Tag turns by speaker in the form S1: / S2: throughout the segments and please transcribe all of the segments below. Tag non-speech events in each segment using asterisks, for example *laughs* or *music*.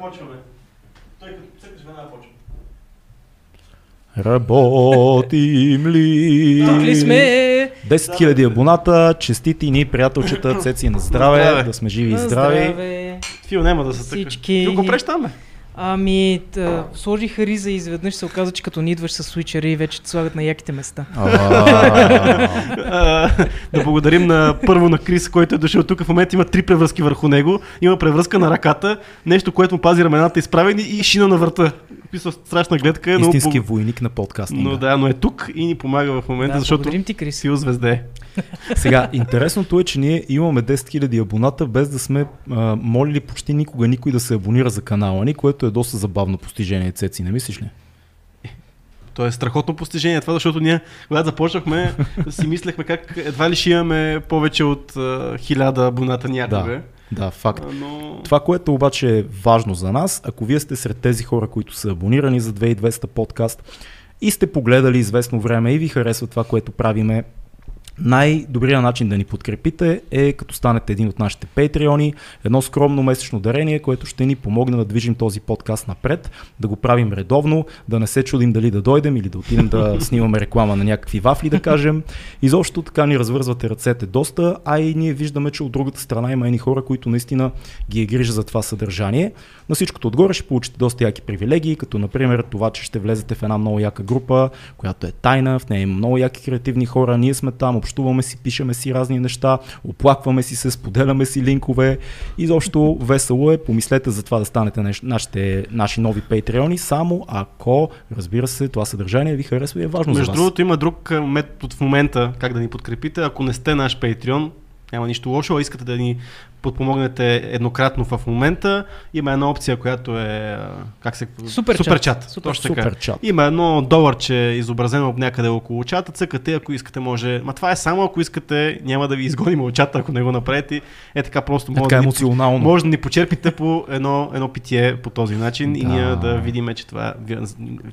S1: почваме. Той като цъкаш веднага почва.
S2: Работим ли?
S3: Тук ли сме?
S2: 10 000 абоната, честити ни, приятелчета, цеци на здраве,
S1: Здраве.
S2: да сме живи и
S3: На
S2: здрави.
S3: здраве.
S1: Фил няма да се цъка.
S3: Всички.
S1: Фил го прещаме.
S3: Ами, тъ, сложих риза и изведнъж се оказа, че като ни идваш с свичери, вече те слагат на яките места.
S2: А,
S1: А, да благодарим на, първо на Крис, който е дошъл тук. В момента има три превръзки върху него. Има превръзка на ръката, нещо, което му пази рамената изправени и шина на врата. Писал страшна гледка, но,
S2: Истински
S1: по-
S2: войник на подкастинга.
S1: но, да, но е тук и ни помага в момента,
S3: да,
S1: защото
S3: благодарим ти, Крис.
S1: Сил звезде.
S2: Сега, интересното е, че ние имаме 10 000 абоната, без да сме а, молили почти никога никой да се абонира за канала ни, което е доста забавно постижение, Цеци, не мислиш ли?
S1: То е страхотно постижение това, защото ние, когато започнахме, *laughs* си мислехме как едва ли ще имаме повече от а, хиляда абоната някога.
S2: Да, факт.
S1: А, Но...
S2: Това, което обаче е важно за нас, ако вие сте сред тези хора, които са абонирани за 2200 подкаст и сте погледали известно време и ви харесва това, което правиме, най-добрият начин да ни подкрепите е като станете един от нашите патреони, едно скромно месечно дарение, което ще ни помогне да движим този подкаст напред, да го правим редовно, да не се чудим дали да дойдем или да отидем да снимаме реклама на някакви вафли, да кажем. Изобщо така ни развързвате ръцете доста, а и ние виждаме, че от другата страна има едни хора, които наистина ги е грижа за това съдържание. На всичкото отгоре ще получите доста яки привилегии, като например това, че ще влезете в една много яка група, която е тайна, в нея има много яки креативни хора, ние сме там, общуваме си, пишеме си разни неща, оплакваме си се, споделяме си линкове. Изобщо весело е, помислете за това да станете неш- нашите, наши нови патреони, само ако, разбира се, това съдържание ви харесва и е важно
S1: Между
S2: за вас.
S1: другото има друг а, метод в момента как да ни подкрепите. Ако не сте наш Patreon, няма нищо лошо, а искате да ни подпомогнете еднократно в момента, има една опция, която е... а, Как се...
S3: Суперчат.
S1: Суперчат.
S3: Супер-
S1: Точно така. е.
S2: Супер чат.
S1: Има едно доларче изобразено от някъде около чата, цъкате, ако искате може. Ма това е само ако искате, няма да ви изгоним от чата, ако не го направите. Е така просто
S2: Е
S1: може,
S2: така
S1: да, ни,
S2: емоционално.
S1: може да ни почерпите по едно, едно питие по този начин и
S2: Да.
S1: ние да видим, че това ви-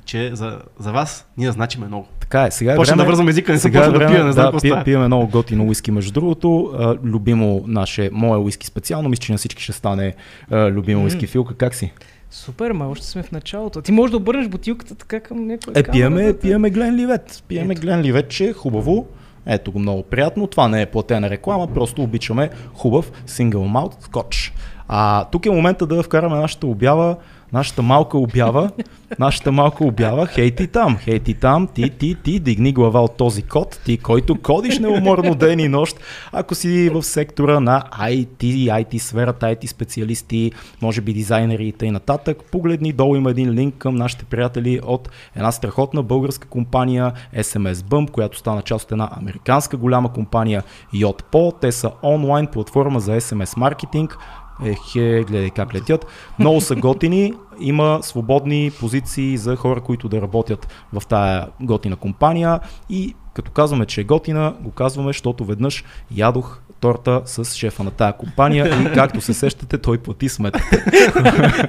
S1: че за, за вас ние значиме много.
S2: Така е, сега е
S1: Почна
S2: време...
S1: да вързам езика, не съм
S2: Сега е
S1: почна да
S2: време,
S1: пия, не знам какво
S2: да, пи,
S1: става.
S2: пиеме много готино уиски, между другото. А, любимо наше, мое уиски специално, мисля, че на всички ще стане а, любимо
S3: М.
S2: уиски. Филка, как си?
S3: Супер, ма, още сме в началото. Ти можеш да обърнеш бутилката така към някоя
S2: Е,
S3: камера,
S2: пиеме,
S3: да те-
S2: пиеме Глен Ливет. Пиеме
S3: Ето.
S2: Глен Ливет, че е хубаво. Ето го много приятно. Това не е платена реклама, просто обичаме хубав сингъл маут скотч. А тук е момента да вкараме нашата обява, нашата малка обява, нашата малка обява, хей ти там, хей ти там, ти, ти, ти, дигни глава от този код, ти, който кодиш неуморно ден и нощ, ако си в сектора на IT, IT сферата, IT специалисти, може би дизайнери и т.н. нататък, погледни, долу има един линк към нашите приятели от една страхотна българска компания SMS Bump, която стана част от една американска голяма компания Yotpo. Те са онлайн платформа за SMS маркетинг. Ехе, гледай как летят. Много са готини. Има свободни позиции за хора, които да работят в тая готина компания и като казваме, че е готина, го казваме, защото веднъж ядох торта с шефа на тая компания и както се сещате, той плати сметката.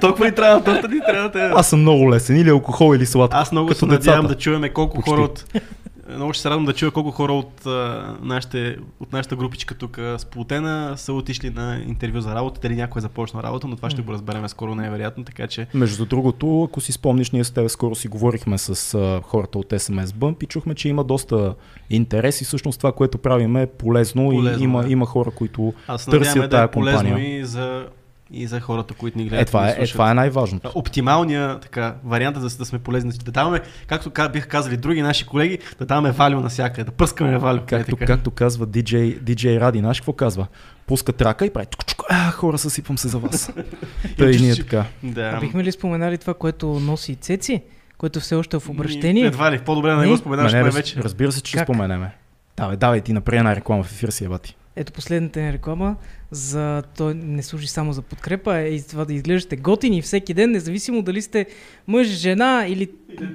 S1: *laughs* Толкова ни трябва, толкова ни трябва. Да...
S2: Аз съм много лесен. Или алкохол, или сладко.
S1: Аз много
S2: като
S1: се надявам
S2: децата.
S1: да чуем колко
S2: Почти.
S1: хора от... Много ще се радвам да чуя колко хора от, а, нашите, от нашата групичка тук а, сплутена са отишли на интервю за работа. Дали някой е започнал работа, но това ще го разберем скоро най-вероятно, така че
S2: Между другото, ако си спомниш, ние с тебе скоро си говорихме с а, хората от SMS Bump и чухме, че има доста интерес и всъщност това, което правим е полезно,
S1: Полезно,
S2: и има,
S1: да.
S2: има хора, които
S1: аз се надяваме
S2: търсят
S1: да
S2: тая
S1: е полезно
S2: компания.
S1: и за, и за хората, които ни гледат.
S2: Е, това
S1: и
S2: е,
S1: ни
S2: е,
S1: слушат.
S2: това е най-важното.
S1: Оптималния така, вариант е да, да сме полезни. Да даваме, както ка- бих казали други наши колеги, да даваме валю навсякъде, да пръскаме валю. Е
S2: Както,
S1: така.
S2: както казва DJ, DJ Ради, знаеш какво казва? Пуска трака и прави чук-чук, а, хора, съсипвам се
S1: *laughs*
S2: за вас. Та и ние така.
S1: Да.
S3: А бихме ли споменали това, което носи и Цеци, което все още е в
S1: Ми,
S3: обращение?
S1: Едва ли, по-добре да не
S3: Не.
S1: го споменаваш
S2: Ма не,
S1: май
S2: раз-
S1: вече.
S2: Разбира се, че ще
S3: Как?
S2: споменеме. Давай, давай, ти направи една реклама в ефир си, ебати.
S3: Ето последната ни реклама. За... Той не служи само за подкрепа, а и за това да изглеждате готини всеки ден, независимо дали сте мъж, жена или,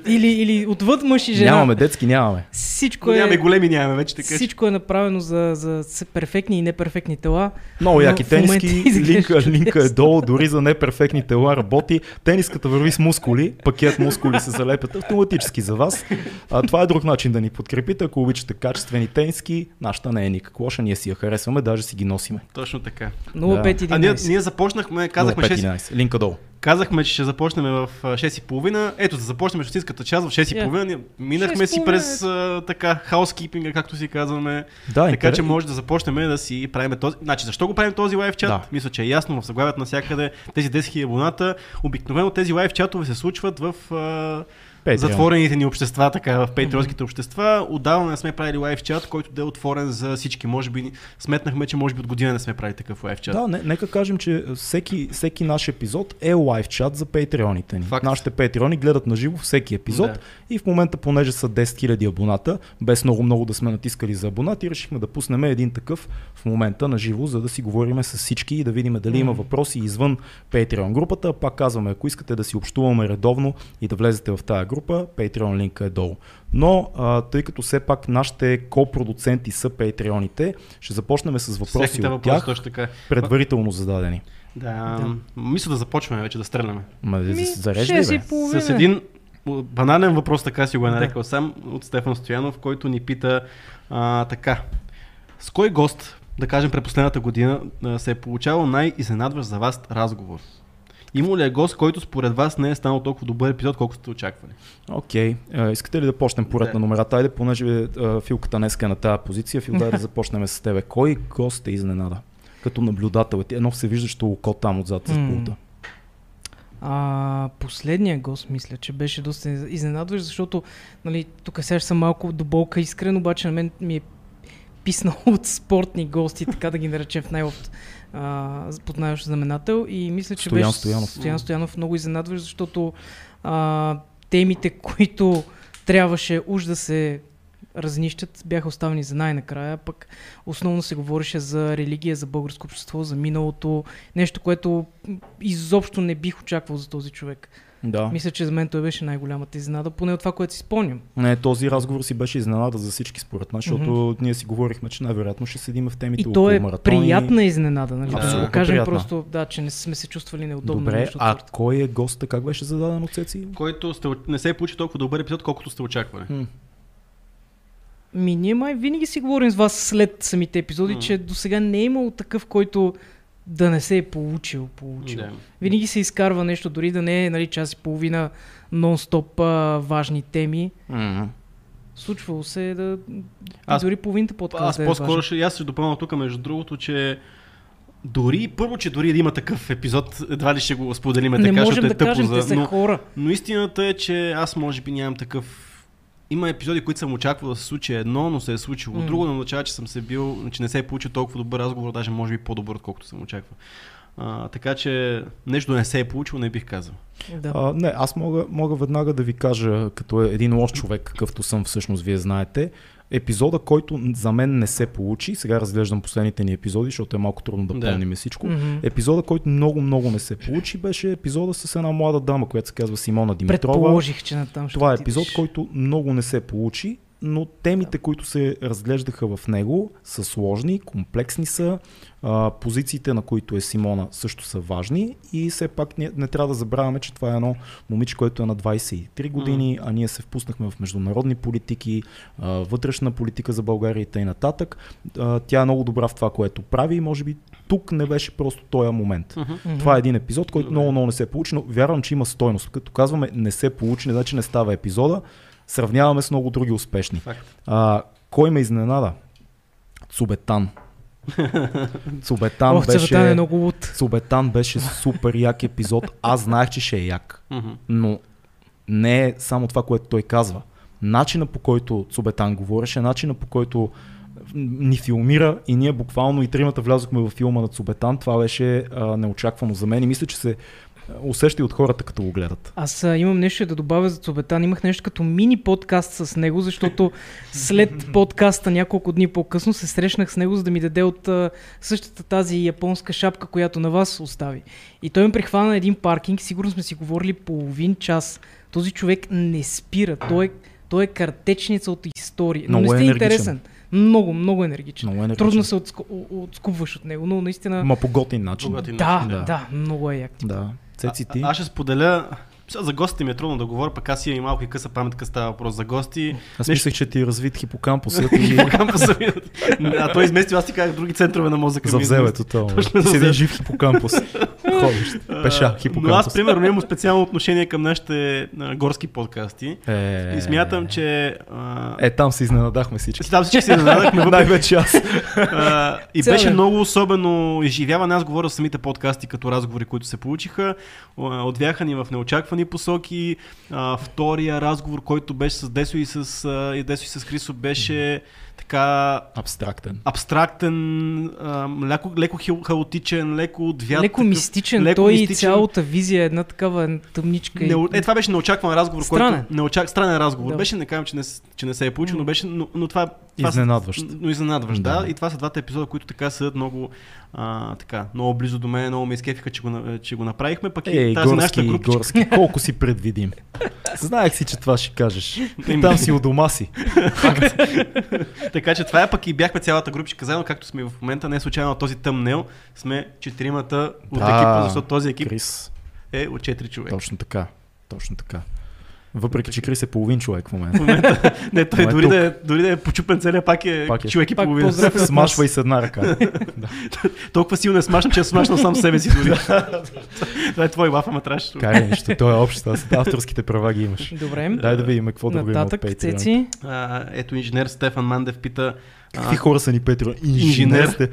S3: или, или отвъд мъж и жена.
S2: Нямаме детски, нямаме.
S3: Всичко
S1: Кое... Нямаме
S3: е,
S1: големи, нямаме вече така. Всичко...
S3: всичко е направено за, за с- перфектни и неперфектни тела.
S2: Много
S3: Но
S2: яки
S3: в момента
S2: тениски,
S3: *laughs* изглежда
S2: линка, линка е
S3: чудесно.
S2: долу, дори за неперфектни тела работи. Тениската върви с мускули, пакет мускули се залепят автоматически за вас. А, това е друг начин да ни подкрепите, ако обичате качествени тениски. Нашата не е никак лоша, ние си я харесваме, даже си ги носиме.
S1: Точно така.
S2: Да.
S3: 0511.
S2: е
S1: А ние, ние започнахме, казахме 6,
S2: 0511. Линка долу.
S1: Казахме, че ще започнем в а, 6.30. Ето, да започнем медицинската част в 6.30. Ние Минахме си
S3: 6:30.
S1: през а, така хаускипинга, както си казваме.
S2: Да,
S1: така че
S2: интерес-
S1: може да започнем да си правим този. Значи, защо го правим този лайв чат?
S2: Да.
S1: Мисля, че е ясно в заглавията навсякъде. Тези 10 000 абоната. Обикновено тези лайв чатове се случват в а,
S2: Patreon.
S1: затворените ни общества, така в патриотските общества. Отдавна не сме правили лайв чат, който да е отворен за всички. Може би сметнахме, че може би от година не сме правили такъв лайв чат.
S2: Да, не, нека кажем, че всеки, всеки наш епизод е лайв чат за патреоните ни.
S1: Факт.
S2: Нашите патреони гледат на живо всеки епизод
S1: Да.
S2: да. и в момента, понеже са 10 000 абоната, без много много да сме натискали за абонати, решихме да пуснем един такъв в момента на живо, за да си говорим с всички и да видим дали има въпроси извън Patreon групата. Пак казваме, ако искате да си общуваме редовно и да влезете в тая група, Patreon линка е долу. Но, а, тъй като все пак нашите копродуценти са патреоните, ще започнем с въпроси
S1: Всяките
S2: от
S1: въпроси,
S2: тях
S1: точно така.
S2: предварително зададени.
S1: Да,
S3: Да.
S1: мисля да започваме вече да стреляме.
S2: Ма,
S3: Ми,
S2: Ми, зареждай,
S3: шест и
S2: бе.
S3: половина.
S1: С един банален въпрос, така си го е
S3: Да.
S1: нарекал сам, от Стефан Стоянов, който ни пита а, така. С кой гост, да кажем, през последната година а, се е получавал най-изненадващ за вас разговор? Има ли е гост, който според вас не е станал толкова добър епизод, колкото сте очаквали?
S2: Окей. Е, Искате ли да почнем поред
S1: Да.
S2: на номерата? Айде, понеже е, Филката днес е на тази позиция. Фил,
S3: *laughs*
S2: дай да започнем с тебе. Кой гост те изненада? Като наблюдател. Ти едно се виждащо око там отзад с
S3: М.
S2: пулта.
S3: А, последния гост, мисля, че беше доста изненадващ, защото нали, тук сега ще съм малко до болка искрен, обаче на мен ми е писнал *laughs* от спортни гости, така да ги наречем в най-общ а, под най-общ знаменател. И мисля, че
S2: Стоян
S3: беше
S2: Стоянов.
S3: Стоян Стоянов много изненадващ, защото а, темите, които трябваше уж да се разнищат, бяха оставени за най-накрая, пък основно се говореше за религия, за българско общество, за миналото, нещо, което м, изобщо не бих очаквал за този човек.
S2: Да.
S3: Мисля, че за мен той беше най-голямата изненада, поне от това, което си спомням.
S2: Не, този разговор си беше изненада за всички според нас, защото
S3: Мгм.
S2: ние си говорихме, че най-вероятно ще седим в темите
S3: И
S2: около
S3: то е
S2: маратони.
S3: приятна изненада, нали? Да, да
S1: Абсолютно
S3: го кажем
S2: приятна.
S3: просто, да, че не сме се чувствали неудобно.
S2: Добре,
S3: нещо от
S2: а
S3: сорта.
S2: кой е гостът? Как беше зададен от Цеци?
S1: Който сте, не се е получил толкова добър епизод, колкото сте очаквали.
S2: М.
S3: Ми, ние май винаги си говорим с вас след самите епизоди,
S1: М.
S3: че до сега не е имало такъв, който да не се е получил. получил.
S1: Да.
S3: Винаги се изкарва нещо, дори да не е нали, час и половина нон-стоп а, важни теми.
S2: М.
S3: Случвало се е да...
S1: Аз-
S3: Аз, дори половината подкаст
S1: Аз
S3: да е
S1: по-скоро
S3: важен.
S1: ще, и аз ще допълна тук, между другото, че дори, първо, че дори да има такъв епизод, едва ли ще го споделиме
S3: Не
S1: така,
S3: можем
S1: защото е
S3: да
S1: тъпо
S3: кажем,
S1: за...
S3: те са
S1: но-
S3: хора.
S1: Но истината е, че аз може би нямам такъв. Има епизоди, които съм очаквал да се случи едно, но се е случило
S3: М.
S1: друго, но означава, че съм се бил, че не се е получил толкова добър разговор, даже може би по-добър, отколкото съм очаквал. А, така че нещо не се е получило, не бих казал.
S3: Да.
S2: А, не, аз мога, мога веднага да ви кажа, като е един лош човек, какъвто съм всъщност, вие знаете, епизода, който за мен не се получи, сега разглеждам последните ни епизоди, защото е малко трудно да,
S1: Да.
S2: помним всичко.
S3: Мгм.
S2: Епизода, който много-много не се получи, беше епизода с една млада дама, която се казва Симона Димитрова.
S3: Предположих, че натам ще
S2: Това е
S3: отидеш.
S2: епизод, който много не се получи, но темите, които се разглеждаха в него, са сложни, комплексни са. А, позициите, на които е Симона, също са важни. И все пак не, не трябва да забравяме, че това е едно момиче, което е на 23 години, а ние се впуснахме в международни политики, а, вътрешна политика за България и т.н. А, Тя е много добра в това, което прави и може би тук не беше просто този момент.
S3: Мгм.
S2: Това е един епизод, който
S1: Добре.
S2: много, много не се получи, но вярвам, че има стойност. Като казваме не се получи, не значи че не става епизода. Сравняваме с много други успешни.
S1: Факт.
S2: А, кой ме изненада? Цубетан. Цубетан
S3: Ох,
S2: беше...
S3: Цветан е много луд.
S2: Цубетан беше супер як епизод. Аз знаех, че ще е як.
S1: Мгм.
S2: Но не е само това, което той казва. Начина по който Цубетан говореше, начина по който ни филмира и ние буквално и тримата влязохме във филма на Цубетан, това беше а, неочаквано за мен и мисля, че се а, усеща и от хората, като го гледат.
S3: Аз а, имам нещо да добавя за Цубетан. Имах нещо като мини подкаст с него, защото
S2: *laughs*
S3: след подкаста няколко дни по-късно се срещнах с него, за да ми даде от а, същата тази японска шапка, която на вас остави. И той ме прихвана на един паркинг. Сигурно сме си говорили половин час. Този човек не спира. Той е, той е картечница от истории. Но
S2: Много
S3: не
S2: е
S3: сте
S2: енергичен.
S3: интересен. Много, много енергичен.
S2: Много енергичен.
S3: Трудно се отску... о- отскубваш от него, но наистина...
S2: Ма по готин начин.
S1: Богати
S3: Да,
S1: начин.
S3: да,
S2: Да.
S3: да, много е як.
S2: Да. Цеци ти.
S1: А, аз ще споделя Сега за гостите ми е трудно да говоря, пък аз имам и малко и къса памет, къс става въпрос за гости.
S2: Аз мислех, че ти
S1: *laughs*
S2: развит хипокампусът и
S1: Хипокампуса ми. А той измести, аз ти казах други центрове на мозъка. ми
S2: завземе
S1: измести. *laughs*
S2: тотално.
S1: Точно
S2: Седи
S1: завзето.
S2: жив хипокампус.
S1: *laughs*
S2: Ходиш, пеша
S1: Но аз,
S2: хипокампус.
S1: примерно, имам специално отношение към нашите а, горски подкасти.
S2: Е,
S1: И смятам, че... а,
S2: Е, там се изненадахме всички.
S1: Там всички се
S2: *laughs*
S1: изненадахме, въпреки
S2: Най-вече аз.
S1: А, и
S3: Цяло.
S1: беше много особено изживяване. Аз говоря за самите подкасти като разговори, които се получиха. А, Отвяха ни в неочаквани посоки. А, втория разговор, който беше с Десо и с, а, и Десо и с Хрисо, беше така
S2: Абстрактен.
S1: абстрактен, а, леко, леко хил- хаотичен, леко от вятър.
S3: Леко
S1: такъв-
S3: мистичен,
S1: леко
S3: той и
S1: мистичен.
S3: цялата визия е една такава тъмничка.
S1: Не,
S3: и...
S1: е, това беше неочакван разговор,
S3: Странен.
S1: който... Неочак... Странен разговор.
S3: Да.
S1: Да. Беше, не казвам, че не, с- че не се е получил, но беше... Но, но това, това са-
S2: Изненадващ.
S1: Но изненадващ, да.
S2: Да.
S1: да. И това са двата епизода, които така седят много, а, така, много близо до мен, много ме изкефиха, че го, на- че го направихме, пък
S2: Ей,
S1: и тази нашата
S2: горски,
S1: група.
S2: горски, колко си предвидим. Знаех си, че това ще кажеш.
S1: Им-
S2: Там си у дома си.
S1: Така че това е пък и бяхме цялата групичка заедно, както сме и в момента, не е случайно този тъмнел, сме четиримата от
S2: Да,
S1: екипа, защото този екип
S2: Крис,
S1: е от четири човека.
S2: точно така. Точно така. Въпреки, че Крис е половин човек в момента.
S1: В момента, не, той
S2: Но е
S1: дори, да, е- дори да е почупен целия, пак е,
S2: Пак е.
S1: човек и
S3: Пак
S1: половина.
S3: поздрав. Здраве
S2: *laughs*
S3: от
S2: Смашва и с
S1: *laughs*
S2: една ръка.
S1: Толкова силно е смашен, че е смашнал сам себе си
S2: *laughs*
S1: дори. Това е твой лаф, ама трябваше.
S2: Каре нищо, той е общо. Аз авторските права ги имаш.
S3: Добре.
S2: Дай да видим какво друго има от
S3: Нататък,
S2: Patreon.
S3: Цеци.
S1: А, Ето инженер Стефан Мандев пита. а,
S2: Какви хора са ни Patreon? Инженер
S1: Инженер.
S2: сте.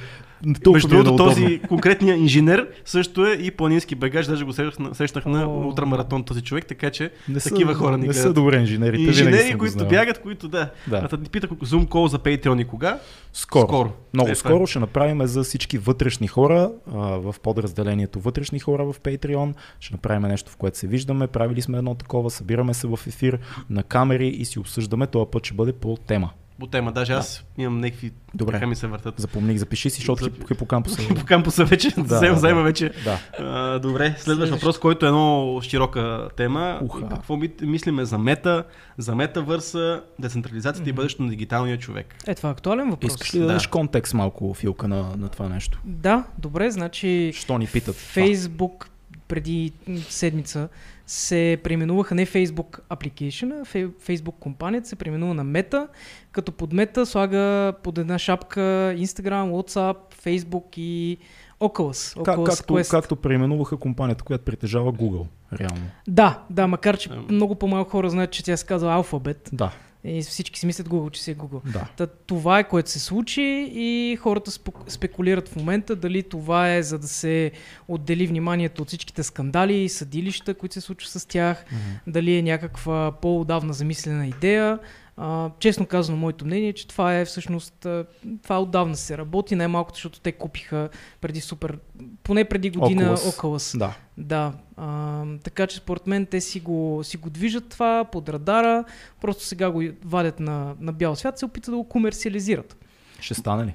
S1: Между
S2: Толкова ми е
S1: другото,
S2: неудобно.
S1: този конкретния инженер също е и планински багаж, даже го срещнах, на- срещнах на
S3: О.
S1: ултрамаратон този човек, така че
S2: Не са-
S1: такива хора ни
S2: Не са
S1: гледат.
S2: добре инженерите. винаги съм
S1: инженери,
S2: го
S1: които
S2: знал.
S1: бягат, които да.
S2: Да.
S1: А та ни пита Zoom call за Patreon и кога.
S2: Скоро. скоро.
S1: Скоро.
S2: Много
S1: Е, това е.
S2: скоро ще направим за всички вътрешни хора а, в подразделението вътрешни хора в Patreon. Ще направим нещо, в което се виждаме. Правили сме едно такова, събираме се в ефир на камери и си обсъждаме. Този път ще бъде по тема.
S1: По тема, даже аз имам някакви...
S2: Добре.
S1: Така ми се въртат.
S2: Запомних, запиши си, защото
S1: За-
S2: хип- хипокампуса.
S1: *laughs* По кампуса вече,
S2: Да,
S1: взема,
S2: да.
S1: взема вече
S2: да.
S1: А, добре, следващ
S3: Следващ.
S1: въпрос, който е много широка тема.
S2: Уха.
S1: Какво ми, мислиме за мета, за метавърса, децентрализацията и бъдещето на дигиталния човек?
S3: Е, това е актуален въпрос.
S2: Искаш ли да
S1: Да.
S2: дадеш контекст малко, Филка, на, на това нещо?
S3: Да, добре, значи
S2: Що ни питат?
S3: Фейсбук преди м, седмица се преименуваха не Facebook Application, а Фей- Facebook компанията се преименува на Meta, като под Meta слага под една шапка Instagram, WhatsApp, Facebook и Oculus.
S2: това?
S3: Oculus
S2: Как, както,
S3: Quest.
S2: както преименуваха компанията, която притежава Google, реално.
S3: Да, да, макар че
S1: Ам.
S3: много по-малко хора знаят, че тя се казва Alphabet
S2: Да,
S3: и всички си мислят Google, че си е Google.
S2: да.
S3: Та, това е което се случи и хората спек- спекулират в момента дали това е за да се отдели вниманието от всичките скандали и съдилища, които се случват с тях, дали е някаква по-давна замислена идея. А, честно казано, моето мнение е, че това е всъщност, а, това отдавна се работи, най-малкото, защото те купиха преди супер, поне преди година
S2: Oculus.
S3: Oculus.
S2: Да.
S3: Да, а, така че според мен те си го, си го движат това под радара, просто сега го вадят на, на бял свят, се опитат да го комерциализират.
S2: Ще стане ли?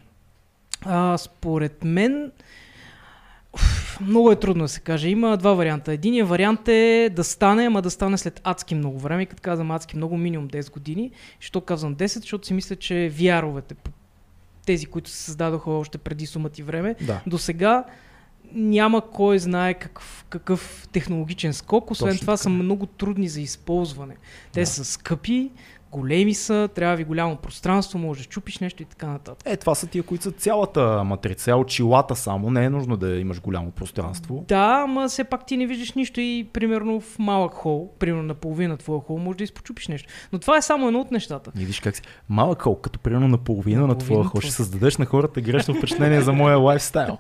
S3: А, според мен, уф, много е трудно да се каже. Има два варианта. Единият вариант е да стане, ама да стане след адски много време. И Като казвам адски много, минимум 10 години. Що казвам 10? Защото си мисля, че VR-овете, тези, които се създадоха още преди сумата и време,
S2: Да.
S3: до сега няма кой знае какъв, какъв технологичен скок. Освен
S2: Точно
S3: това
S2: така.
S3: са много трудни за използване. Те
S2: Да.
S3: са скъпи, големи са, трябва ви голямо пространство, можеш да чупиш нещо и така нататък.
S2: Е, това са тия, които са цялата матрица, а очилата само. Не е нужно да имаш голямо пространство.
S3: Да, ама все пак ти не виждаш нищо и примерно в малък хол, примерно на половина твоя хол, може да изпочупиш нещо. Но това е само едно от нещата.
S2: И виж как си. Малък хол, като примерно наполовина на твоя
S3: Наполовина
S2: хол, ще
S3: твой.
S2: създадеш на хората грешно впечатление за моя лайфстайл.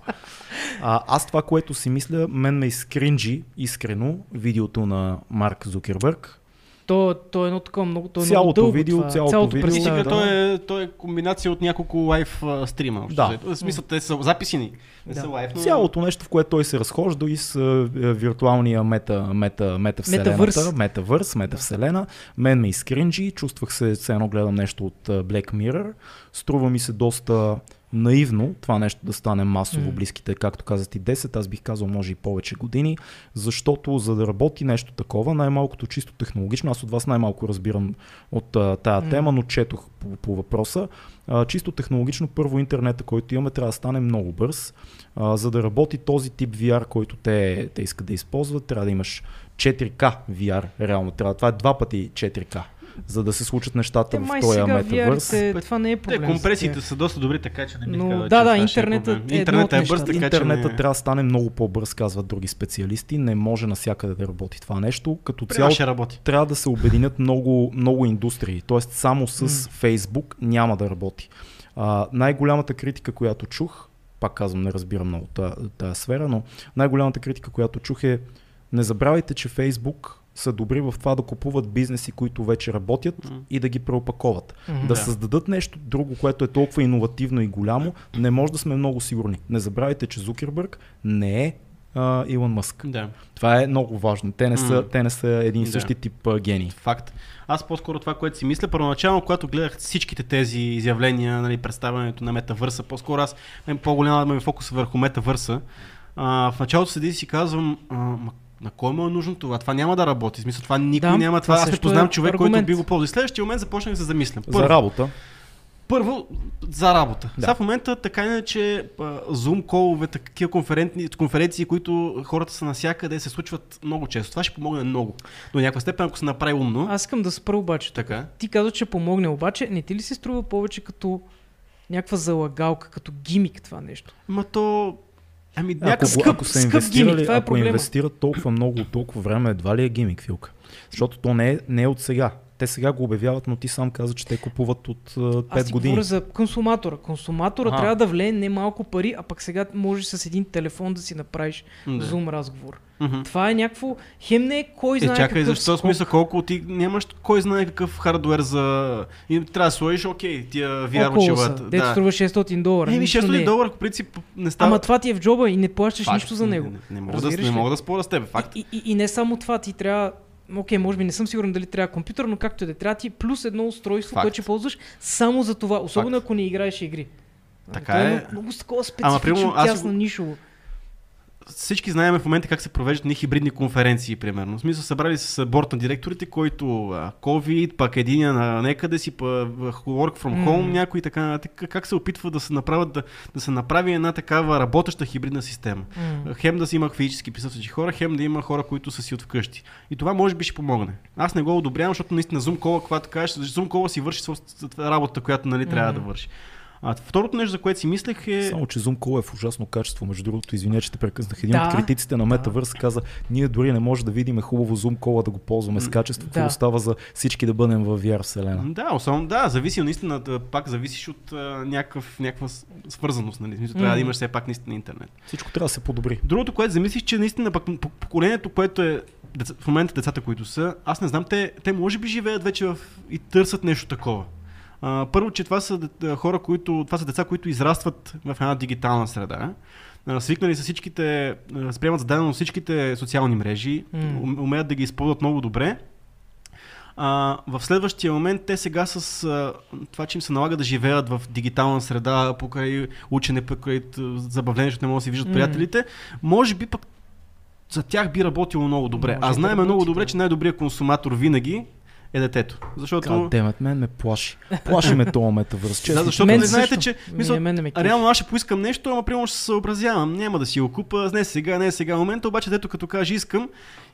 S2: А, аз това, което си мисля, мен ме изкринджи искрено видеото на Марк Зукербърг.
S3: То, то е едно такова много, то е много
S2: Цялото
S3: дълго
S2: видео,
S3: това,
S2: цялото видео,
S1: И
S2: Да,
S1: сега
S3: представяне.
S2: да.
S1: Той, е, той е комбинация от няколко лайв а, стрима. общо
S2: Да.
S1: взето. В смисъл, те са записи ни. Не
S3: Да.
S1: са лайв, но...
S2: Цялото нещо, в което той се разхожда и с е, е, виртуалния мета, мета, мета
S3: Метавърс.
S2: вселената, метавърс, метавселена. Мен ме изкринджи, чувствах се, все едно гледам нещо от е, Black Mirror. Струва ми се доста наивно това нещо да стане масово
S3: М.
S2: близките, както каза ти 10, аз бих казал може и повече години, защото за да работи нещо такова, най-малкото чисто технологично, аз от вас най-малко разбирам от а, тая
S3: М.
S2: тема, но четох по, по въпроса. А, чисто технологично, първо интернета, който имаме, трябва да стане много бърз. А, за да работи този тип VR, който те, те искат да използват, трябва да имаш 4K VR, реално трябва. Това е два пъти 4K, за да се случат нещата
S3: Те
S2: в
S3: Е, май
S2: този
S3: сега
S2: метавърс.
S3: VR-те, това не е
S1: Те,
S3: проблем. за
S1: компресиите
S3: тях.
S1: са доста добри, така че не бих
S3: Но,
S1: казал,
S3: да,
S1: че
S3: да,
S1: това ще е
S3: интернетът
S1: проблем.
S3: е едно
S1: Интернетът
S3: от
S1: е бърз,
S3: нещата.
S1: така че
S2: Интернетът
S1: не...
S2: трябва да стане много по-бърз, казват други специалисти. Не може навсякъде да работи това нещо. Като
S1: При нас
S2: цяло
S1: ще работи.
S2: трябва да се обединят много, много индустрии. Тоест само с
S3: М.
S2: Facebook няма да работи. А, най-голямата критика, която чух, пак казвам, не разбирам много тая, тая сфера, но най-голямата критика, която чух е не забравяйте, че Facebook са добри в това да купуват бизнеси, които вече работят
S1: М.
S2: и да ги преопаковат.
S3: Мгм.
S2: Да
S1: Да.
S2: създадат нещо друго, което е толкова иновативно и голямо, не може да сме много сигурни. Не забравяйте, че Зукербърг не е а, Илон Мъск.
S1: Да,
S2: Това е много важно. Те не са,
S1: М.
S2: те не са един и
S1: Да.
S2: същи тип а, гении.
S1: факт. Аз по-скоро това, което си мисля, първоначално, когато гледах всичките тези изявления, нали, представянето на метавърса, по-скоро аз имам по-голяма да ме фокус върху метавърса. А, в началото седи и си казвам, а, ма, на кой му е нужно това? Това няма да работи. В смисъл, това никой
S3: Да,
S1: няма. Това,
S3: това
S1: аз не
S3: също е
S1: познавам човек, който
S3: аргумент.
S1: би го ползвал. И следващия момент започнах да се замисля.
S2: За работа.
S1: Първо, за работа.
S2: Да.
S1: Да. Сега в момента така иначе а, Zoom колове, такива конферентни, конференции, които хората са насякъде, се случват много често. Това ще помогне много. До някаква степен, ако се направи умно.
S3: Аз искам да спра обаче.
S1: Така.
S3: Ти каза, че помогне, обаче не ти ли се струва повече като някаква залагалка, като гимик това нещо?
S1: Ма то... Ами
S2: Ако,
S1: някакъв
S2: скъп,
S3: скъп-
S2: ако са
S3: скъп гимик,
S2: инвестирали,
S3: това е
S2: ако
S3: проблема.
S2: инвестират толкова много, толкова време, едва ли е гимик, Филка? Защото то не е, не е от сега. Те сега го обявяват, но ти сам каза, че те купуват от
S3: Аз
S2: 5
S3: ти
S2: години.
S3: говоря за консуматора. Консуматора
S2: Аха.
S3: трябва да влее не малко пари, а пък сега можеш с един телефон да си направиш
S1: Да.
S3: зум разговор.
S1: Мгм.
S3: Това е някакво... Хем не е кой
S1: Е,
S3: знае
S1: чакай,
S3: какъв
S1: защо
S3: скок.
S1: смисъл колко ти нямаш кой знае какъв хардуер за... И трябва да сложиш, окей, тия VR
S3: Около са,
S1: очилата.
S3: дето
S1: Да.
S3: струва 600 долара.
S1: Еми,
S3: Нищо не
S1: 600
S3: е.
S1: долара, по принцип, не става.
S3: Ама това ти е в джоба и не плащаш
S1: Факт.
S3: нищо за
S1: Не-
S3: него.
S1: Не, не, мога, да,
S3: Разбираш
S1: не
S3: ли?
S1: мога да споря с теб, факт.
S3: И, и, и не само това, ти трябва. Окей, може би не съм сигурен дали трябва компютър, но както и да е, трябва ти плюс едно устройство,
S1: Факт.
S3: което ще ползваш само за това, особено ако не играеш игри.
S1: Така
S3: Това
S1: е.
S3: Много, много такова специфично,
S1: примерно, аз-
S3: тясно нишово.
S1: всички знаем в момента как се провеждат ни хибридни конференции, примерно. В смисъл, събрали с борт на директорите, който а, COVID, пак един на некъде си, па, в work from
S3: М.
S1: home, някой и така нататък. Как се опитва да се, направят, да, да се направи една такава работеща хибридна система?
S3: М.
S1: Хем да си има физически присъстващи хора, хем да има хора, които са си от вкъщи. И това може би ще помогне. Аз не го одобрявам, защото наистина Zoom Call, когато кажеш, Zoom Call си върши собствената работа, която нали, трябва
S3: М.
S1: да върши. А второто нещо, за което си мислех е...
S2: Само, че Zoom Call е в ужасно качество. Между другото, извиня, че те прекъснах. Един
S3: Да.
S2: от критиците на Metaverse каза, ние дори не може да видим хубаво Zoom Call да го ползваме с качество, какво
S3: Да.
S2: остава за всички да бъдем в VR вселена.
S1: Да, особено, да, зависи наистина, да, пак зависиш от а, някакъв, някаква с- свързаност, нали? Смисъл, трябва да
S3: Мгм.
S1: имаш все пак наистина интернет.
S2: Всичко трябва да се подобри.
S1: Другото, което замислих, че наистина пък по- поколението, което е деца, в момента децата, които са, аз не знам, те, те може би живеят вече в, и търсят нещо такова. А, първо, че това са дет- хора, които, това са деца, които израстват в една дигитална среда. А, свикнали са всичките, а, сприемат за дадено всичките социални мрежи,
S3: М.
S1: ум- умеят да ги използват много добре. А, в следващия момент те сега с а, това, че им се налага да живеят в дигитална среда, покрай учене, покрай т- забавление, защото не могат да си виждат
S3: М.
S1: приятелите, може би пък за тях би работило много добре.
S3: Може
S1: а
S3: да
S1: знаем
S3: работи,
S1: много
S3: да.
S1: добре, че най-добрият консуматор винаги е детето. Защото...
S2: Демет, мен ме плаши. Плаши ме този метавърс. Честно.
S1: Да, защото
S3: Мен
S1: не знаете,
S3: също.
S1: че...
S3: Ми,
S1: Мисъл,
S3: на мен не ме кефи.
S1: реално аз ще поискам нещо, ама примерно ще се съобразявам. Няма да си го купа. Не е сега, не е сега момента, обаче дето като каже искам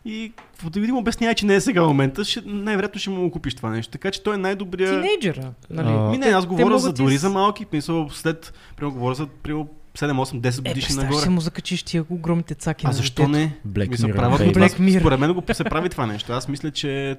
S1: и да видим обяснявай, че не е сега момента, ще, най-вероятно ще му го купиш това нещо. Така че той е най-добрия...
S3: Тинейджера, нали?
S2: А,
S1: Ми не, аз говоря
S3: могат
S1: за
S3: и
S1: дори
S3: с-
S1: за малки, мисъл след, примерно говоря за примерно 7, 8, 10
S3: Е,
S1: годишни
S3: представяш
S1: нагоре.
S3: се му закачиш тия е огромните цаки
S1: А
S3: на
S1: защо
S3: детето.
S1: не?
S2: Black
S1: Мисля,
S2: Mirror,
S1: правят го
S2: baby.
S1: това.
S3: Black Mirror.
S1: Според мен го се прави това нещо. Аз мисля, че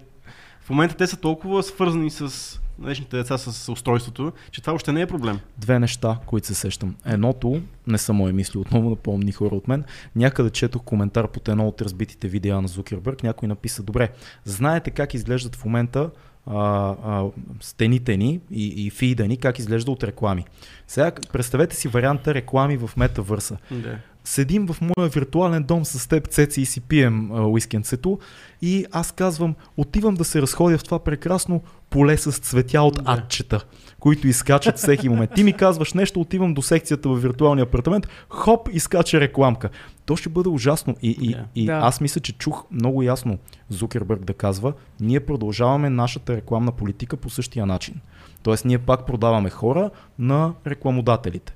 S1: в момента те са толкова свързани с днешните деца с устройството, че това още не е проблем.
S2: две неща, които се сещам. Едното, не са мои мисли, отново напомни хора от мен, някъде четох коментар под едно от разбитите видеа на Зукербърг, някой написа, добре, знаете как изглеждат в момента а, а, стените ни и, и фида ни, как изглежда от реклами. Сега представете си варианта реклами в метавърса.
S1: Да.
S2: седим в моя виртуален дом с теб, Цеци, и си пием а, уискенцето. И аз казвам, отивам да се разходя в това прекрасно поле с цветя от атчета, които изкачат всеки момент. Ти ми казваш нещо, отивам до секцията в виртуалния апартамент, хоп, изкача рекламка. То ще бъде ужасно. И, и,
S1: Да.
S2: и
S3: Да.
S2: аз мисля, че чух много ясно Зукербърг да казва, ние продължаваме нашата рекламна политика по същия начин. Тоест, ние пак продаваме хора на рекламодателите.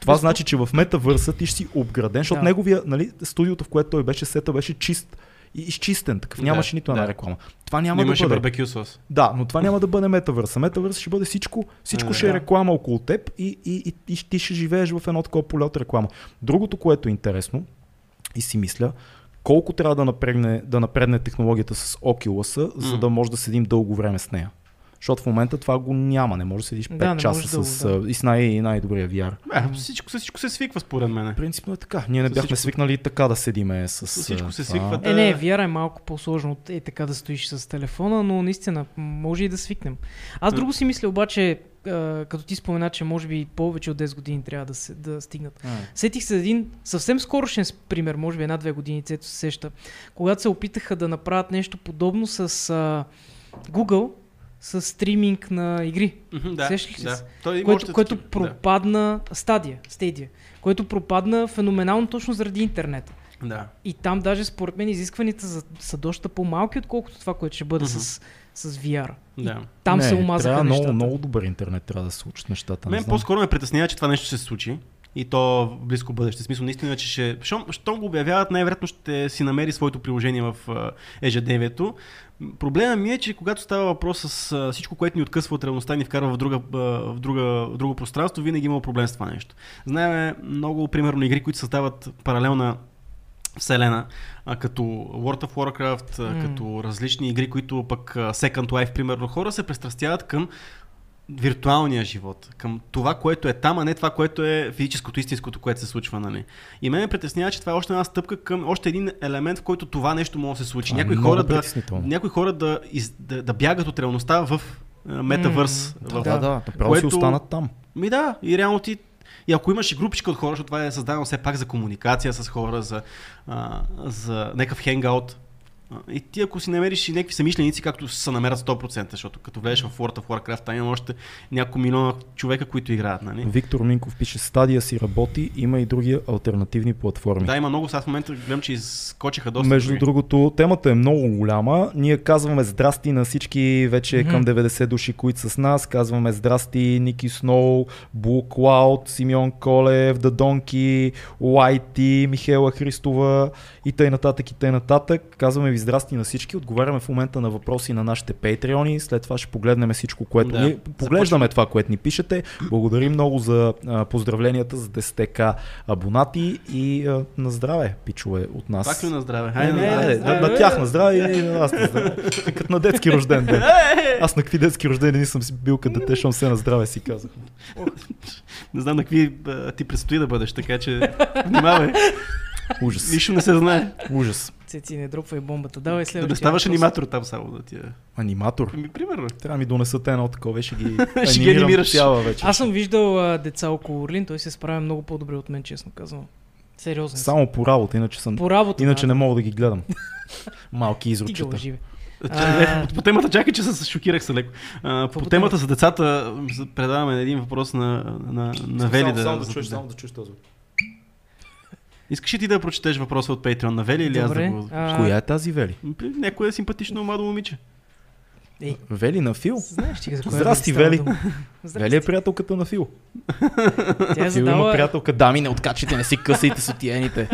S2: Това значи, че в метавърса ти ще си обграден, защото
S3: Да.
S2: неговия, нали, студиото, в което той беше сета, беше чист и изчистен, такъв
S1: Да,
S2: нямаше нито една
S1: да.
S2: реклама. Това няма да
S1: Имаше
S2: бъде.
S1: барбекю сос.
S2: Да, но това няма да бъде метавърса. Метавърс ще бъде всичко, всичко
S1: Е,
S2: ще е
S1: да.
S2: реклама около теб и, и, и, и ти ще живееш в едно такова поле от реклама. Другото, което е интересно и си мисля, колко трябва да напредне, да напредне технологията с Oculus, за
S1: М.
S2: да може да седим дълго време с нея. Защото в момента това го няма, не може да седиш
S3: Да,
S2: 5
S3: не можеш
S2: часа
S3: дълго,
S2: с,
S3: да.
S2: а, и с най- най-добрия VR.
S1: Бе, всичко, всичко се свиква според мен.
S2: Принципно е така. Ние не
S1: С
S2: бяхме
S1: всичко.
S2: свикнали така да седиме с...
S1: С всичко се
S2: а,
S1: свиква.
S3: Е, не, вяра е малко по-сложно от е така да стоиш с телефона, но наистина може и да свикнем. Аз
S1: Да.
S3: друго си мисля обаче, а, като ти спомена, че може би повече от 10 години трябва да, се, да стигнат.
S2: а.
S3: Сетих се за един съвсем скорошен с- пример, може би една-две години, цето се сеща, когато се опитаха да направят нещо подобно с а, Google, с стриминг на игри.
S1: Мгм, Да,
S3: Сещаш ли
S1: да.
S3: се?
S1: Той има
S3: което,
S1: още
S3: което
S1: такива,
S3: пропадна стадия, стадия, което пропадна феноменално точно заради интернет.
S1: Да. да.
S3: И там даже според мен изискванията за, са доста по-малки, отколкото това, което ще бъде
S1: Мгм.
S3: с, с VR.
S1: Да.
S3: Там
S2: не,
S3: се омазаха
S2: трябва
S3: нещата.
S2: Много, много добър интернет трябва да се случат нещата. не
S1: Мен
S2: знам.
S1: по-скоро ме притеснява, че това нещо ще се случи. И то в близко бъдеще. В Смисъл, наистина, че ще. Щом, щом го обявяват, най-вероятно ще си намери своето приложение в а, ежедневието. М, Проблема ми е, че когато става въпрос с а, всичко, което ни откъсва от реалността и ни вкарва в, друга, а, в, друга, в друго пространство, винаги има проблем с това нещо. Знаем много, примерно, игри, които създават паралелна вселена, а, като World of Warcraft, а,
S3: М.
S1: като различни игри, които пък а, Second Life, примерно, хора се престрастяват към виртуалния живот, към това, което е там, а не това, което е физическото, истинското, което се случва, нали? И мен ме притеснява, че това е още една стъпка към още един елемент, в който това нещо може да се случи.
S2: Това е
S1: Някои
S2: много
S1: хора, да,
S2: притеснително.
S1: някои хора да, из, да, да бягат от реалността в а, метавърс.
S3: М,
S1: в,
S2: Да, да, да направо
S1: което-
S2: си останат там.
S1: Ми да, и реално ти. И ако имаш и групичка от хора, защото това е създадено все пак за комуникация с хора, за, а, за някакъв хенгаут. А, И ти ако си намериш и някакви самишленици, както се намерят 100%, защото като влезеш в World of Warcraft, там има още няколко милиона човека, които играят, нали?
S2: Виктор Минков пише, стадия си работи, има и други альтернативни платформи.
S1: Да, има много, сега в момента гледам, че изкочиха доста.
S2: Между
S1: други.
S2: другото, темата е много голяма. Ние казваме здрасти на всички вече
S3: Мгм.
S2: към 90 души, които са с нас. Казваме здрасти Ники Сноу, Блу Клауд, Симеон Колев, The Donkey, Лайти, Михела Христова и тъй нататък и тъй нататък. Казваме ви здрасти на всички. Отговаряме в момента на въпроси на нашите патреони. След това ще погледнем всичко, което
S1: Да.
S2: да. ни... Поглеждаме това, което ни пишете. Благодарим много за а, поздравленията за 10к абонати и а, на здраве, пичове от нас.
S1: Пак ли на здраве?
S2: Не,
S1: Хайде,
S2: не,
S1: на здраве.
S2: не, на, на тях на здраве и на нас на здраве. Като на детски рожден ден. Аз на какви детски рождени не съм си бил като дете, защото все на здраве си казах.
S1: Не знам на какви а, ти предстои да бъдеш, така че внимавай.
S2: Ужас.
S1: Нищо не се знае.
S2: Ужас.
S3: Цеци, не дропвай бомбата. Давай
S1: Да
S3: следващия.
S1: не ставаш
S3: въпрос.
S1: аниматор там само да ти е.
S2: Аниматор.
S1: Ми, примерно.
S2: Трябва да ми донесат едно такова, *laughs* ще ги
S1: Ще ги анимираш.
S2: анимирам цяла вечер.
S3: Аз съм виждал а, деца около Орлин, той се справя много по-добре от мен, честно казвам. Сериозно.
S2: Само по работа, иначе съм...
S3: По работа.
S2: Иначе
S3: да,
S2: не мога да ги гледам. Малки
S3: стига
S2: изручета.
S3: лъживе.
S1: А...
S3: А.
S1: По темата, чакай, че се шокирах се леко. А, по
S3: по
S1: темата за децата за- предаваме един въпрос на, на, на Вели. да, зададе.
S2: да чуеш този.
S1: Искаш ли ти да прочетеш въпроса от Patreon на Вели или аз да
S3: Добре.
S1: го...
S3: а,
S2: Коя е тази Вели?
S1: Някое симпатично младо момиче.
S3: Ей,
S2: Вели на Фил?
S3: знаеш ли за коя
S2: Здрасти,
S3: става
S2: Вели.
S3: дума?
S2: Вели е
S3: Здрасти.
S2: приятелката на Фил.
S3: Тя е
S2: Фил има
S3: задала
S2: приятелка. Дами, не откачайте, не си късайте сотиените.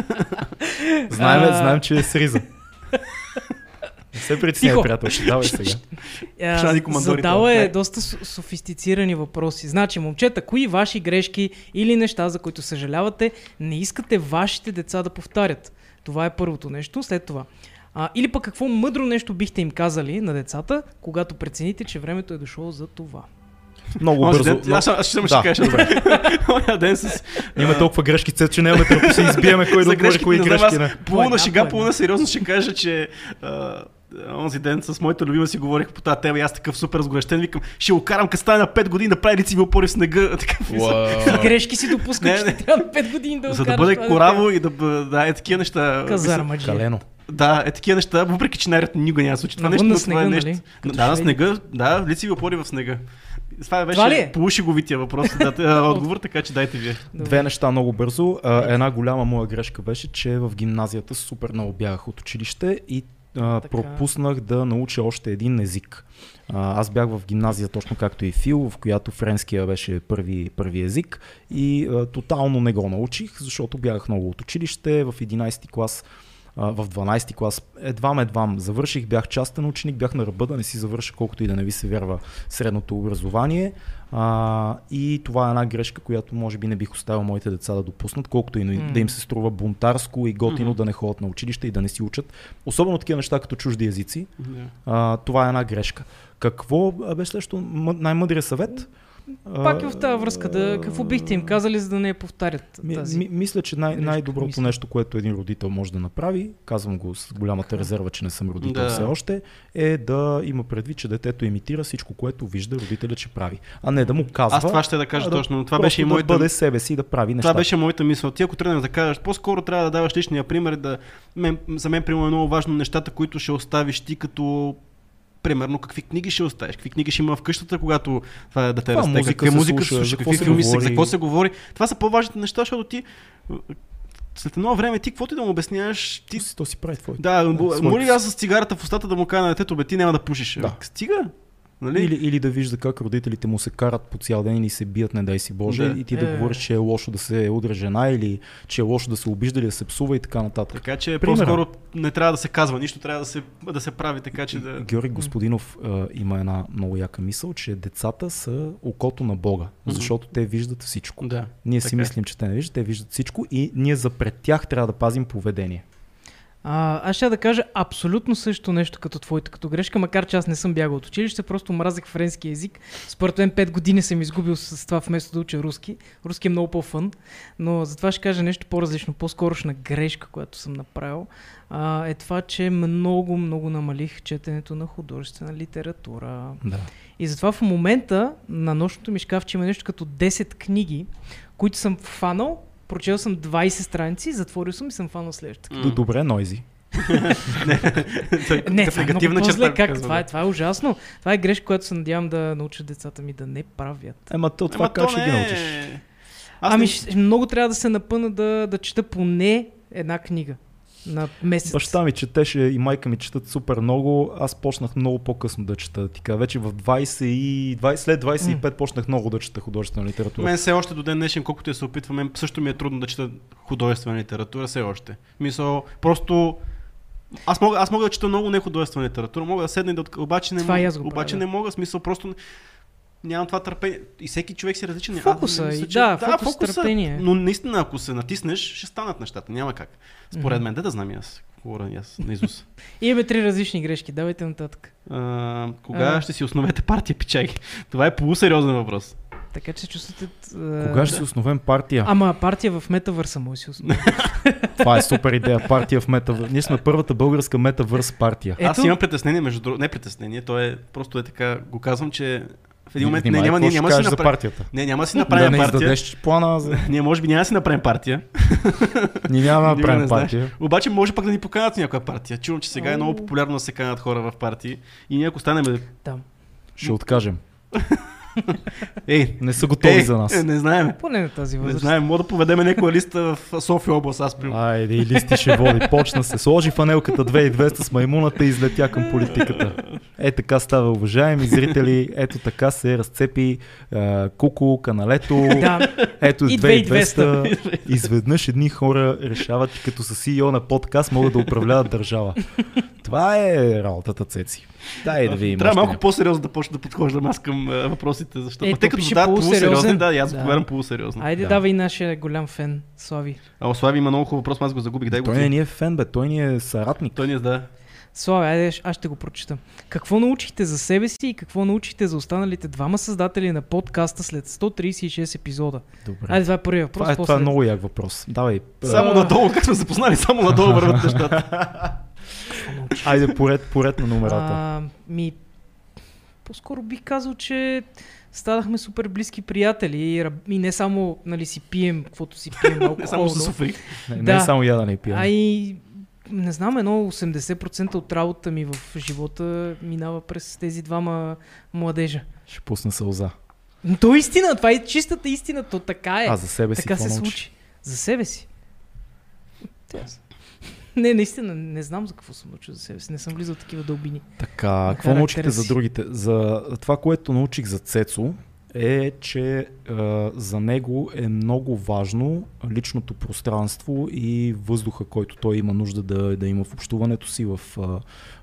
S2: Знаем,
S3: А.
S2: знаем, че е с риза. Не се притесняй,
S3: Тихо.
S2: приятел, ще давай сега.
S3: А,
S1: Шади командорите.
S3: Е, Задала е
S1: Дай.
S3: доста со- софистицирани въпроси. Значи, момчета, кои ваши грешки или неща, за които съжалявате, не искате вашите деца да повтарят? Това е първото нещо. След това. А, или пък какво мъдро нещо бихте им казали на децата, когато прецените, че времето е дошло за това?
S2: Много
S1: Онзи
S2: бързо.
S1: ден-
S2: но-
S1: Аз аз ще само ще
S2: Да,
S1: кажа. *laughs*
S2: добре.
S1: Оня ден с...
S2: Има толкова грешки, Цет, че нямаме търпо, ще избиеме кой да
S1: за
S2: отговори
S1: грешките,
S2: кои
S1: не знам
S2: грешки.
S1: аз.
S2: не.
S1: Полуна
S3: Кой,
S1: шега,
S3: някой,
S1: полуна сериозно ще кажа, че а, онзи ден с моята любима си говорих по тази тема и аз такъв супер разгорещен викам, ще го карам къста на 5 години да прави лицеви опори в снега. *laughs* Така, в мисъл.
S3: Ти *laughs* грешки си допускаш,
S1: Не,
S3: че
S1: не.
S3: ще трябва 5 години да
S1: за да
S3: откараш
S1: бъде
S3: това
S1: кораво
S3: дете.
S1: и да, бъ- да е такива неща. Мисъл,
S3: Казармаджия.
S2: Калено.
S1: Да, е такива неща, въпреки че най-вероятно никога няма да се случи. Това
S3: Навън
S1: нещо,
S3: на
S1: но това е нещо.
S3: снега, нали? Като
S1: Да, на
S3: шведи.
S1: снега, да, лицеви опори в снега. Това беше
S3: Това ли е?
S1: полушеговития въпрос, да, т- отговор, така че дайте вие.
S3: Добре.
S2: Две неща много бързо. А, Една голяма моя грешка беше, че в гимназията супер много бягах от училище и а,
S3: Така.
S2: пропуснах да науча още един език. А, аз бях в гимназия точно както и Фил, в която френския беше първи, първи език и а, тотално не го научих, защото бягах много от училище. В 11-ти клас, а, в 12-ти клас едвам едвам завърших, бях частен ученик, бях на ръба да не си завърша колкото и да не ви се вярва средното образование. А, и това е една грешка, която може би не бих оставил моите деца да допуснат, колкото и
S3: М.
S2: да им се струва бунтарско и готино
S1: Мгм.
S2: да не ходят на училище и да не си учат. Особено такива неща като чужди езици. А, това е една грешка. Какво а, беше следващото м- най-мъдрият съвет?
S3: Пак и
S2: А,
S3: в тази връзка, да, какво бихте им казали, за да не я повтарят
S2: ми,
S3: тази?
S2: ми, мисля, че най-
S3: грешка,
S2: най-доброто
S3: мисля.
S2: нещо, което един родител може да направи, казвам го с голямата резерва, че не съм родител
S1: Да.
S2: все още, е да има предвид, че детето имитира всичко, което вижда родителя, че прави. А не да му казва.
S1: Аз това ще да кажа
S2: а да-
S1: точно. Това
S2: просто
S1: беше и
S2: да
S1: моята
S2: бъде себе си и да прави неща.
S1: Това беше моята мисъл. Ти ако тръгнеш да кажеш, по-скоро трябва да даваш личния пример. Да... Мен, за мен, примерно, е много важно нещата, които ще оставиш ти като Примерно, какви книги ще оставиш, какви книги ще има в къщата, когато това е да те
S2: Каква
S1: расте,
S2: музика
S1: каква
S2: се
S1: музика
S2: слуша,
S1: се
S2: за
S1: слуша,
S2: какво
S1: какви
S2: се
S1: филми се,
S2: говори?
S1: за какво се говори. Това са по-важните неща, защото ти е, след едно време ти какво ти да му обясняваш, ти
S2: Ти си, то си прави твоето.
S1: да,
S2: своите
S1: моли
S2: си.
S1: аз с цигарата в устата да му кажа на детето, бе, ти няма да пушиш.
S2: Да.
S1: Стига. Нали?
S2: Или, или да вижда как родителите му се карат по цял ден или се бият, не дай си Боже,
S1: Да.
S2: и ти да
S3: Е.
S2: говориш, че е лошо да се удря жена или че е лошо да се обижда или да се псува и така нататък.
S1: Така че
S2: Примерно.
S1: по-скоро не трябва да се казва нищо, трябва да се, да се прави така, че да...
S2: Значи, Георги Господинов а, има една много яка мисъл, че децата са окото на Бога, защото те виждат всичко.
S1: Да.
S2: Ние си
S1: Така е.
S2: мислим, че те не виждат, те виждат всичко и ние за пред тях трябва да пазим поведение.
S3: А, аз ще да кажа абсолютно също нещо като твоите, като грешка, макар че аз не съм бягал от училище, просто мразех френски език. Според мен 5 години съм изгубил с това вместо да уча руски. Руски е много по-фън, но затова ще кажа нещо по-различно, по-скорошна грешка, която съм направил. А, е това, че много, много намалих четенето на художествена литература.
S2: Да.
S3: И затова в момента на нощното ми шкафче има нещо като 10 книги, които съм фанал, прочел съм 20 страници, затворил съм и съм фанал следващата.
S2: Д- Добре, Нойзи.
S1: Та- *laughs*
S3: Не,
S1: та-
S3: това е много по-зле.
S1: черта,
S3: Как?
S1: казва,
S3: Това, е,
S1: да.
S3: това е ужасно. Това е грешка, която се надявам да науча децата ми да не правят.
S2: Ема то това
S1: Ама
S2: как
S1: то
S2: ще
S1: не
S2: ги
S1: е-
S2: научиш?
S1: Аз
S3: ами,
S1: не-
S3: ще- много трябва да се напъна да, да чета поне една книга на месец.
S2: Баща ми четеше и майка ми четат супер много. Аз почнах много по-късно да чета. Така, вече в 20 и 20, след 25 почнах много да чета художествена литература.
S1: Мен все още до ден днешен, колкото я се опитвам, мен също ми е трудно да чета художествена литература, все още. Мисъл, просто... Аз мога, аз мога да чета много нехудожествена литература, мога да седна и да... отк- Обаче не,
S3: Това и
S1: мога-
S3: аз го правя,
S1: обаче
S3: да.
S1: не мога, смисъл, просто нямам това търпение. И всеки човек си е различен. Аз
S3: Фокуса,
S1: не
S3: и да, фокус,
S1: фокуса,
S3: търпение.
S1: Но наистина, ако се натиснеш, ще станат нещата, няма как. Според мен, да да знам и аз. Говоря и аз на Изус.
S3: И Имаме три различни грешки. Давайте нататък.
S1: А, кога
S3: А.
S1: ще си основете партия, пичаги? Това е полусериозен въпрос.
S3: Така че се чувствате...
S2: Кога ще си основен партия?
S3: Ама партия в метавърса му е
S1: *laughs*
S3: си основа.
S2: Това е супер идея. Партия в метавърс. Ние сме първата българска метавърс партия.
S3: Ето.
S1: Аз имам притеснение, между другото. Не притеснение, то е просто е така, го казвам, че в един момент не,
S2: Внимай,
S1: няма,
S2: какво
S1: ние
S2: ще
S1: няма да си
S2: кажеш за
S1: направим.
S2: партията.
S1: Не, няма да си
S2: Да
S1: направим
S2: не
S1: партия. *laughs*
S2: издадеш плана. За...
S1: Ние може би няма да си направим партия.
S2: Ние няма
S1: Никога не
S2: да направим
S1: знаеш.
S2: партия.
S1: Обаче може пък да ни поканат в някоя партия. Чувам, че сега е много популярно да се канат хора в партии. И ние ако станем...
S3: Там.
S2: Ще откажем.
S1: Ей,
S2: Не са готови
S1: ей,
S2: за нас.
S1: Е, не знаем.
S3: Поне на тази
S1: Не
S3: възраст.
S1: знаем, мога да поведеме някоя листа в София област, аз при...
S2: Айде, и листи ще води. Почна се. Сложи фанелката 2200 с маймуната и излетя към политиката. Е така става, уважаеми зрители. Ето така се разцепи е, Куко, каналето.
S3: Да,
S2: Ето
S3: И
S2: 2200. Изведнъж едни хора решават, че като са CEO на подкаст, могат да управляват държава. Това е работата, Цеци. Дай да видим.
S1: Трябва
S2: още
S1: малко
S2: някой.
S1: по-сериозно да почна да подхождам аз към а, въпросите, защото
S3: Е,
S1: Пък те
S3: то
S1: като
S3: пише
S1: задават
S3: полусериозен.
S1: полусериозни, да, и аз
S3: Да.
S1: отговарям полусериозно.
S3: айде
S2: Да.
S3: давай нашия голям фен, Слави.
S1: А Ослави има много хубав въпрос, но аз го загубих, дай го
S2: Той не
S1: ти.
S2: ни е фен, бе. Той ни е съратник.
S1: Той ни е, да.
S3: Слава, айде, ш- аз ще го прочита. Какво научихте за себе си и какво научихте за останалите двама създатели на подкаста след 136 епизода?
S2: Добре.
S3: Айде, това е първият въпрос.
S2: това, е,
S3: после...
S2: това е много як въпрос. Давай. *laughs*
S1: Само надолу, как сме се познали, само надолу върват нещата.
S2: Айде, поред, поред на номерата.
S3: А, ми, по-скоро бих казал, че станахме супер близки приятели и, раб- и не само нали, си пием, каквото си
S2: *laughs*
S3: пием алкохол,
S1: Не само
S3: но-
S1: с Софи.
S2: Не, не
S3: да.
S2: е само ядане и пиене.
S3: А и не знам, едно 80% от работата ми в живота минава през тези двама младежа.
S2: Ще пусна сълза.
S3: Но то е истина, това е чистата истина, то така е.
S2: А за себе си
S3: така
S2: какво
S3: се
S2: научи?
S3: случи. За себе си. Те аз- Не, наистина, не знам за какво съм научил за себе си. Не съм влизал в такива дълбини.
S2: Така, какво
S3: характера
S2: научихте за
S3: си.
S2: другите? За това, което научих за Цецо, е, че е, за него е много важно личното пространство и въздуха, който той има нужда да, да има в общуването си, в е,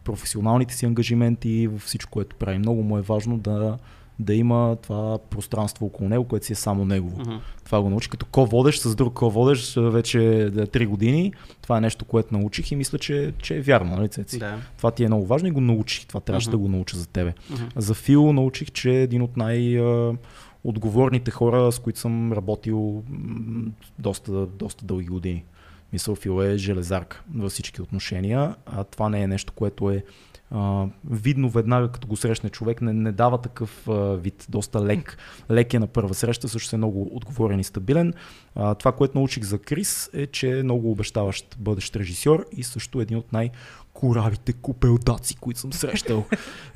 S2: професионалните си ангажименти и във всичко, което прави. Много му е важно да, да има това пространство около него, което си е само негово.
S1: Мгм.
S2: Това го научих. Като ко-водеш с друг ко-водеш е, вече да, 3 години, това е нещо, което научих и мисля, че, че е вярно, нали, Цеци?
S1: Да.
S2: Това ти е много важно и го научих. Това трябваше
S1: Мгм.
S2: да го науча за тебе.
S1: Мгм.
S2: За Фил научих, че е един от най- а, отговорните хора, с които съм работил м, доста, доста дълги години. Мисъл Фил е железарка във всички отношения, а това не е нещо, което е а, видно веднага, като го срещне човек, не, не дава такъв а, вид, доста лек. Лек е на първа среща, също е много отговорен и стабилен. А, това, което научих за Крис е, че е много обещаващ бъдещ режисьор и също един от най-коравите купелдаци, които съм срещал.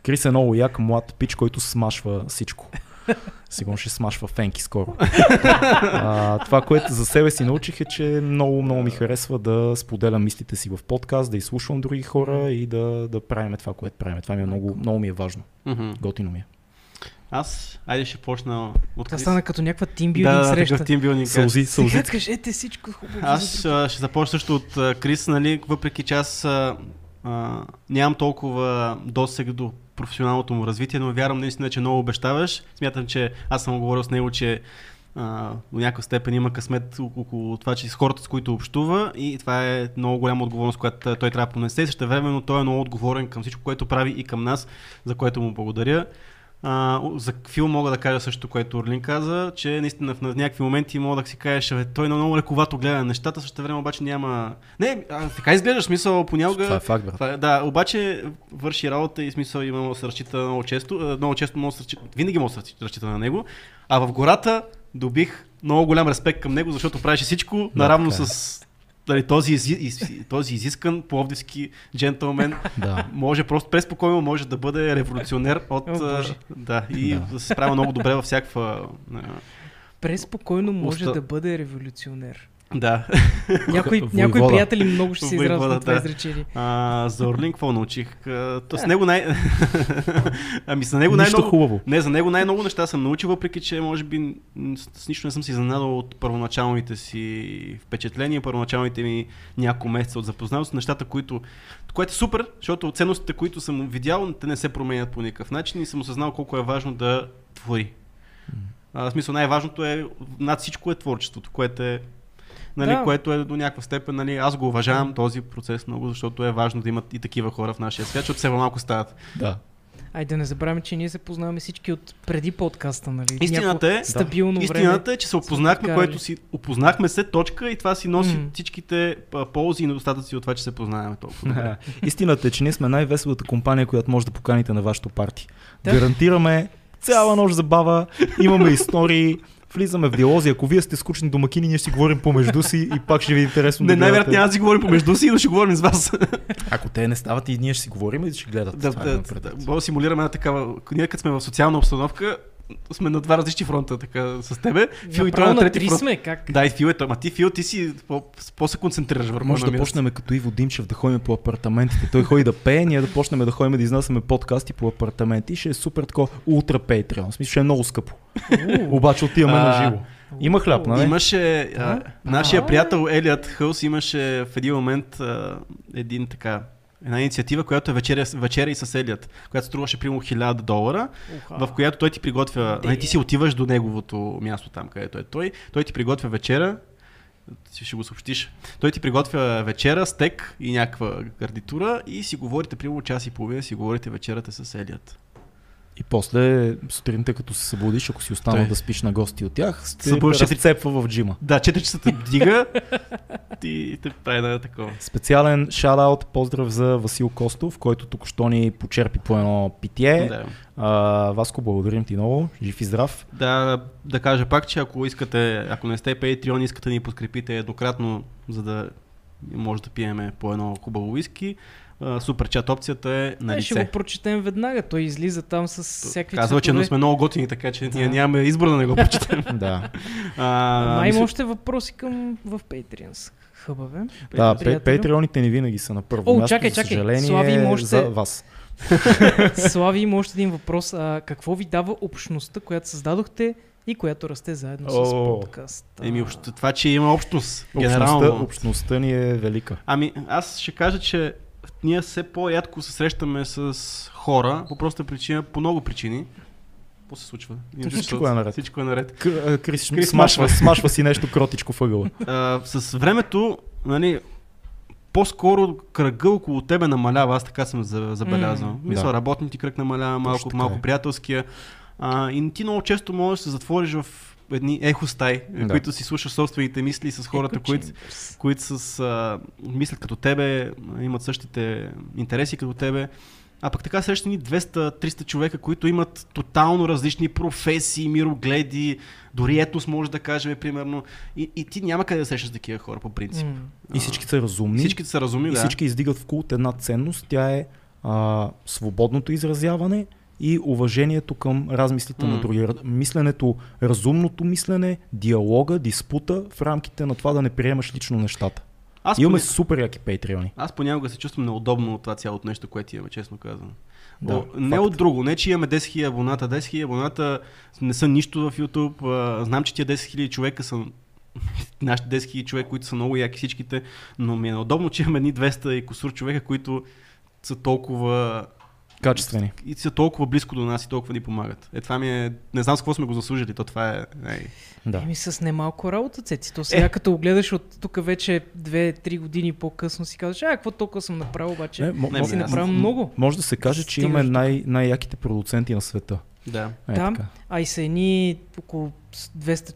S2: Крис е много як, млад пич, който смашва всичко. Сигурно ще смашва фенки скоро. А, това, което за себе си научих е, че много, много ми харесва да споделям мислите си в подкаст, да изслушвам други хора и да, да правим това, което правим. Това ми е много, много ми е важно.
S1: Мгм.
S2: Готино ми е.
S1: Аз, айде ще почна от
S3: Това
S1: Крис.
S3: стана като някаква тимбилдинг
S1: да,
S3: среща.
S1: такъв тимбилдинг.
S2: Сълзи, сълзи.
S3: Сега кажете всичко е хубаво.
S1: Аз а, ще започна също от а, Крис, нали, въпреки че аз а, а, нямам толкова досег до професионалното му развитие, но вярвам наистина, че много обещаваш. Смятам, че аз съм говорил с него, че а, до някаква степен има късмет о- около това, че с хората, с които общува и това е много голяма отговорност, която а, той трябва да понесе. Също времено той е много отговорен към всичко, което прави и към нас, за което му благодаря. А, о- за Фил мога да кажа също, което Орлин каза, че наистина в на- някакви моменти мога да си кажеш, бе, той е много лековато гледа на нещата, също време обаче няма... Не, а, така изглеждаш, смисъл, понякога...
S2: Това е факт, брат.
S1: Това, е- да, обаче върши работа и смисъл има да се разчита много често. а, Много често много се разчита, винаги мога да се разчита- разчита на него. А в гората добих много голям респект към него, защото правеше всичко наравно
S2: така е.
S1: с дали, този, изи, из, този изискан пловдивски джентълмен.
S2: Да.
S1: Може просто преспокойно може да бъде революционер от...
S3: О, Боже.
S1: а, да, и да. се справя много добре във всякаква... е, а,
S3: Преспокойно може
S1: Оста-
S3: да
S1: *laughs*
S3: бъде революционер.
S1: Да.
S3: Някои,
S2: Войвода.
S3: някои приятели много ще се
S1: Войвода,
S3: изразват на това
S1: да.
S3: изречение.
S1: А, за Орлин какво научих? А, То с него най... *laughs* ами с него
S2: Нищо
S1: най-много...
S2: хубаво.
S1: Не, за него най-много неща съм научил, въпреки че може би м, с с нищо не съм се изненадал от първоначалните си впечатления, първоначалните ми няколко месеца от запознавност, нещата, които, което е супер, защото ценностите, които съм видял, те не се променят по никакъв начин и съм осъзнал колко е важно да твори. А, в смисъл най-важното е, над всичко е творчеството, което е Нали,
S3: Да.
S1: да. което е до някаква степен, нали, аз го уважавам този процес много, защото е важно да имат и такива хора в нашия свят, защото все малко стават.
S2: Да.
S3: Ай да не забравяме, че ние се познаваме всички от преди подкаста, нали?
S1: Истината
S3: Някакво
S1: е-
S3: Стабилно време.
S1: Истината е, че се опознахме,
S3: така,
S1: което
S3: нали?
S1: си опознахме се точка и това си носи
S3: Мгм.
S1: всичките а, ползи и недостатъци от това, че се познаваме толкова. добре.
S2: Да. *laughs* Истината е, че ние сме най-веселата компания, която може да поканите на вашето парти.
S3: Да.
S2: Гарантираме цяла нощ забава, имаме истории, влизаме в диалози. Ако вие сте скучни домакини, ние ще си говорим помежду си и пак ще ви е интересно
S1: Не,
S2: да гледате.
S1: най-вероятно няма да си говорим помежду си, но ще говорим с вас.
S2: Ако те не стават и ние ще си говорим и ще
S1: *laughs*
S2: гледат.
S1: да,
S2: Това е
S1: да,
S2: моят предел.
S1: да, да, симулираме една такава. Ние като сме в социална обстановка, сме на два различни фронта така, с тебе. Фил и той
S3: Направо
S1: е, на
S3: на
S1: трети
S3: три
S1: фронт.
S3: сме, как?
S1: Да, и Фил е той. Ма ти, Фил, ти си по- по-се концентрираш върху
S2: Може да
S1: намираш.
S2: почнем като Иво Димчев да ходим по апартаментите. Той ходи да пее, ние да почнем да ходим да изнасяме подкасти по апартаменти. Ще е супер тако ултра Patreon. В смисъл, ще е много скъпо. Обаче отиваме
S1: А,
S2: на живо. Има хляб, нали?
S1: Имаше. А,
S3: Да.
S1: нашия
S3: А.
S1: приятел Елият Хълс имаше в един момент а, един така. Една инициатива, която е вечеря, вечеря и с Елият, която струваше примерно 1000 долара,
S3: Уха.
S1: в която той ти приготвя. Нали, ти си отиваш до неговото място там, където е той. Той ти приготвя вечера. Ти ще го съобщиш. Той ти приготвя вечера, стек и някаква гардитура и си говорите примерно час и половина, си говорите вечерата с Елият.
S2: И после сутринта, като се събудиш, ако си останал
S1: Той-
S2: да спиш на гости от тях, се
S1: Събудиш се
S2: разцепва в джима.
S1: Да, 4 часа те вдига, ти и те прави на такова.
S2: Специален шараут, поздрав за Васил Костов, който току-що ни почерпи по едно питие.
S1: Да.
S2: А, Васко, благодарим ти много. Жив
S1: *laughs*
S2: и здрав.
S1: Да, да кажа пак, че ако искате, ако не сте Patreon, искате да ни подкрепите еднократно, за да може да пиеме по едно хубаво уиски, а, супер чат опцията е на
S3: Е, ще
S1: лице.
S3: го прочетем веднага. Той излиза там с всякакви
S1: Казва, че е
S3: цветове.
S1: не сме много готини, така че ние нямаме избор да не го
S3: *laughs*
S1: прочетем.
S2: Да.
S1: А,
S3: Май има
S1: мисля-
S3: още въпроси към в Patreons. Хъбаве.
S2: Да,
S3: Приятели.
S2: пе- патреоните ни винаги са на първо
S3: О,
S2: място,
S3: чакай,
S2: за
S3: чакай.
S2: съжаление,
S3: Слави, има още-
S2: за вас.
S3: *laughs* Слави, има още един въпрос. А, какво ви дава общността, която създадохте и която расте заедно с
S2: О.
S3: подкаста?
S1: Еми, общо, това, че има общност.
S2: Общността,
S1: Генерално.
S2: общността ни е велика.
S1: Ами, аз ще кажа, че ние все по-ядко се срещаме с хора, по проста причина, по много причини. Какво се случва? Имам
S2: Всичко
S1: чувство,
S2: е наред.
S1: Всичко е наред.
S2: К- а, Крис,
S1: Крис
S2: смашва, смашва си нещо кротичко въгъла.
S1: А, с времето, нали, по-скоро кръга около тебе намалява, аз така съм за- забелязал.
S3: М.
S1: Мисля,
S2: Да.
S1: работни ти кръг намалява малко,
S2: така
S1: малко
S2: е.
S1: приятелския. А, и ти много често можеш да се затвориш в едни ехостаи,
S2: Да. Е,
S1: да. които си слушаш собствените мисли с хората,
S3: Echo
S1: които
S3: Chambers.
S1: които с, а, мислят като тебе, имат същите интереси като тебе. А пък така среща ни 200-300 човека, които имат тотално различни професии, мирогледи, дори етнос може да кажем, примерно. И, и ти няма къде да срещаш такива хора, по принцип.
S3: М.
S2: И всички са разумни.
S1: Всички са разумни,
S2: и
S1: Ами да.
S2: всички издигат в култ една ценност. Тя е а, свободното изразяване и уважението към размислите на
S1: М.
S2: други. Ра- Мисленето, разумното мислене, диалога, диспута в рамките на това да не приемаш лично нещата.
S1: Аз,
S2: Имаме
S1: поня...
S2: супер яки патреони.
S1: аз понякога се чувствам неудобно от това цялото нещо, което имаме, честно казвам.
S2: Да,
S1: Да, О, не
S2: факт.
S1: от друго, не че имаме 10 000 абоната. 10 000 абоната не са нищо в YouTube. А, знам, че тия 10 000 човека са *laughs* нашите 10 000 човека, които са много яки всичките, но ми е неудобно, че имаме едни 200 и косур човека, които са толкова
S2: Качествени.
S1: и са толкова близко до нас и толкова ни помагат. Е, това ми е... Не знам с какво сме го заслужили, то това е... Ей.
S2: Да.
S3: Еми с немалко работа, Цеци. То
S1: Е.
S3: сега като го гледаш от тук вече 2-3 години по-късно си казваш, а какво толкова съм направил обаче?
S2: Е, мо-
S1: Не,
S2: мо-
S1: ми,
S3: си
S1: аз-
S3: направил много.
S2: Може да се каже, че
S3: Стигаш
S2: имаме
S3: до-
S2: най- най-яките продуценти на света.
S1: Да.
S2: Е,
S3: Да.
S2: така.
S3: А и са едни около 200-300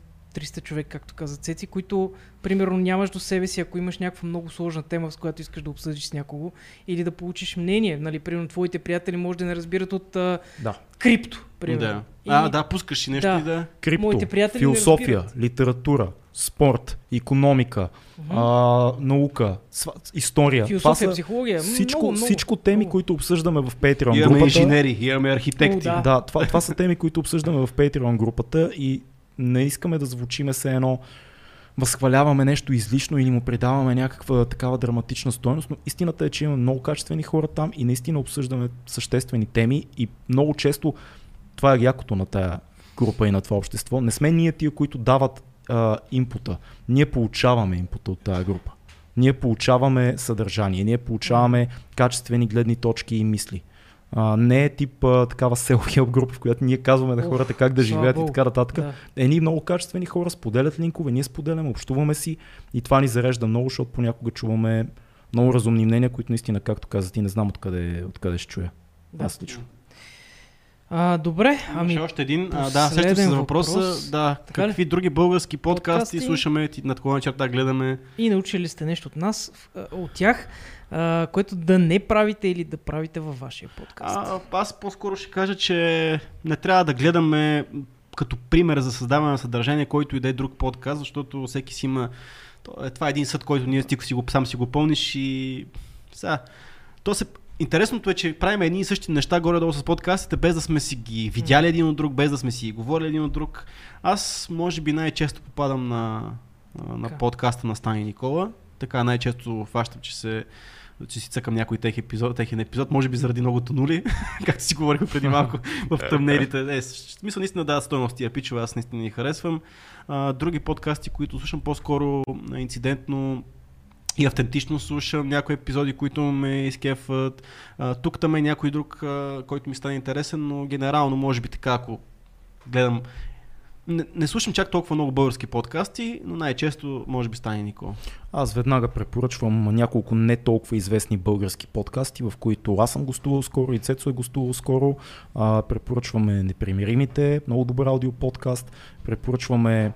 S3: човек, както каза Цеци, които примерно нямаш до себе си, ако имаш някаква много сложна тема, с която искаш да обсъдиш с някого или да получиш мнение. Нали, примерно твоите приятели може да не разбират от а,
S2: да.
S3: крипто. Примерно.
S1: да.
S3: И-
S1: А, да, пускаш и нещо
S3: Да.
S1: и да...
S2: Крипто,
S3: Моите приятели не
S2: философия,
S3: разбират.
S2: литература, спорт, економика, а, наука, сва- история.
S3: Философия,
S2: Това са
S3: психология. м,
S2: всичко,
S3: много, много,
S2: всичко теми,
S3: много.
S2: които обсъждаме в Patreon
S1: Имаме
S2: групата.
S1: инженери, имаме архитекти.
S3: О, да.
S2: Да, това, това са теми, които обсъждаме в Patreon групата и не искаме да звучиме се едно възхваляваме нещо излишно или му придаваме някаква такава драматична стойност, но истината е, че има много качествени хора там и наистина обсъждаме съществени теми и много често това е якото на тая група и на това общество. Не сме ние тия, които дават а, импута. Ние получаваме импута от тая група. Ние получаваме съдържание, ние получаваме качествени гледни точки и мисли. А, не е тип а, такава self-help група, в която ние казваме на
S3: Ух,
S2: хората как да
S3: слава
S2: живеят и
S3: богу.
S2: така нататък.
S3: Да.
S2: Едни много качествени хора споделят линкове, ние споделяме, общуваме си и това ни зарежда много, защото понякога чуваме много разумни мнения, които наистина, както каза ти, не знам откъде, откъде ще чуя.
S3: Да.
S2: Аз лично.
S3: А, добре,
S1: Ами,
S3: ами
S1: още един. А, да, сещам се
S3: последен
S1: за въпроса.
S3: въпрос.
S1: Въпрос. Да,
S3: Така ли?
S1: какви други български подкасти,
S3: Подкасти.
S1: слушаме, ти- над на черта гледаме.
S3: и научили сте нещо от нас, в- а, от тях, а, което да не правите или да правите във вашия подкаст.
S1: А, аз по-скоро ще кажа, че не трябва да гледаме като пример за създаване на съдържание, който и да е друг подкаст, защото всеки си има... то- е, Това е един съд, който ние ти си го, сам си го пълниш и... Сега, то се... Интересното е, че правим едни и същи неща горе-долу с подкастите, без да сме си ги видяли един от друг, без да сме си ги говорили един от друг. Аз, може би, най-често попадам на, на
S3: Така.
S1: подкаста на Стани Никола. Така най-често фащам, че се че си цъкам някой тех епизод, техен епизод, може би заради многото нули, *laughs* както си говорихме преди малко в тъмнелите. Е, с- мисля, наистина да, стойност тия пичове, аз наистина ни харесвам. А, други подкасти, които слушам по-скоро а, инцидентно и автентично слушам някои епизоди, които ме изкефват. А, тук там е някой друг, а, който ми стане интересен, но генерално, може би така, ако гледам не, не слушам чак толкова много български подкасти, но най-често може би стане Нико.
S2: Аз веднага препоръчвам няколко не толкова известни български подкасти, в които аз съм гостувал скоро и Цецо е гостувал скоро. А, препоръчваме Непримиримите, много добър аудиоподкаст. Препоръчваме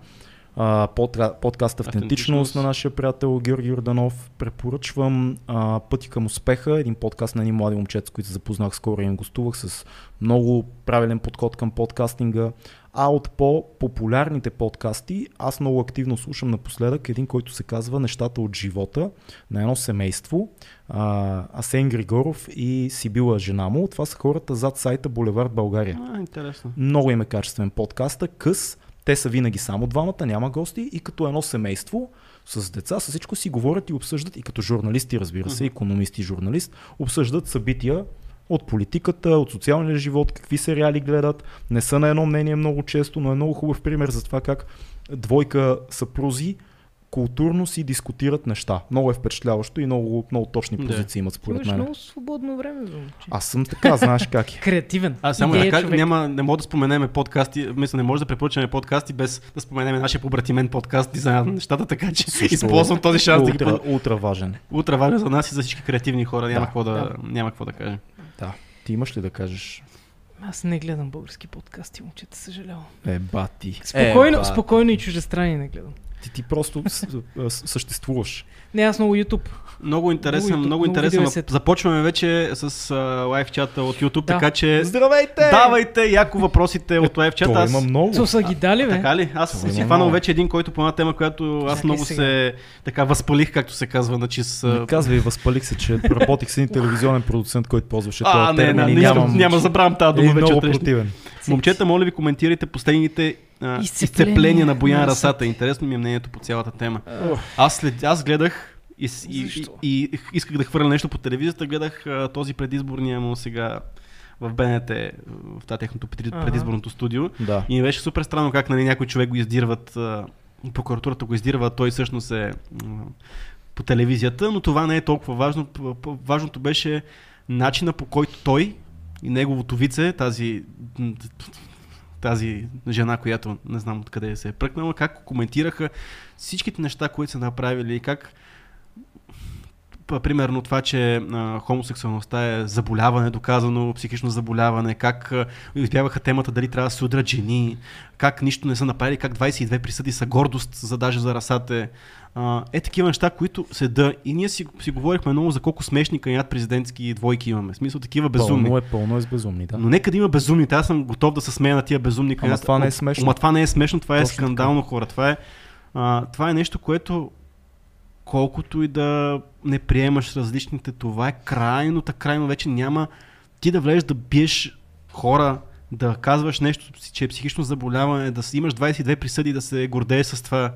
S2: а, подка, подкаст Автентичност
S1: Автентичност.
S2: на нашия приятел Георги Йорданов. Препоръчвам а, Пъти към успеха, един подкаст на едни млади момчета, с които се запознах скоро и им гостувах с много правилен подход към подкастинга. А от по-популярните подкасти, аз много активно слушам напоследък един, който се казва Нещата от живота на едно семейство. А, Асен Григоров и Сибила жена му. Това са хората зад сайта Булевард България.
S1: А, интересно.
S2: Много им е качествен подкаста, къс. Те са винаги само двамата, няма гости и като едно семейство с деца, с всичко си говорят и обсъждат, и като журналисти, разбира се, економист и журналист, обсъждат събития от политиката, от социалния живот, какви сериали гледат. Не са на едно мнение много често, но е много хубав пример за това как двойка съпрузи културно си дискутират неща. Много е впечатляващо и много, много точни
S1: Да.
S2: позиции имат според
S3: Имаш
S2: мен.
S3: много свободно време за момче.
S2: Аз съм така, знаеш как е.
S3: Креативен.
S1: А, само
S3: идея
S1: така,
S3: човек.
S1: няма, не мога да споменеме подкасти, мисля, не може да препоръчаме подкасти без да споменеме нашия побратимен подкаст Дизайн на нещата, така че *laughs* използвам този шанс да ги
S2: Ултра,
S1: под...
S2: ултра важен. е.
S1: Утре важен за нас и за всички креативни хора, няма,
S2: Да,
S1: какво, да, няма какво да кажем.
S2: Да. Ти имаш ли да кажеш?
S3: Аз не гледам български подкасти, момчета, съжалявам.
S2: Е, бати.
S3: Спокойно,
S2: е, ба.
S3: спокойно и чуждестранни не гледам.
S2: Ти, ти просто с- с- съществуваш.
S3: Не, аз много YouTube.
S1: Много интересен,
S3: Много
S1: много,
S3: ю- много
S1: интересен.
S3: видео е сет.
S1: Започваме вече с а, лайв чата от YouTube,
S3: Да.
S1: така че
S2: Здравейте! Е,
S1: давайте яко въпросите от лайв чата.
S2: Той
S1: Е, Аз... Е,
S2: има много.
S3: Цо са ги дали, бе.
S1: Така ли? Аз съм
S2: Има
S1: си хванал
S2: много.
S1: вече един, който по една тема, която аз
S3: Чакай
S1: много
S3: сега.
S1: се така възпалих, както се казва, на чист.
S2: Не казвай, възпалих се, че работих с един телевизионен продуцент, който ползваше
S1: А,
S2: този
S1: не, не,
S2: термин.
S1: не,
S2: и
S1: не,
S2: нямам...
S1: искам- няма, забравям тази
S2: е
S1: дума вече
S2: много
S1: от днешни.
S2: противен.
S1: Момчета, моля ви, коментирайте последните а,
S3: Изцепления
S1: изцепления на Боян
S3: на
S1: Расата. Интересно ми е мнението по цялата тема. Аз, след, аз гледах и, с- и,
S3: Защо?
S1: и, и исках да хвърля нещо по телевизията, гледах а, този предизборния му сега в БНТ, в това техното предиз-
S3: Ага.
S1: предизборното студио.
S2: Да.
S1: И ми беше супер странно как нали, някой човек го издирват, а, прокуратурата го издирва, а той всъщност е м, по телевизията, но това не е толкова важно. П- п- Важното беше начина по който той и неговото вице, тази, м, тази жена, която не знам откъде се е пръкнала, как коментираха всичките неща, които са направили и как п- примерно това, че а, хомосексуалността е заболяване, доказано психично заболяване, как а, избягваха темата дали трябва да се удрят жени, как нищо не са направили, как 22 присъди са гордост за даже за расате. А, е такива неща, които се да. И ние си, си говорихме много за колко смешни кандидат президентски двойки имаме. В смисъл такива безумни.
S2: Пълно е, пълно е с безумни, да. Ама
S1: кандидати.
S2: това не е смешно.
S1: Ама това не е смешно, това е
S2: Точно така.
S1: скандално, хора. Това е, а, това е нещо, което колкото и да не приемаш различните, това е крайно, та крайно вече няма ти да влезеш да биеш хора, да казваш нещо, си, че е психично заболяване, да си имаш 22 присъди, да се гордееш с това,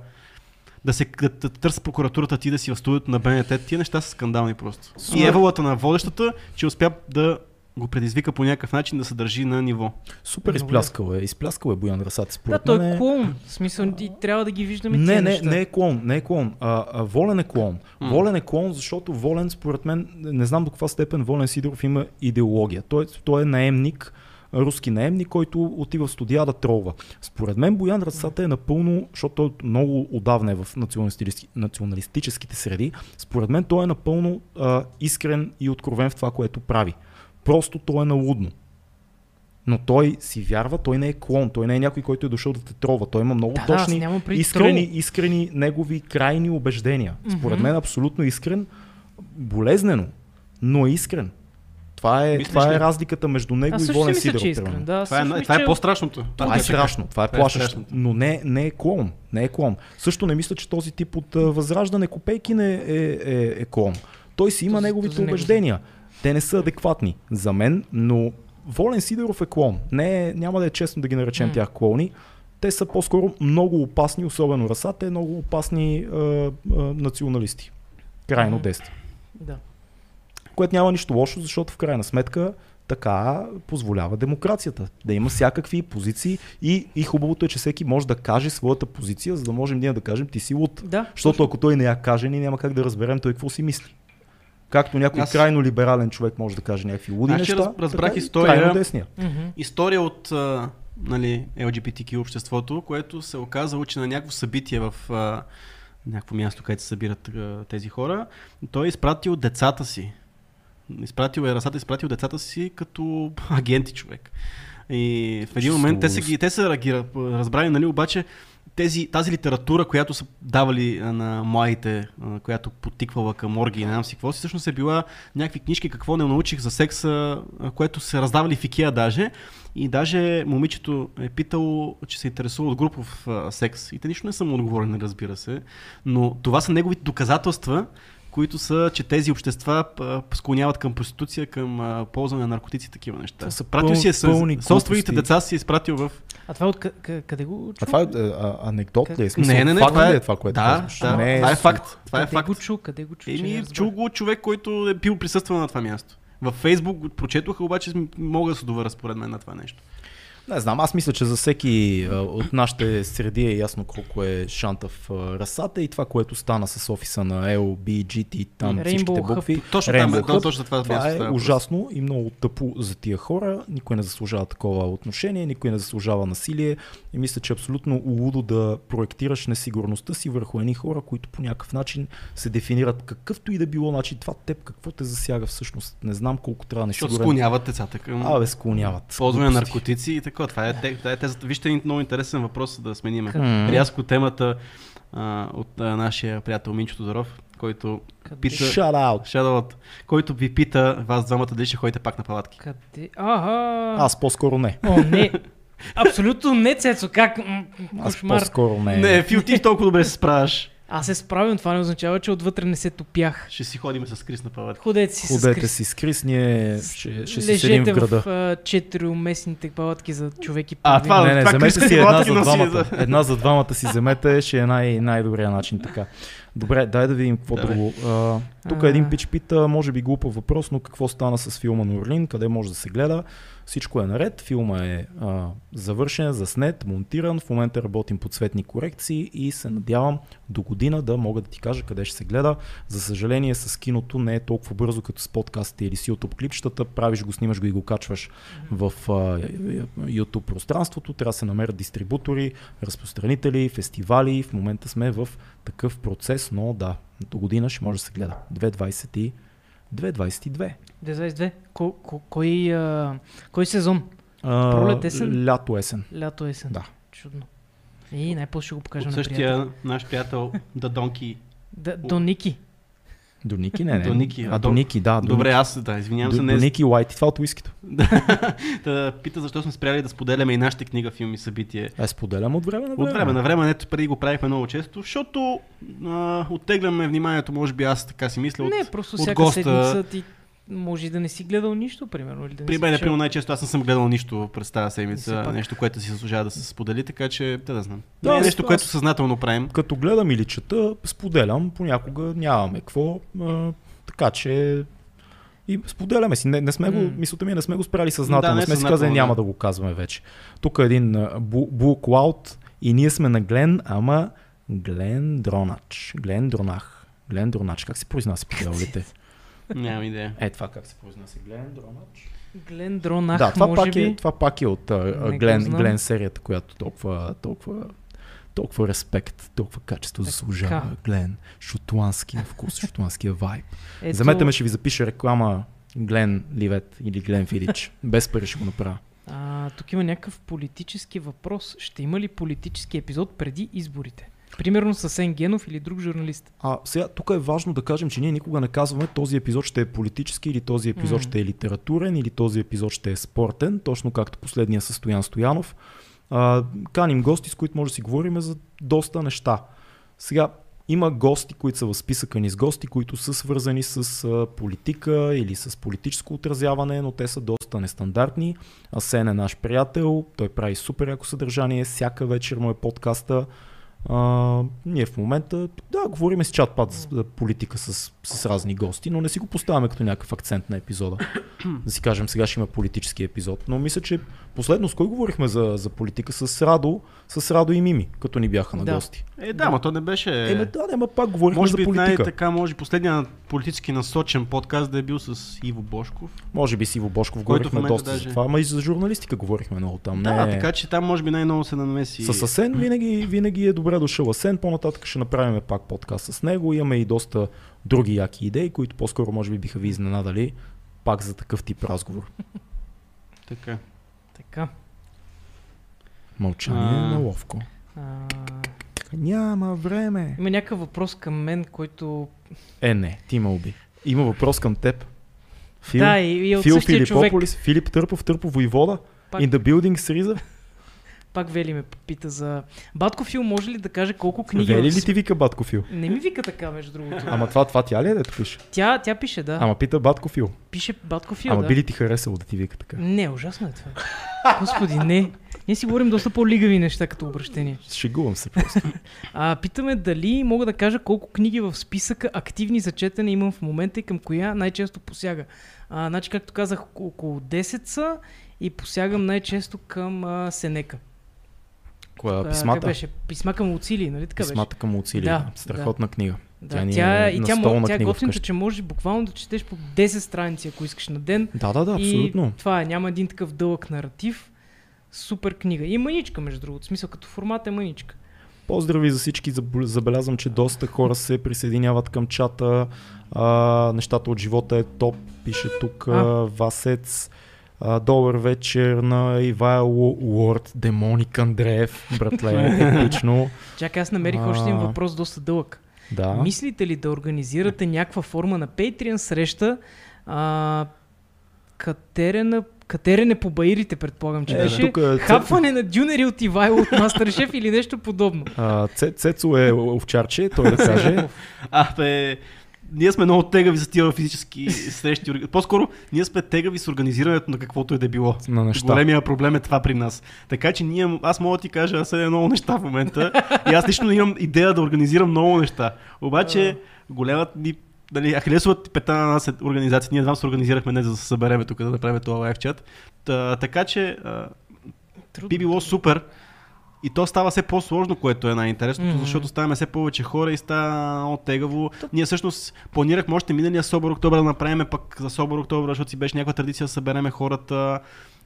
S1: да се да, да търси прокуратурата ти да си в студиото на БНТ, тия неща са скандални просто. И
S3: Супер.
S1: еволата на водещата, че успя да го предизвика по някакъв начин да се държи на ниво.
S2: Супер изпляскал е. Изпляскал е Боян Расат,
S3: Да,
S2: според
S3: той
S2: мен
S3: е
S2: е-
S3: клоун. В смисъл, и трябва да ги виждаме
S2: Не,
S3: тия
S2: не,
S3: неща.
S2: не е клон, не е клон. А, а, волен е клон. Волен е клон, защото Волен, според мен, не знам до каква степен Волен Сидоров има идеология. Той, той е наемник, руски наемник, който отива в студия да тролва. Според мен Боян Рацата е напълно, защото той много отдавна е в националистически, националистическите среди, според мен той е напълно а, искрен и откровен в това, което прави. Просто той е налудно. Но той си вярва, той не е клон, той не е някой, който е дошъл да те трова. Той има много
S3: Да, да, аз
S2: точни,
S3: нямам предвид
S2: искрени,
S3: трол.
S2: искрени негови крайни убеждения. Според
S3: Мгм.
S2: мен абсолютно искрен, болезнено, но е искрен. Това е,
S1: Мислиш
S2: това
S1: ли?
S2: е разликата между него
S3: Аз
S2: и
S3: също си
S2: Волен
S3: мисля,
S2: Сидеров.
S3: че е искрен.
S2: примерно.
S3: Да, аз
S1: Това е,
S3: също мисля,
S1: това е
S3: че-
S1: по-страшното.
S2: Това е страшно, това е
S1: Това е
S2: плашещо,
S1: страшното.
S2: но не, не е клон, не е клон. Също не мисля, че този тип от а, възраждане Копейкин е, е, е, е клон. Той си има
S3: Този-
S2: неговите
S3: този негов.
S2: убеждения. Те не са адекватни за мен, но Волен Сидеров е клон. Не, е- няма да е честно да ги наречем
S3: М.
S2: тях клони. Те са по-скоро много опасни, особено Расата е много опасни а, а, националисти. Крайно
S3: М.
S2: десни.
S3: Да.
S2: Което няма нищо лошо, защото в крайна сметка така позволява демокрацията. Да има всякакви позиции и, и хубавото е, че всеки може да каже своята позиция, за да можем ние да кажем ти си луд.
S3: Да.
S2: Защото ако той не я каже, ние няма как да разберем той какво си мисли. Както някой
S1: Аз-
S2: крайно либерален човек може да каже някакви луди
S1: Аз ще
S2: неща,
S1: раз- разбрах
S2: така и
S1: история.
S2: Крайно десния.
S3: Мгм.
S1: История от а, нали, LGBTQ обществото, което се е оказало, че на някакво събитие в а, някакво място, където се събират а, тези хора, той е изпратил децата си. Изпратил е Расата, е изпратил децата си като *laughs* агенти човек. И в един момент те са, ги, те са реагира- разбрали, нали, обаче тези, тази литература, която са давали а, на младите, а, която потиквала към орги и не знам си какво си, всъщност е била някакви книжки, какво не научих за секса, а, което се раздавали в Икеа даже. И даже момичето е питало, че се интересува от групов а, секс. И те нищо не са му отговорили, нали, разбира се. Но това са неговите доказателства, които са, че тези общества а, склоняват към проституция, към а, ползване на наркотици и такива неща.
S2: Това са
S1: Пратил си е с,
S2: пълни
S1: с собствените
S2: глупости.
S1: деца си е изпратил в
S3: А това от къ- къ- къде го чу?
S2: А това е а, а, анекдот ли е? Смисъл,
S1: не, не, не,
S2: факт
S1: това
S2: ли
S1: е
S2: е това, което
S1: да,
S2: казваш?
S1: да,
S2: Не
S1: това е
S2: с-
S1: факт. Това е
S3: къде
S1: факт.
S3: го чу? Къде го чу? че не
S2: е
S1: Еми,
S3: разбрах?
S1: чул го човек, който е бил присъствал на това място. Във Фейсбук го прочетоха, обаче см- мога да се довера според мен на това нещо.
S2: Не знам, аз мисля, че за всеки а, от нашите среди е ясно колко е шанта в а, расата и това, което стана с офиса на LBGT, там
S3: Rainbow
S2: всичките
S3: Hub.
S2: букви.
S1: Точно там,
S2: Rainbow
S1: да,
S2: Hub.
S1: точно за това място
S2: Това е
S1: става въпрос.
S2: ужасно и много тъпо за тия хора. Никой не заслужава такова отношение, никой не заслужава насилие и мисля, че е абсолютно лудо да проектираш несигурността си върху едни хора, които по някакъв начин се дефинират какъвто и да било. Значи това теб какво те засяга всъщност? Не знам колко трябва да
S1: Защото
S2: сигурен.
S1: склоняват децата към
S2: Абе, склоняват.
S1: ползване на
S2: Глупости.
S1: наркотици и така. Това е, те- това е тезата. Вижте, един много интересен въпрос да сменим.
S2: М.
S1: Рязко темата а, от а, нашия приятел Минчо Тодоров, който
S3: Къде?
S1: пита...
S2: Shout out.
S1: Шадалът, който ви пита вас двамата дали ще ходите пак на палатки.
S3: Къде? Аха!
S2: Аз по-скоро не.
S3: О, не! Абсолютно не, Цецо, как? М,
S2: Аз
S3: Кошмар.
S2: по-скоро не.
S1: Не, Фил, ти толкова добре се справяш.
S3: Аз се справям, това не означава, че отвътре не се топях.
S1: Ще си ходим с Крис на палатки.
S3: Ходете си с
S2: Ходете
S3: Крис.
S2: си с Крис, ние ще, ще си
S3: Лежете
S2: седим в града.
S3: в а, четириуместните палатки за човеки
S1: А,
S3: половина.
S1: това-
S2: Не, не,
S1: пак
S2: вземете
S1: Крис
S2: си
S1: на
S2: една
S1: палатки
S2: за
S1: носи,
S2: двамата.
S1: да.
S2: Една за двамата си вземете, ще е най- най-добрия начин така. Добре, дай да видим какво
S1: Давай.
S2: друго. А, тук
S3: А.
S2: един пич пита, може би глупав въпрос, но какво стана с филма на Орлин, къде може да се гледа. Всичко е наред, филма е а, завършен, заснет, монтиран, в момента работим по цветни корекции и се надявам до година да мога да ти кажа къде ще се гледа. За съжаление с киното не е толкова бързо като с подкастите или с YouTube клипчетата, правиш го, снимаш го и го качваш в а, YouTube пространството, трябва да се намерят дистрибутори, разпространители, фестивали. В момента сме в такъв процес, но да, до година ще може да се гледа. 2020 и 2022.
S3: 22. Ко- ко- Кой, а, кой сезон?
S2: А,
S3: Пролет, есен?
S2: Лято, есен.
S3: Лято есен.
S2: Да.
S3: Чудно. И най-после ще го покажа
S1: От
S3: на приятел.
S1: същия наш приятел Дадонки.
S3: Да, до Ники.
S2: До Ники, не, не.
S1: До Ники,
S2: А,
S1: а
S2: до
S1: до-
S2: Ники, да. До
S1: Добре,
S2: Ники.
S1: аз да, извинявам
S2: До,
S1: се,
S2: до
S1: не
S2: Ники Уайт и това от уискито.
S1: да, пита защо сме спряли да споделяме и нашите книга, филми, събитие.
S2: Аз Е, споделям от време на време.
S1: От време на време, ето преди го правихме много често, защото а, оттегляме вниманието, може би аз така си мисля, от,
S3: Не, просто
S1: от
S3: всяка
S1: госта.
S3: седмица ти може и да не си гледал нищо, примерно. Или да не
S1: При
S3: си
S1: мен, е
S3: чел.
S1: примерно, най-често аз не съм гледал нищо през тази
S3: И
S1: седмица,
S3: все пак.
S1: нещо, което си заслужава да се сподели, така че да, да знам.
S2: Да,
S1: Да, е
S2: аз-
S1: нещо,
S2: аз-
S1: което съзнателно правим.
S2: Като гледам или чета, споделям, понякога нямаме какво. А, така че и споделяме си. Не, не сме го,
S3: М.
S2: мисълта ми е, не сме го спряли съзнателно.
S1: Да,
S2: Да,
S1: не
S2: не сме си
S1: съзнателно,
S2: казали, няма
S1: да.
S2: да го казваме вече. Тук е един а, бу- буклаут и ние сме на Глен, ама Глен Дронач. Глен Дронах. Глен Дронач. Как се произнася по дяволите?
S1: Нямам идея.
S2: Е, това как се произнася? Глен Дронач.
S3: Глен Дронах,
S2: да, това
S3: може
S2: пак,
S3: би.
S2: е, това пак е от а, а,
S3: Не го
S2: Глен,
S3: знам.
S2: Глен серията, която толкова, толкова, толкова респект, толкова качество заслужава. Глен, шотландския
S3: *laughs*
S2: вкус, шотландския вайб.
S3: Ето,
S2: Замете ме, ще ви запиша реклама Глен Ливет или Глен
S3: *laughs*
S2: Филич. Без пари ще го направя.
S3: а, тук има някакъв политически въпрос. Ще има ли политически епизод преди изборите? Примерно с Сен Генов или друг журналист.
S2: А сега тук е важно да кажем, че ние никога не казваме този епизод ще е политически или този епизод
S3: М.
S2: ще е литературен или този епизод ще е спортен, точно както последния със Стоян Стоянов. А, каним гости, с които може да си говорим за доста неща. Сега има гости, които са в списъка ни с гости, които са свързани с а, политика или с политическо отразяване, но те са доста нестандартни. Асен е наш приятел, той прави супер яко съдържание, всяка вечер му е подкаста. А, ние в момента, да, говориме с чат-пат за за политика с, с разни гости, но не си го поставяме като някакъв акцент на епизода. да си кажем, сега ще има политически епизод. Но мисля, че последно с кой говорихме за, за политика? С Радо, с Радо и Мими, като ни бяха на
S3: Да.
S2: гости.
S1: Е, да, ма то не беше.
S2: Е, Еме, да, не, ма пак говорихме
S1: Може
S2: за
S1: би
S2: политика.
S1: най-така, може би последния политически насочен подкаст да е бил с Иво Бошков.
S2: Може би с Иво Бошков
S1: Който в
S2: говорихме
S1: момента
S2: доста
S1: даже-
S2: за това, ама и за журналистика говорихме много там.
S1: Да,
S2: не...
S1: така че там може би най-много се намеси.
S2: С Асен винаги, винаги е добре дошъл Асен, по-нататък ще направим пак подкаст с него. Имаме и доста други яки идеи, които по-скоро може би биха ви изненадали пак за такъв тип разговор.
S1: Така.
S3: Така.
S2: Мълчание е
S1: А.
S2: неловко.
S3: А,
S2: Няма време.
S3: има някакъв въпрос към мен, който...
S2: Е, не, ти ме уби. Има въпрос към теб. Фил,
S3: да, и, и от
S2: Фил
S3: същия човек.
S2: Филипополис, Филип Търпов, Търпов воевода.
S3: Пак.
S2: In the building с Риза.
S3: Пак Вели ме попита за... Батко Фил може ли да каже колко книги...
S2: Вели
S3: в
S2: ли
S3: св-
S2: ти вика Батко Фил?
S3: Не ми вика така, между другото.
S2: Ама това, това тя ли е, дето пише?
S3: Тя, тя пише, да.
S2: Ама пита Батко Фил.
S3: Пише Батко Фил,
S2: Ама
S3: да.
S2: би ли ти харесало да ти вика така?
S3: Не, ужасно е това. Господи, не. Ние си говорим доста по-лигави неща като обращение.
S2: Шегувам се просто.
S3: А, питаме дали мога да кажа колко книги в списъка активни за четене имам в момента и към коя най-често посяга. А, значи, както казах, око- около 10 са и посягам най-често към а, Сенека.
S2: Коя,
S3: А, Как
S2: писмата?
S3: беше? Писма към Уцили, нали така
S2: Писмата към Уцили.
S3: Да,
S2: Да, Страхотна книга.
S3: беше?
S2: тя
S3: Да,
S2: ни е
S3: тя, и тя,
S2: настолна
S3: мо- тя е
S2: книга
S3: готината,
S2: вкъщи.
S3: че можеш буквално да четеш по 10 страници, ако искаш на ден.
S2: Да, да, да, абсолютно.
S3: И това е, няма един такъв дълъг наратив. Супер книга. И мъничка, между другото. В смисъл, като формат е мъничка.
S2: Поздрави за всички. Заб- Забелязвам, че доста хора се присъединяват към чата. А, нещата от живота е топ. Пише тук а.
S3: А.
S2: Васец. А, добър вечер на Ивайло Уорд, Демоник Андреев,
S3: *laughs*
S2: братле, епично.
S3: Чакай, аз намерих още един
S2: А.
S3: въпрос доста дълъг.
S2: Да.
S3: Мислите ли да организирате някаква форма на Patreon среща? А, катерена, катерене по баирите, предполагам, че
S2: Е,
S3: беше.
S2: тук е-
S3: Хапване на дюнери от Ивайло от Мастершеф или нещо подобно.
S2: А, Ц- Цецо е овчарче, той да
S3: *laughs*
S2: каже.
S1: А, бе, ние сме много тегави за тия физически срещи. орг- По-скоро, ние сме тегави с организирането на каквото е да било.
S2: На неща.
S1: Големия проблем е това при нас. Така че ние, аз мога да ти кажа, аз е много неща в момента. И аз лично имам идея да организирам много неща. Обаче, големът ни Дали, Ахилесовата пета на нас е организация. Ние едва се организирахме не за да се събереме тук да направим това лайв чат. Та, така че а,
S3: Трудно.
S1: би било супер. И то става все по-сложно, което е най-интересното,
S3: Мгм.
S1: mm-hmm. защото ставаме все повече хора и става много тегаво. Ние всъщност планирахме още миналия Собор Октобър да направим пък за Собор Октобър, защото си беше някаква традиция да събереме хората.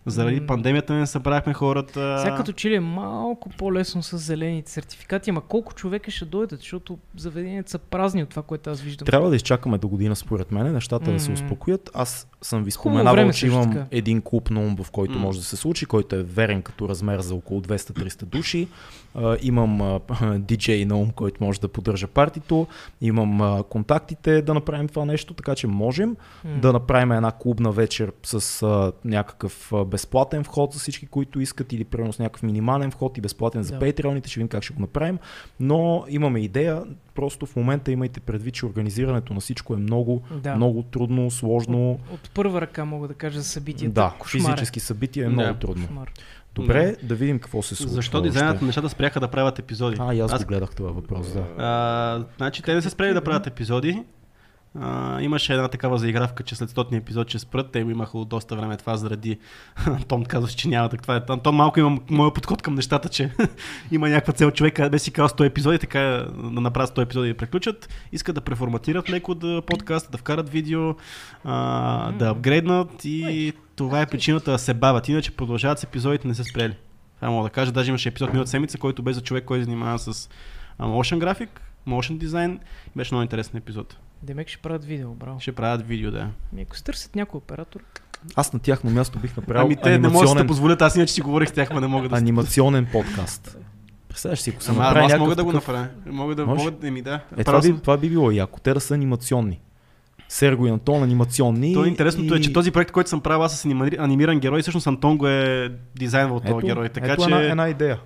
S1: Заради
S3: М.
S1: пандемията не събрахме хората.
S3: Сега като че ли е малко по-лесно с зелените сертификати, ама колко човека ще дойдат, защото заведенията са празни от това, което аз виждам.
S2: Трябва да изчакаме до година, според мен, нещата да се
S3: Мгм.
S2: успокоят. Аз съм ви
S3: Хубаво
S2: споменавал,
S3: време
S2: че
S3: също
S2: имам
S3: така.
S2: един клуб на ум, в който
S1: М.
S2: може да се случи, който е верен като размер за около 200-300 души. А, имам а, *laughs* диджей на ум, който може да поддържа партито. Имам а, контактите да направим това нещо, така че можем
S3: М.
S2: да направим една клубна вечер с а, някакъв а, безплатен вход за всички, които искат, или примерно с някакъв минимален вход и безплатен за
S3: Да.
S2: патреоните, ще видим как ще го направим. Но имаме идея, просто в момента имайте предвид, че организирането на всичко е много,
S3: Да.
S2: да. много трудно, сложно.
S3: От първа ръка мога да кажа за събитията.
S2: Да,
S3: Кошмар е.
S2: физически събития е
S1: Да,
S2: много трудно.
S3: Кошмар.
S2: Добре, да. видим какво се случва.
S1: Защо
S2: още.
S1: дизайнът на нещата спряха да правят епизоди?
S2: А, и аз, го гледах това въпрос, да.
S1: А, значи те не се спрели да правят епизоди. А, имаше една такава заигравка, че след 100 епизод ще спрат. Те го имаха от доста време това заради... *laughs* Антон казваше, че няма так- това е. Антон малко има моят подход към нещата, че *laughs* има някаква цел човека, бе си казал 100 епизоди, така да направят 100 епизоди и да приключат. Искат да преформатират леко да подкаст, да вкарат видео, а, да апгрейднат и това е причината да се бавят. Иначе продължават с епизодите, не се спрели. Това мога да кажа, даже имаше епизод миналата седмица, който бе за човек, който се занимава с а, motion график, motion дизайн. Беше много интересен епизод.
S3: Демек ще правят видео, браво.
S1: Ще правят видео, да.
S3: Ми, ако се търсят някой оператор,
S2: Аз на тяхно място бих направил
S1: ами те не могат да
S2: анимационен,
S1: се позволят, аз иначе си говорих с тях, ма не мога да. си-
S2: анимационен подкаст. Представяш си, ако съм
S1: Ама аз мога
S2: Ами, някакъв
S1: да го
S2: такъв-
S1: направя. Мога да,
S2: Може?
S1: мога да ми да.
S2: Е, това,
S1: Правил съм-
S2: би, това би било яко. Те да са анимационни. Серго и Антон анимационни.
S1: То е интересното
S2: и...
S1: е, че този проект, който съм правил аз с анимари- анимиран герой, всъщност Антон го е дизайнвал
S2: ето,
S1: този герой. Така
S2: ето
S1: че
S2: една, една идея.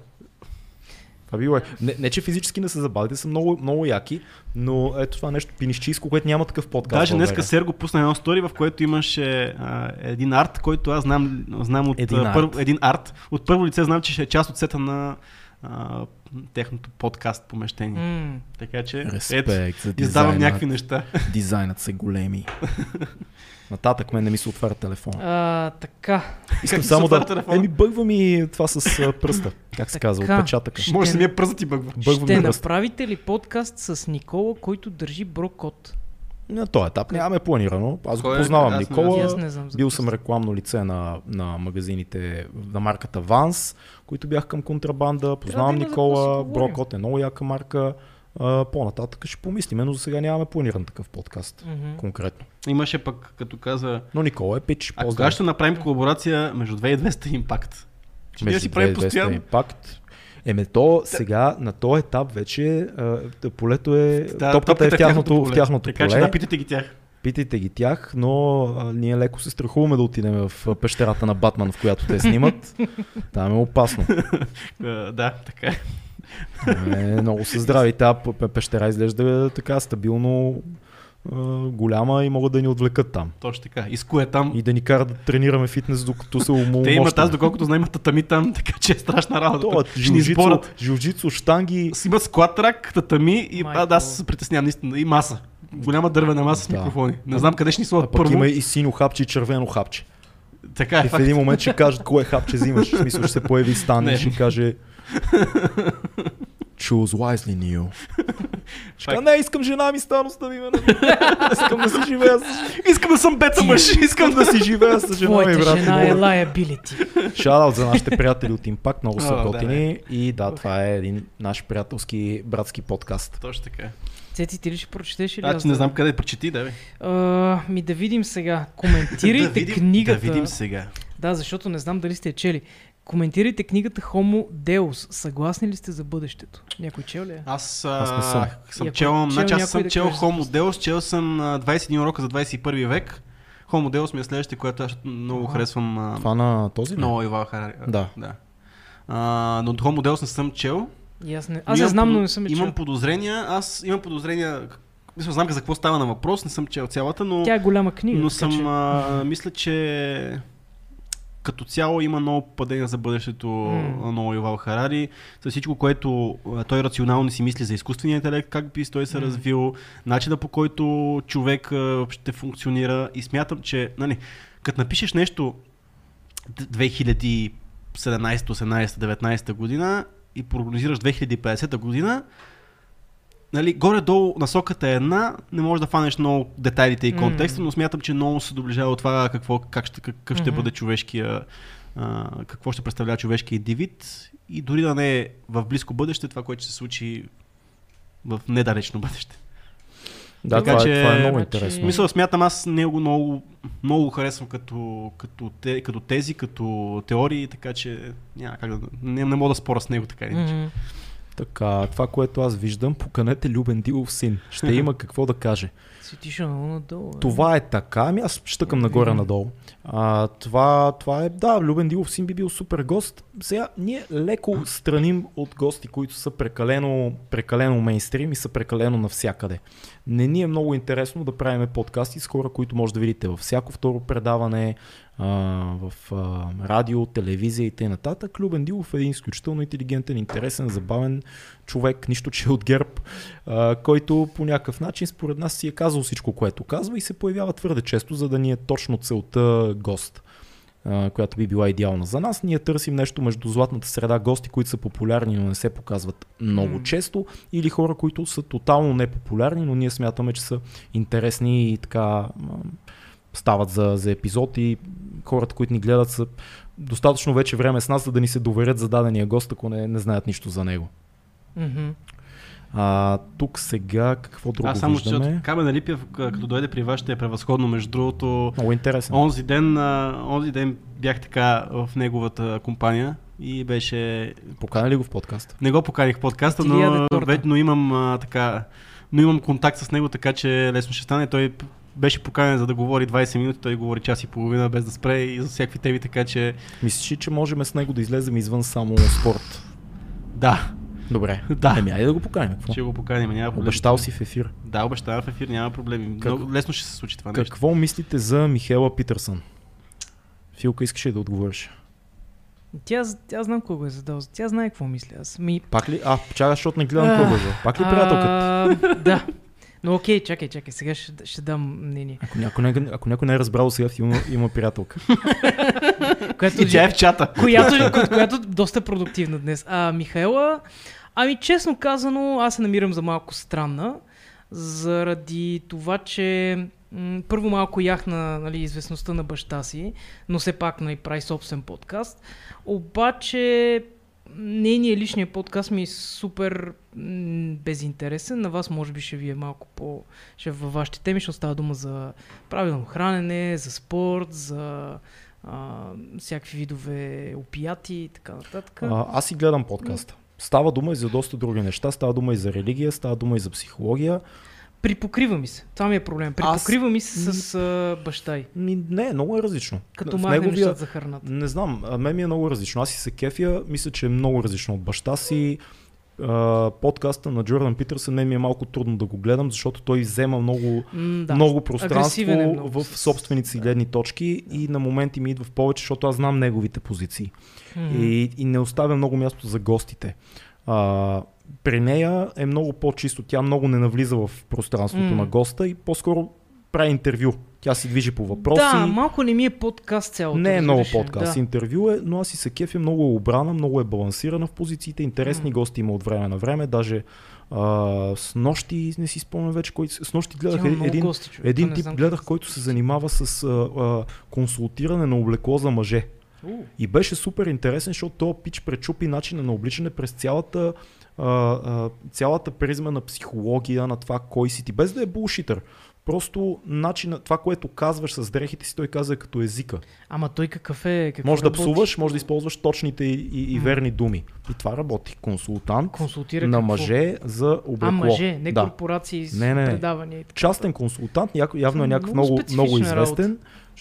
S2: Това било е. Не, не, че физически не се забавите, са много, много яки, но ето това нещо пинищийско, което няма такъв подкаст.
S1: даже
S2: в
S1: днеска
S2: България.
S1: Серго пусна едно стори, в което имаше а, един арт, който аз знам, знам от
S2: Един
S1: а,
S2: арт.
S1: първо, един арт. От първо лице знам, че ще е част от сета на а, техното подкаст помещение.
S3: м-
S1: Така че
S2: Респект
S1: ето,
S2: за
S1: издавам
S2: дизайна.
S1: някакви неща. *laughs*
S2: Дизайнът са големи. Нататък мен не ми се отваря телефон.
S3: а, така.
S2: Искам
S1: се
S2: само да...
S1: отваря телефона?
S2: Еми бъгва ми това с а, пръста. Как се казва?
S3: Така.
S2: Отпечатъка.
S3: Ще-
S1: Може самия пръст да ти бъгва.
S2: Бъгва
S3: ще
S2: ми пръста.
S3: направите ли подкаст с Никола, който държи брокот?
S2: На този етап нямаме планирано. Аз го
S1: Кой е? Аз
S2: познавам
S1: не
S2: Никола.
S1: знам.
S3: Аз не знам за
S2: Бил
S3: какво
S2: съм рекламно лице на, на магазините на марката Ванс, които бях към контрабанда. Познавам
S3: да има за какво си
S2: Никола.
S3: говорим.
S2: Брокот е много яка марка. А, по-нататък ще помислим, но за сега нямаме планиран такъв подкаст.
S3: Мгм.
S2: Конкретно.
S1: Имаше пък, като каза,
S2: Но Никола е пич.
S1: а
S2: Поздрави.
S1: кога ще направим колаборация между 2200 и Impact? Ще ние
S2: Между
S1: си правим
S2: 2200
S1: постоянно.
S2: и Пакт. Еме то сега на този етап вече а, полето е,
S1: Да,
S2: топката е в тяхното, в тяхното
S1: Така че
S2: поле.
S1: да, питайте ги тях.
S2: Питайте ги тях, но а, ние леко се страхуваме да отидем в а, пещерата на Батман, в която те снимат. Там е опасно.
S1: А, да, така е.
S2: Там Е, много са здрави. Та п- п- пещера изглежда е, така стабилно а, голяма и могат да ни отвлекат там.
S1: Точно така. Иско е там.
S2: И да ни карат да тренираме фитнес, докато се умомощим.
S1: Те имат, аз доколкото знам, имат татами там, така че е страшна работа.
S2: То,
S1: Ще ни
S2: джиу-джитсу,
S1: изборят.
S2: джиу-джитсу, штанги.
S1: Си имат склад рак, татами и
S3: Майко.
S1: а, да, аз се притеснявам наистина. И маса. Голяма дървена маса с
S2: Да.
S1: микрофони. Не знам къде ще ни
S2: А
S1: слоят
S2: пък
S1: първо.
S2: има и синьо хапче и червено хапче.
S1: Така е.
S2: И в
S1: факт.
S2: един момент ще кажат кое хапче взимаш. В смисъл ще се появи Стан
S1: Не.
S2: и ще каже Choose wisely, Нио. Ще кажа, не, искам жена ми Станос да ми ме
S1: *laughs*
S2: на- Искам да си живея с...
S1: Искам да съм бета мъж. Искам
S2: Искам
S1: да
S2: да си живея с жена ми,
S3: Твоята
S2: брат.
S3: жена е лаябилити.
S2: Шадаут за нашите приятели от Impact, много са
S1: О, да,
S2: готини. И да, това е един наш приятелски братски подкаст.
S1: Точно така.
S3: Цеци, ти ли ще прочетеш или
S1: А,
S3: аз
S1: че не
S3: да?
S1: знам къде прочети, да бе.
S3: А, ми да видим сега. Коментирайте
S1: *laughs* Да видим-
S3: книгата.
S1: Да видим сега.
S3: Да, защото не знам дали сте я чели. Коментирайте книгата Homo Deus. Съгласни ли сте за бъдещето? Някой чел ли? я?
S1: Аз,
S2: Аз не
S1: а,
S2: съм.
S1: съм
S3: И ако
S1: чел,
S3: е
S1: значи
S3: чел
S1: аз съм
S3: някой да
S1: чел
S3: каже за
S1: Homo Deus, чел съм а, 21 урока за 21 век. Homo Deus ми е следващия, която аз много
S3: Ага.
S1: харесвам. а,
S2: Това на този ли?
S1: Много Ивал Харари. а,
S2: Да.
S1: да. А, но Homo Deus не съм чел.
S3: И аз не...
S1: Но
S3: Аз я
S1: имам
S3: знам,
S1: поду-
S3: но не съм я
S1: Имам
S3: чел.
S1: подозрения, аз имам подозрения, мисля, знам за какво става на въпрос, не съм чел цялата, но,
S3: Тя е голяма книга.
S1: но
S3: така
S1: съм,
S3: че-
S1: а, мисля, че като цяло има много падения за бъдещето
S3: М.
S1: на Ноо Ивал Харари, с всичко, което а, той рационално си мисли за изкуствения интелект, как би той се
S3: М.
S1: развил, начина по който човек а, ще функционира и смятам, че нали, като напишеш нещо 2017, 18, 19 година и прогнозираш 2050 година, нали, горе-долу насоката е една, не можеш да фанеш много детайлите и
S3: М.
S1: контекста, но смятам, че много се доближава от това какво, как ще, какъв ще
S3: Мгм.
S1: бъде човешкия, а, какво ще представлява човешкия индивид и дори да не е в близко бъдеще, това, което ще се случи в недалечно бъдеще.
S2: Да,
S1: Така
S2: това,
S1: че-
S2: е, това е много
S3: Значи-
S1: В
S2: интересно.
S1: смисъл, смятам, аз него много, много го харесвам като, като, те, като тези, като теории, така че няма как да. Не, не мога да спора с него така или иначе.
S3: Мгм.
S2: Така, това, което аз виждам, поканете Любен Дилов син.
S1: *laughs*
S2: Ще има какво да каже.
S3: Си отишъл много надолу. е.
S2: Това е така, ами аз щъкам нагоре-надолу. А, това, това е, да, Любен Дилов син би бил супер гост. Сега ние леко страним от гости, които са прекалено, прекалено мейнстрим и са прекалено навсякъде. Не ни е много интересно да правиме подкасти с хора, които може да видите във всяко второ предаване, а, в а, радио, телевизия и т.н. Любен Дилов е един изключително интелигентен, интересен, забавен човек, нищо че е от ГЕРБ, а, който по някакъв начин според нас си е казал всичко, което казва и се появява твърде често, за да ни е точно целта гост а, която би била идеална за нас. Ние търсим нещо между златната среда, гости, които са популярни, но не се показват много
S3: М.
S2: често, или хора, които са тотално непопулярни, но ние смятаме, че са интересни и така м, стават за, за епизод и хората, които ни гледат са достатъчно вече време с нас, за да ни се доверят за дадения гост, ако не, не знаят нищо за него.
S3: Мгм.
S2: А, тук сега какво друго
S1: Аз само ще
S2: виждаме?
S1: Камена Липев, к- като дойде при вас, ще е превъзходно. Между другото,
S2: Много интересен.
S1: онзи ден, а, онзи ден бях така в неговата компания и беше...
S2: Покана ли го в подкаст?
S1: Не го поканих в подкаста,
S3: Ти ли яде
S1: но,
S3: торта?
S1: ве- но, имам, а, така, но имам контакт с него, така че лесно ще стане. Той п- беше поканен за да говори 20 минути, той говори час и половина без да спре и за всякакви теми, така че
S2: Мислиш, ли, че можем с него да излезем извън само спорт.
S1: да,
S2: Добре.
S1: Да.
S2: Еми, айде да го поканим. Какво?
S1: ще го поканим, няма проблем.
S2: Обещал си в ефир.
S1: Да, обещавам в ефир, няма проблеми.
S2: Как-
S1: Много лесно ще се случи това нещо.
S2: Какво мислите за Михела Питърсън? Филка, искаш ли да отговориш?
S3: Тя, тя знам кой го е задал. Тя знае какво мисля аз. Ми...
S2: Пак ли? А, чакай, защото не гледам кой бъжа. Пак ли приятелката?
S3: А, да. Но окей, чакай, чакай. Сега ще, ще дам мнение.
S2: Ако някой, не, ако някой не е разбрал сега, има,
S1: *laughs*
S2: има приятелка.
S3: Което
S1: И тя е в чата.
S3: която, ко- която е доста продуктивна днес. А Михаела, ами честно казано, аз се намирам за малко странна, заради това, че м, първо малко яхна нали, известността на баща си, но все пак нали, прави собствен подкаст. Обаче нейният личният подкаст ми е супер м, безинтересен. На вас може би ще ви е малко по... Ще е във вашите теми ще остава дума за правилно хранене, за спорт, за а, всякакви видове опияти и така нататък.
S2: А, аз си гледам подкаста. Става дума и за доста други неща. Става дума и за религия, става дума и за психология.
S3: Припокрива ми се. Това ми е проблем. Припокрива ми се с а, баща й.
S2: Ми, не, много е различно.
S3: Като
S2: В
S3: махне нещата за храната.
S2: Не знам, а, мен ми е много различно. Аз си се кефя, мисля, че е много различно от баща си. А, подкаста на Джордан Питърсън мен ми е малко трудно да го гледам, защото той взема много,
S3: М,
S2: да.
S3: да.
S2: много пространство
S3: Агресивен е много.
S2: в собствените си гледни точки и на моменти ми идва в повече, защото аз знам неговите позиции.
S3: М.
S2: И, и не оставя много място за гостите. А, при нея е много по-чисто. Тя много не навлиза в пространството
S3: М.
S2: на госта и по-скоро прави интервю. Тя си движи по въпроси.
S3: Да, малко не ми е подкаст цялото.
S2: Не е много
S3: разбираш ли?
S2: подкаст. Да.
S3: Да.
S2: Интервю е, но аз и се кефя много е обрана, много е балансирана в позициите. Интересни
S3: М.
S2: гости има от време на време. Даже а, с нощи, не си спомням вече, кой, с нощи гледах
S3: Тя има
S2: е,
S3: много
S2: един,
S3: гости, човек, то
S2: един
S3: не
S2: тип,
S3: знам
S2: гледах,
S3: какво.
S2: който се занимава с а, а, консултиране на облекло за мъже.
S3: У.
S2: И беше супер интересен, защото този пич пречупи начина на обличане през цялата, а, а, цялата призма на психология, на това кой си ти, без да е булшитър. Просто начина, това, което казваш с дрехите си, той каза е като езика.
S3: Ама той какъв е? Какво
S2: Може да
S3: работи?
S2: псуваш, може да използваш точните и, и, и
S3: М.
S2: верни думи. И това работи. Консултант
S3: Консултира
S2: на
S3: какво?
S2: мъже за облекло.
S3: А, мъже, не
S2: да.
S3: корпорации с
S2: Не, не, не.
S3: предавания. и така.
S2: Частен консултант, няко- явно е
S3: Много
S2: някакъв много,
S3: специфична
S2: много известен,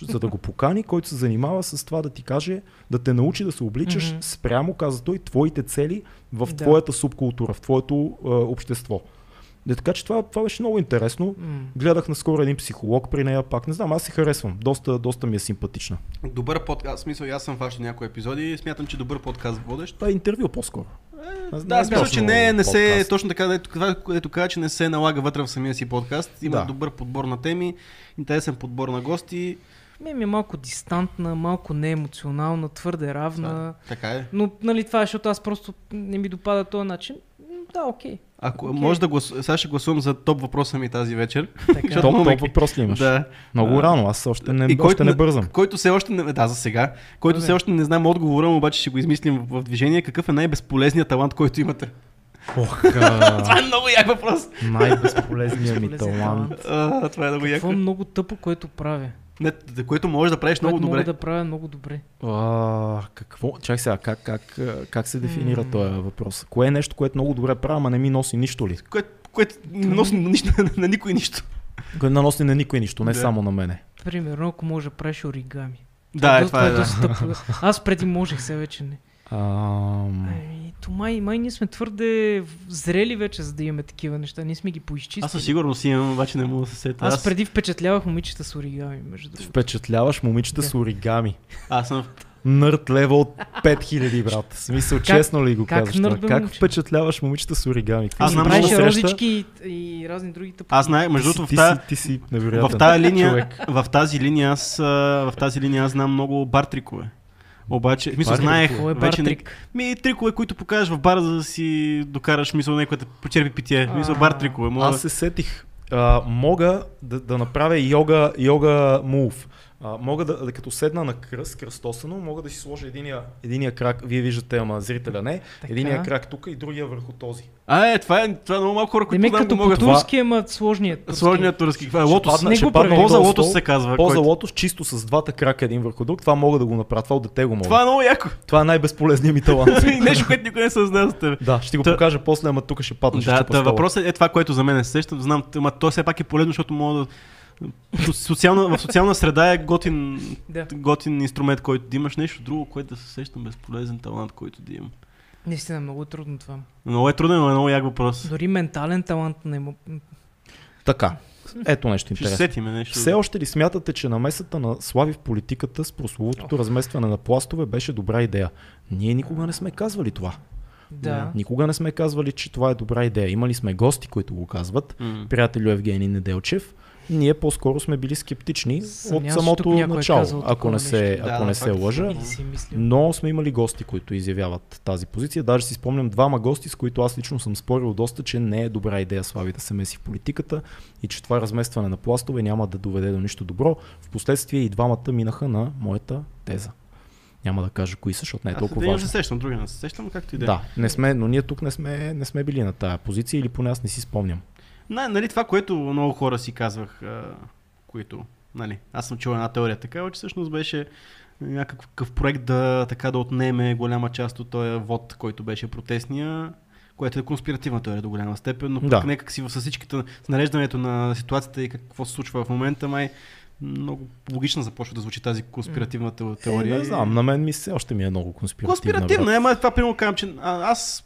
S2: за
S3: *laughs*
S2: да го покани, който се занимава с това да ти каже, да те научи да се обличаш
S3: Мгм.
S2: спрямо, каза той, твоите цели в
S3: Да.
S2: твоята субкултура, в твоето е, общество. Е, така че това, това беше много интересно.
S3: М.
S2: Гледах наскоро един психолог при нея, пак не знам, аз се харесвам. Доста, доста ми е симпатична.
S1: Добър подкаст, в смисъл, и аз съм фащал някои епизоди и смятам, че добър подкаст водещ.
S2: Това е интервю по-скоро. Аз
S1: Е, Да,
S2: не
S1: смисъл,
S2: точно
S1: че не, не се, е
S2: подкаст.
S1: точно така, дето, това, дето каза, че не се налага вътре в самия си подкаст. Има
S2: Да.
S1: добър подбор на теми, интересен подбор на гости.
S3: Ме ми е малко дистантна, малко неемоционална, твърде равна.
S1: Така е.
S3: Но нали това е, защото аз просто не ми допада този начин. М, Да, окей.
S1: Ако
S3: Окей.
S1: може да гласувам, сега ще гласувам за топ въпроса ми тази вечер.
S3: Така.
S1: Защото
S2: Топ,
S1: момент-
S2: топ въпрос ли имаш?
S1: Да.
S2: Много
S1: А,
S2: рано, аз още не,
S1: и
S2: още не бързам.
S1: Който все още не, да, за сега, който
S3: Добре.
S1: все още не знам отговора, му, обаче ще го измислим в, в движение. Какъв е най-безполезният талант, който имате? *laughs*
S2: Ох,
S1: Това е много як въпрос.
S2: най-безполезният ми
S3: Безполезен
S2: талант.
S3: талант.
S1: А, това е много як.
S3: Какво е много тъпо, което правя.
S1: Не, т- което можеш да правиш много
S3: което
S1: добре.
S3: мога да правя много добре.
S2: А, какво? Чакай сега, как, как, а, как се дефинира
S3: М.
S2: този въпрос? Кое е нещо, което много добре правя, ама не ми носи нищо ли?
S1: Което, което не носи на, нищо, на никой нищо.
S2: Кое не носи на никой нищо, не
S1: Да.
S2: само на мене.
S3: Примерно, ако можеш да правиш оригами.
S1: Да, е,
S3: до-
S1: това е. Да.
S3: доста тъпо. Аз преди можех, сега вече не.
S2: Ам,
S3: Ами, то май, май ние сме твърде зрели вече, за да имаме такива неща. Ние сме ги поизчистили.
S1: Аз със сигурност имам, обаче не мога да се сета.
S3: Аз преди впечатлявах момичета с оригами, между другото.
S2: впечатляваш момичета с оригами.
S1: Аз съм.
S2: Нърд левел 5000, брат. В смисъл, честно ли го
S3: как
S2: казваш? това?
S3: нърд бе,
S2: как
S3: момче?
S2: впечатляваш момичета с оригами? Какво
S1: Аз
S2: си
S1: знам
S2: правиш
S3: Правиш
S1: много
S2: среща?
S3: розички и, и разни други тъпки.
S1: Аз знае, между
S2: Ти си-
S1: другото, в
S2: ти
S1: тази,
S2: си- Ти си
S1: в
S2: невероятен
S1: тази линия,
S2: човек.
S1: в тази линия аз, а, в тази линия аз знам много бар трикове. Обаче, в смисъл,
S2: Бар
S1: знаех,
S3: Какво е
S1: вече не,
S3: бартрик?
S1: ми трикове, които покажеш в бара, за да си докараш мисъл някой да почерпи питие. Мисъл, бар трикове. Мога...
S2: Аз се сетих. А, мога да, да направя йога, йога мув. А, мога да, да, като седна на кръст, кръстосано, мога да си сложа единия, единия крак, вие виждате, ама зрителя не, така.
S3: Така.
S2: единия крак тук и другия върху този.
S1: А, е, това е, това е много малко хора, които
S3: Деми
S1: знам,
S3: като
S1: го
S3: по
S1: могат.
S3: турски, ама сложният. турски.
S1: Сложният турски. Това е
S2: Ще
S1: лотос.
S2: падна-
S3: не
S2: ще
S3: го
S2: падна
S3: прави.
S2: отдолу
S1: Поза
S2: стол,
S1: лотос се казва.
S2: Поза
S1: който-
S2: лотос, чисто с двата крака един върху друг, това мога да го направя, това от дете го мога.
S1: Това
S2: Това,
S1: е много яко. *laughs*
S2: това е най-безполезният ми талант.
S1: Нещо, което никой *laughs* не съзнава за теб.
S2: да, ще ти го
S1: Та-
S2: покажа после, ама тук ще падна. ще
S1: Да,
S2: щупа
S1: та
S2: стола.
S1: въпросът е това, което за мен е сещам. Знам, ама то все пак е полезно, защото мога да... Социална, в социална среда е готин,
S3: Да.
S1: готин инструмент, който да имаш. Нещо друго, което да се сещам, безполезен талант, който да имам.
S3: Наистина, много е трудно това.
S1: Много е труден, но е много як въпрос.
S3: Дори ментален талант не му...
S2: Така, ето нещо
S1: Ще се
S2: интересно.
S1: сетиме нещо.
S2: Все още ли смятате, че намесата на Слави в политиката с прословутото разместване на пластове беше добра идея? Ние никога не сме казвали това.
S3: Да.
S2: Никога не сме казвали, че това е добра идея. Имали сме гости, които го казват.
S1: М.
S2: Приятелю Евгений Неделчев. Ние по-скоро сме били скептични
S3: Съмнявам
S2: от
S3: се,
S2: самото
S3: тук някой е
S2: начало,
S3: казал
S2: ако
S3: такова
S2: не се,
S3: нещо.
S2: ако
S1: Да,
S2: не
S1: да,
S2: се
S1: факт.
S2: лъжа.
S3: И си мислил.
S2: Но сме имали гости, които изявяват тази позиция. Даже си спомням двама гости, с които аз лично съм спорил доста, че не е добра идея Слави да се меси в политиката и че това разместване на пластове няма да доведе до нищо добро. Впоследствие и двамата минаха на моята теза. Няма да кажа кои са, защото не е
S1: Аз
S2: толкова
S1: един не се
S2: важно.
S1: сещам, други не се сещам, както и да е.
S2: Да, не сме, но ние тук не сме, не сме били на тая позиция или поне аз не си спомням.
S1: На, нали, това, което много хора си казвах, а, които, нали, аз съм чул една теория такава, че всъщност беше някакъв проект да, така, да отнеме голяма част от този вод, който беше протестния, което е конспиративна теория до голяма степен, но пък
S2: Да.
S1: някак си с всичките, с нареждането на ситуацията и какво се случва в момента, май много логично започва да звучи тази конспиративна те- теория.
S2: Е, не знам, на мен ми се още ми е много конспиративна.
S1: Конспиративна,
S2: брат.
S1: е, ама това примерно казвам, че а, аз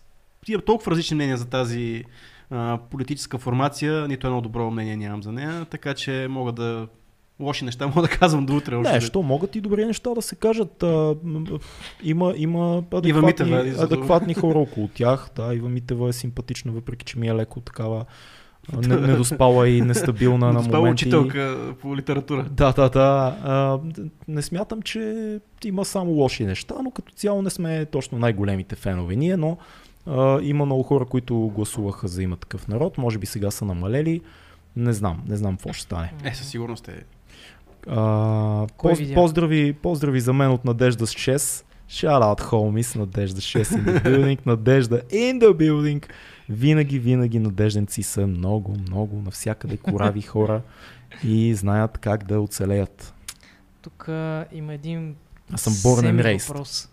S1: имам толкова различни мнения за тази а, политическа формация, нито едно добро мнение нямам за нея, така че мога да лоши неща *laughs* мога да казвам до утре.
S2: Не,
S1: още.
S2: Е, що могат и добри неща да се кажат. А, м, има, има
S1: Ива
S2: адекватни,
S1: Митева е за-
S2: адекватни хора около тях. Да, Ива Митева е симпатична, въпреки че ми е леко такава а, не, недоспала и нестабилна на
S1: Това е
S2: моменти.
S1: учителка по литература.
S2: Да, да, да. А, не смятам, че има само лоши неща, но като цяло не сме точно най-големите фенове ние, но а, има много хора, които гласуваха за има такъв народ. Може би сега са намалели. Не знам, не знам какво ще стане.
S1: Е, със сигурност е.
S2: А,
S3: Кой
S2: поз,
S3: видя?
S2: поздрави, поздрави за мен от Надежда с 6. Shout out homies, Надежда 6 in
S3: *laughs*
S2: the building, Надежда in the building. Винаги, винаги надежденци са много, много навсякъде корави хора и знаят как да оцелеят.
S3: Тук а, има един
S2: Аз съм born and
S3: семи
S2: raised.
S3: въпрос.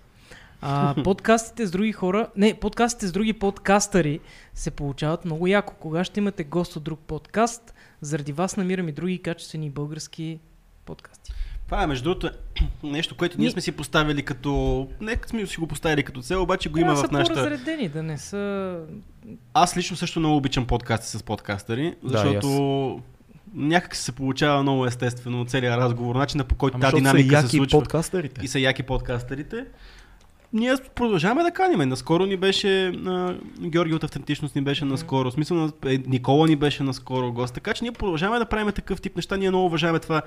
S3: А, подкастите с други хора, не, подкастите с други подкастъри се получават много яко. Кога ще имате гост от друг подкаст, заради вас намирам и други качествени български подкасти.
S1: Това е, между другото, *clears throat* нещо, което ние
S3: Ни-
S1: сме си поставили като... Не сме си го поставили като цел, обаче го
S3: Трябва
S1: има
S3: да са
S1: в нашата...
S3: по-разредени, да не са...
S1: Аз лично също много обичам подкасти с подкастъри,
S2: Да,
S1: защото някак се получава много естествено целият разговор, начина по който тази
S2: Ами, защото са
S1: динамика се
S2: яки
S1: случва.
S2: подкастърите.
S1: И са яки подкастърите. Ние продължаваме да каним. Наскоро ни беше а, Георги от Автентичност ни беше наскоро. В Смисъл на е, Никола ни беше наскоро гост. Така че ние продължаваме да правим такъв тип неща. Ние много уважаваме това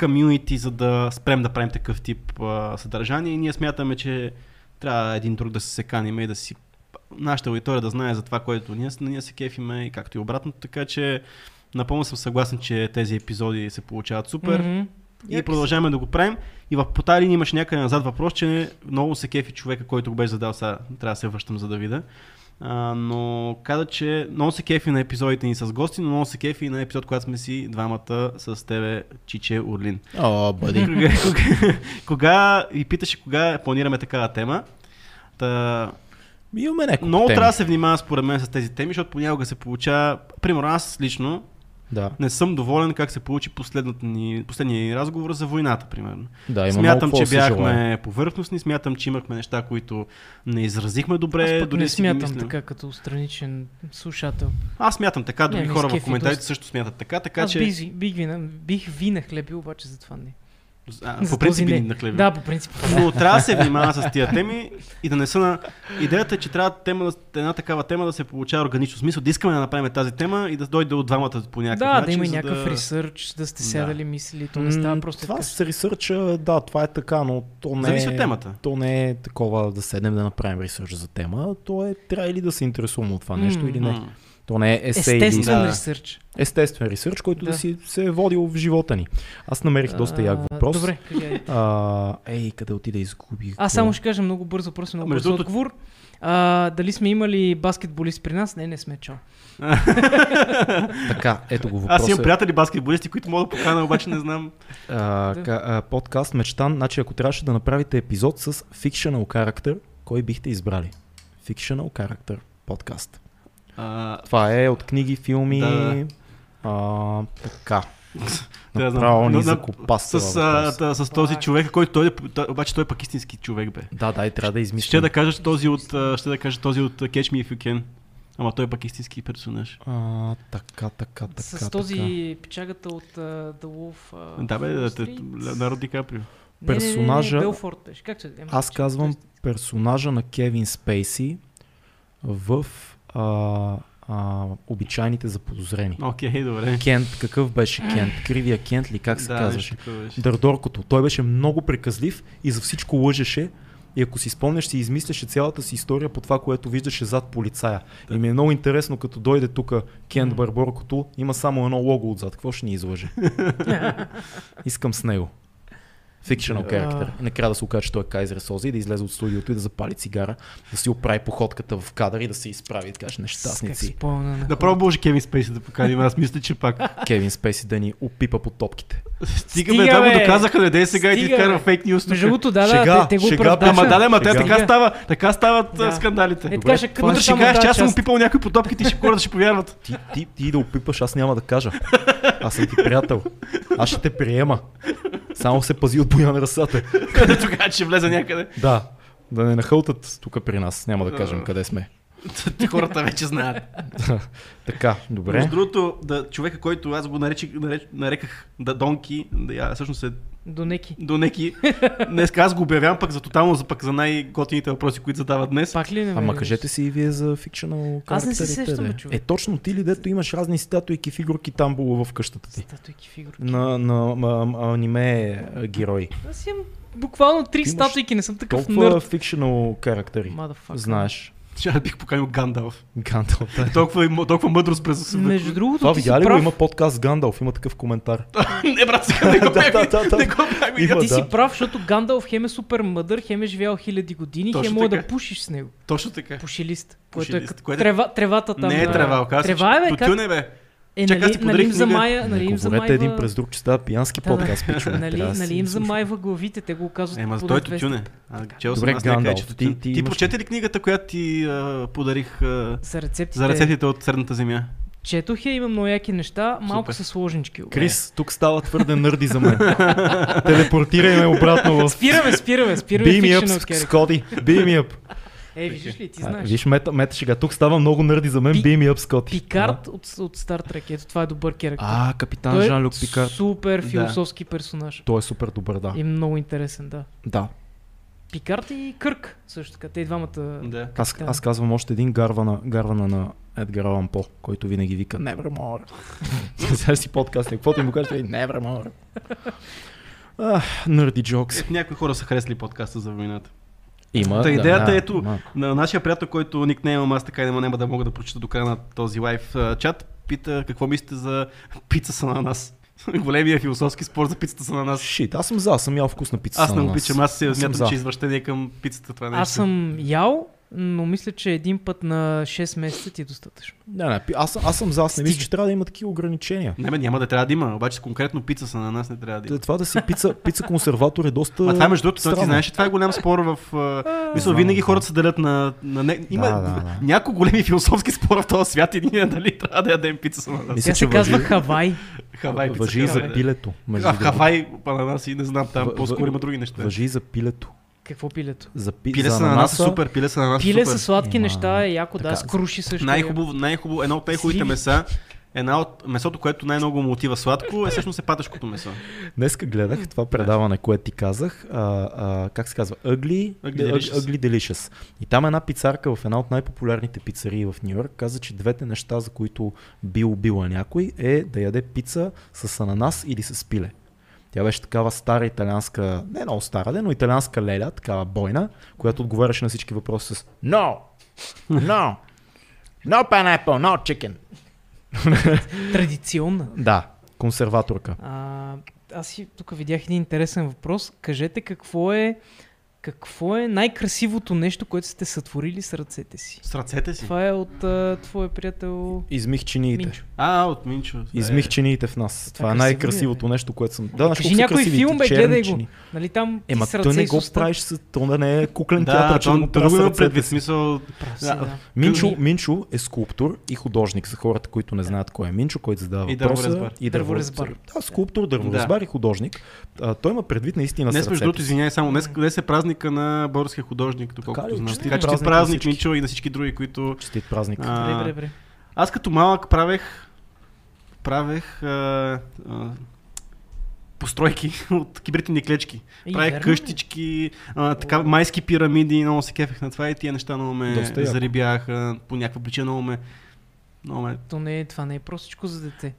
S1: комьюнити, за да спрем да правим такъв тип а, съдържание. И ние смятаме, че трябва един друг да се секаниме и да си нашата аудитория да знае за това, което ние, с- ние се кефиме и както и обратното. Така че напълно съм съгласен, че тези епизоди се получават супер.
S3: Мгм.
S1: И
S3: Яки
S1: продължаваме да го правим. И в по тази линия имаш някъде назад въпрос, че много се кефи човека, който го беше задал. Сега трябва да се връщам за да видя. А, но каза, че много се кефи на епизодите ни с гости, но много се кефи и на епизод, когато сме си двамата с тебе, Чиче Орлин.
S2: О,
S1: *laughs*
S2: бъди.
S1: Кога, кога, кога и питаше кога планираме такава тема. Та,
S2: Имаме няколко
S1: много
S2: теми.
S1: трябва да се внимава според мен с тези теми, защото понякога се получава, примерно аз лично,
S2: Да,
S1: не съм доволен как се получи последният ни, последният ни разговор за войната, примерно.
S2: да има
S1: смятам,
S2: много
S1: че
S2: какво да се желае.
S1: бяхме повърхностни, смятам, че имахме неща, които не изразихме добре.
S3: Аз пък
S1: дори
S3: не
S1: си ги
S3: смятам
S1: мислим.
S3: така като страничен слушател.
S1: Аз смятам така, други
S3: Не, ми
S1: хора в
S3: скефи
S1: коментарите
S3: доста.
S1: също смятат така, така
S3: Аз
S1: че...
S3: бих, ви- бих, ви, на- бих ви нахлепил, обаче затова не.
S1: А,
S3: За
S1: по
S3: този
S1: принцип
S3: не.
S1: не. наклеви.
S3: Да, по принцип.
S1: Но трябва да се внимава с тия теми и да не са на... Идеята е, че трябва тема, да- една такава тема да се получава органично. В смисъл да искаме да направим тази тема и да дойде от двамата по някакъв
S3: Да,
S1: начин.
S3: да има и
S1: за
S3: някакъв ресърч, да сте
S1: Да.
S3: сядали мисли, то не става
S2: М,
S3: просто
S2: Това
S3: така.
S2: с ресърча, да, това е така, но то не
S1: Зависи
S2: е...
S1: от темата.
S2: То не е такова да седнем да направим ресърч за тема, то е трябва или да се интересуваме от това нещо
S3: М.
S2: или не.
S1: М. *laughs*
S2: То не е есей или
S3: Естествен
S1: Да.
S3: ресърч.
S2: естествен ресърч, който да.
S3: Да.
S2: да си се е водил в живота ни. Аз намерих доста як
S3: А,
S2: въпрос.
S3: Добре, кажете.
S2: А, ей, къде отида изгубих.
S3: Аз само ще кажа много бързо, просто много
S1: Между
S3: бързо
S1: другото-
S3: отговор. А, дали сме имали баскетболист при нас? Не, не сме чо.
S2: Така, ето го въпросът. е-
S1: Аз имам приятели баскетболисти, които мога да покана, обаче не знам.
S2: А,
S3: Да.
S2: ка, а, подкаст мечтан. Значи, ако трябваше да направите епизод с fictional character, кой бихте избрали? Fictional character подкаст.
S1: А,
S2: Това е от книги, филми.
S1: Да, да.
S2: А, така.
S1: Да, знам.
S2: Направо
S1: Но,
S2: ни
S1: да,
S2: закопаса
S1: с, а,
S2: въпрос.
S1: да, с този
S3: Пак.
S1: човек, който той, е- той, обаче той е пак истински човек, бе.
S2: Да, да, и трябва да измислим.
S1: Ще да кажеш този от, а, ще да кажа този от а, Catch Me If You Can. Ама той е пак истински персонаж.
S2: А, така, така, така.
S3: С този пичагата от а, The Wolf. а,
S1: Да, бе,
S3: Wall
S1: да,
S3: Street.
S1: те- Леонардо Ди Каприо.
S3: Не, не, не, не,
S2: персонажа-
S3: Белфорд беше. Как се е? ема,
S2: Аз
S3: че-
S2: казвам персонажа на Кевин Спейси в а, а, обичайните заподозрени.
S1: Окей, добре.
S2: Кент, какъв беше Кент? Кривия Кент ли, как се
S1: да,
S2: казваше?
S1: нещо такова беше.
S2: Дърдоркото. Той беше много приказлив и за всичко лъжеше. И ако си спомняш, си измисляше цялата си история по това, което виждаше зад полицая. И ми е много интересно, като дойде тук Кент Барборкото, има само едно лого отзад. Какво ще ни излъже? Искам с него. Фикшенал
S1: Да.
S2: характер. И накрая да се окаже, че той е Кайзер Сози, да излезе от студиото и да запали цигара, да си оправи походката в кадър и да се изправи и да каже
S3: *laughs*
S2: нещастници.
S3: спомена.
S1: Да пробва може Кевин Спейси да поканим, аз мисля, че пак.
S2: Кевин Спейси да ни опипа по топките.
S1: Стига, бе,
S3: Стига,
S1: това му
S3: бе.
S1: доказаха, не дей сега и ти
S3: Стига,
S1: вкара
S3: бе.
S1: фейк нюс тук.
S3: Между другото, да,
S2: Шега,
S3: да, те, те го
S2: шега,
S3: оправдаха.
S1: Ама да, да, ма те
S2: Сега.
S1: така става, така стават а,
S3: Да.
S1: скандалите.
S3: Е,
S1: Добре.
S3: така ще
S1: Утре
S3: къднеш
S1: ще
S3: само
S1: кажеш,
S3: тази
S1: че аз съм
S3: част.
S1: опипал някой по топките и ще хората ще повярват.
S2: Ти, ти, ти да опипаш, аз няма да кажа. Аз съм ти приятел. Аз ще те приема. Само се пази от Боян Расата.
S1: Къде тогава ще влезе някъде. *laughs*
S2: Да, да не нахълтат тук при нас. Няма да кажем къде сме.
S1: Хората вече знаят.
S2: Така, добре.
S1: Между другото, да, човека, който аз го наречи, нареч, нареках да Донки, да, я- всъщност е
S3: До неки.
S1: Донеки, днес аз го обявявам пък за тотално за, пък за най-готините въпроси, които задават днес.
S3: Пак ли не ме
S2: Ама
S3: виждаш?
S2: кажете си и вие за фикшенал
S3: е, Аз не се сещам, бе,
S2: Е,
S3: човек.
S2: точно ти ли, дето имаш разни статуйки, фигурки там було в къщата ти?
S3: Статуйки фигурки.
S2: На, на, на аниме е, а, герои.
S3: Аз имам буквално три
S2: Ти имаш
S3: статуйки, не съм такъв
S2: Толкова
S3: нърд.
S2: фикшенал характери.
S3: Motherfucker.
S2: Знаеш.
S1: Ще аз бих поканил Гандалф. Е,
S2: Гандалф. да.
S1: Толкова, им- толкова мъдрост през света.
S3: Между
S2: Това
S3: другото, ти си
S2: видя ли го?
S3: прав.
S2: Има подкаст с Гандалф, има такъв коментар.
S1: не, брат, сега не го
S2: *laughs* Да, да,
S1: бях.
S2: да, да.
S1: Не го бях.
S2: Има,
S1: видял.
S3: Ти
S2: да.
S3: си прав, защото Гандалф хем е супер мъдър, хем е живял хиляди години,
S1: Точно
S3: хем може да
S1: така.
S3: пушиш с него.
S1: Точно така.
S3: Пушилист. Което е
S1: Пушилист,
S3: като
S1: което-
S3: трева, тревата там.
S1: Не е
S3: на-
S1: трева, оказва се,
S3: Трева е, бе,
S1: че тютюн
S3: как?
S1: е, бе.
S3: Е,
S1: Чакай, аз ти
S3: нали, нали
S1: подарих
S3: им
S1: книга.
S3: замая, нали
S2: Не
S3: им
S2: говорете
S3: замайва...
S2: един през друг, че става пиянски
S3: Да, да.
S2: подкаст, пичове.
S3: *laughs* Нали,
S2: Трябва да
S3: нали
S2: си
S3: им
S2: слушаме.
S3: замайва главите, те го казват.
S1: Е, ма
S3: по
S1: той е
S3: 200.
S1: тютюн е. А, Чел съм
S2: Добре,
S1: аз някъде, че
S2: Гандалф,
S1: тютюн.
S2: ти- ти
S1: Ти,
S2: имаш-
S1: прочете ли книгата, която ти а, подарих а,
S3: За рецептите.
S1: за рецептите от Средната земя?
S3: Четох я, има много яки неща,
S1: Супер.
S3: малко са сложнички. обаче.
S2: Крис, тук става твърде нърди за мен. Телепортирай ме обратно в...
S3: Спираме, спираме, спираме
S2: Бий ми ъп,
S3: fictional character.
S2: Скоти. Бий ми ъп.
S3: Е, виждаш ли, ти
S2: А,
S3: знаеш.
S2: Виж, мета, мета шега. Тук става много нърди за мен.
S3: Пи-
S2: Бий ми ъп, Скоти.
S3: Пикард от, от Стар Трек, ето това е добър керактер.
S2: А, капитан
S3: Той е
S2: Жан-Люк Пикард.
S3: супер
S1: Да.
S3: философски персонаж.
S2: Той е супер добър, да.
S3: И много интересен, да.
S2: Да.
S3: Пикард и Кърк, също така. Те и двамата.
S1: Да.
S2: Аз,
S3: Да.
S2: аз казвам още един гарвана, гарвана на Едгар Алан По, който винаги вика Nevermore. *laughs* Сега си подкаст, каквото им го кажеш,
S3: *laughs*
S2: Nevermore. А, нърди джокс.
S1: Е, някои хора са харесали подкаста за войната.
S2: Има.
S1: Та идеята
S2: да,
S1: е ето
S2: има.
S1: на нашия приятел, който никнеймам аз така и няма, няма да мога да прочита до края на този лайв а, чат, пита какво мислите за пица с ананас. *laughs* Големия философски спор за пицата с ананас.
S2: Шит, аз съм за, аз съм ял вкусна пица.
S1: Аз
S2: с
S1: не
S2: ананас.
S1: обичам, аз се
S2: Аз съм
S1: смятам, че
S2: за.
S1: извращение към пицата това нещо.
S3: Аз съм ял, но мисля, че един път на 6 месеца ти е достатъчно.
S2: Не, не, пи- аз, аз съм за, аз не мисля, че трябва да има такива ограничения.
S1: Не, бе, няма да трябва да има, обаче конкретно пица с ананас не трябва да има.
S2: Т- Това да си пица, пица консерватор е доста.
S1: Ма това е между другото, той ти
S2: странно.
S1: знаеш, че това е голям спор в...
S2: *laughs*
S1: а, Мисля, винаги
S2: Знам,
S1: хората се делят на... на не... Има
S2: да, да.
S1: няколко големи философски спора в този свят и ние дали трябва да ядем пица с ананас.
S2: Мисля,
S3: Тя
S2: че
S3: се казва
S2: въжи-
S3: Хавай.
S1: Хавай пица.
S2: Въжи и
S1: хавай,
S2: за
S1: да.
S2: пилето. между
S1: А в
S2: другото.
S1: Хавай ананас и не знам, там
S2: В-
S1: по-скоро
S2: в-
S1: има други неща.
S2: Въжи и за пилето.
S3: Какво пилето?
S2: За пи...
S1: Пиле
S2: за
S1: с ананас е
S2: ананаса-
S1: супер, пиле с ананас е
S3: Пиле
S1: супер.
S3: с сладки
S2: Ема,
S3: неща е яко,
S2: така,
S3: да, с круши също. е.
S1: Най-хубаво, най-хубаво, едно от най-хубавите
S3: Сливи.
S1: меса, една от месото, което най-много му отива сладко, е всъщност е патешкото месо.
S2: Днеска гледах това предаване, което ти казах. А, а, как се казва?
S1: Ugly
S2: Ugly, Ug-
S1: Delicious.
S2: Ugly Delicious. И там една пицарка в една от най-популярните пицарии в Нью Йорк каза, че двете неща, за които бил била някой, е да яде пица с ананас или с пиле. Тя беше такава стара италианска, не е много стара, де, но италианска леля, такава бойна, която отговаряше на всички въпроси с No! No! No pineapple, no chicken!
S3: Традиционна.
S2: Да, консерваторка.
S3: А, аз си тук видях един интересен въпрос. Кажете какво е, какво е най-красивото нещо, което сте сътворили с ръцете си?
S1: С ръцете си.
S3: Това е от а, твоя приятел
S2: Измих чиниите.
S3: Минчо.
S1: А, от Минчо. Е.
S3: е
S2: Измих чиниите в нас. Това е
S3: красиво ли е,
S2: най-красивото нещо, което съм. Да, знаеш
S3: Кажи
S2: колко са
S3: някой
S2: красивите,
S3: филм, бе,
S2: черни
S3: гледай го.
S2: чини.
S3: Нали там ти
S2: Ема
S3: с ръце
S2: той не
S3: и с
S2: го
S3: уста.
S2: правиш, с... то да не е куклен
S1: Да,
S2: театър, че да
S1: то,
S2: му
S1: друго
S2: трябва
S1: има предвид,
S2: предвид.
S1: смисъл...
S3: Прав си,
S1: Да.
S3: да.
S2: Минчо,
S3: Къвни.
S2: Минчо е скулптор и художник за хората, които не знаят кой е Минчо, който задава
S1: И
S2: въпроса.
S1: дърворезбар.
S2: И дърворезбар.
S3: Дърворезбар.
S2: Да, скулптор, дърворезбар и художник. А, той има предвид наистина
S1: Днес,
S2: с
S1: между другото,
S2: ръцете. си.
S1: извиняй, само днес, днес е празника на българския художник,
S2: Така ли?
S1: доколкото знам.
S2: Честит
S1: Така че
S2: празник
S1: ти
S2: на
S1: празник,
S2: всички.
S1: Минчо и на всички други, които...
S2: Честит празник.
S1: А,
S3: Добре, добре, добре.
S1: Аз като малък правех правех а, а, постройки *laughs* от кибритени клечки.
S3: И,
S1: правех
S3: верно.
S1: къщички, а, така майски пирамиди, много се кефех на това и тия неща много ме
S2: Доста яко.
S1: зарибяха. По някаква причина много ме... Много ме...
S3: То не е, това не е простичко за дете.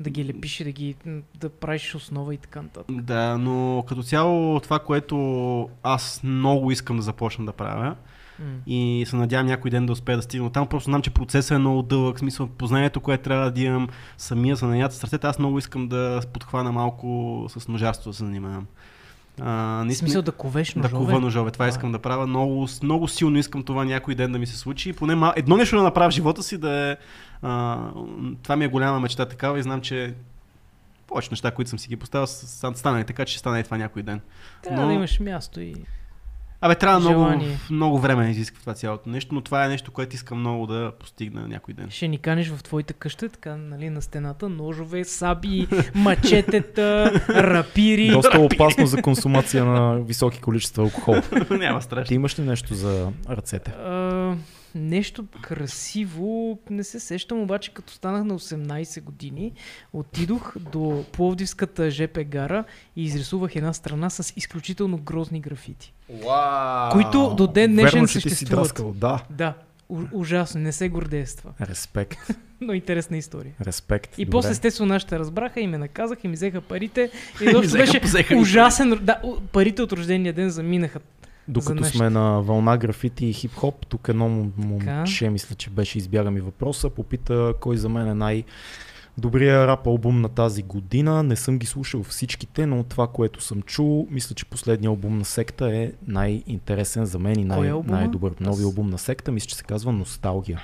S3: Да ги лепиш и да ги м, да правиш основа и така нататък.
S1: Да, но като цяло това, което аз много искам да започна да правя,
S3: М.
S1: и се надявам някой ден да успея да стигна. Там просто знам, че процесът е много дълъг, в смисъл познанието, което трябва да имам самия занаят с ръцете. Аз много искам да подхвана малко с ножарство да се занимавам. А, ние
S3: В
S1: сме-
S3: смисъл да ковеш
S1: да
S3: ножове?
S1: кува ножове. Това искам да правя. Много, с- много силно искам това някой ден да ми се случи. И Поне мал... едно нещо да направя в живота си да е... А, м, това ми е голяма мечта такава и знам, че повече неща, които съм си ги поставил, са- са станали така, че ще стане и това някой ден.
S3: Трябва
S1: но-
S3: да имаш място и...
S1: Абе, трябва много,
S3: Желание.
S1: много време изисква това цялото нещо, но това е нещо, което искам много да постигна някой
S3: *laughs*
S1: ден.
S3: Ще ни каниш в твоята къща, така, нали, на стената,
S1: *laughs*
S3: ножове, саби, мачетета, рапири.
S2: Доста опасно за консумация на високи количества алкохол.
S1: Няма страшно.
S2: Ти имаш ли нещо за ръцете?
S3: А, нещо красиво, не се сещам, обаче като станах на 18 години, отидох до Пловдивската ЖП гара и изрисувах една страна с изключително грозни графити.
S2: Wow.
S3: Които до ден днешен
S2: Верно, че ти си
S3: съществуват.
S2: драскал, да.
S3: Да, у- ужасно, не се гордейства,
S2: Респект,
S3: но интересна история.
S2: респект.
S3: И
S2: добре.
S3: после, естествено, нашите разбраха и ме наказах и ми
S2: *laughs*
S3: взеха парите. И
S1: ми
S3: изобщо
S1: взеха-
S3: беше
S1: взеха ми
S3: ужасен. Да, у- парите от рождения ден заминаха. за
S2: Докато
S3: нещо.
S2: сме на вълна графити и хип-хоп, тук едно мом-
S3: Така.
S2: момче, мисля, че беше избяга ми въпроса, попита кой за мен е най- Добрия рап албум на тази година. Не съм ги слушал всичките, но от това, което съм чул, мисля, че последният албум на секта е най-интересен за мен и
S3: Кой
S2: най-
S3: е албума?
S2: най-добър. Нови
S3: Аз-
S2: албум на секта, мисля, че се казва Носталгия.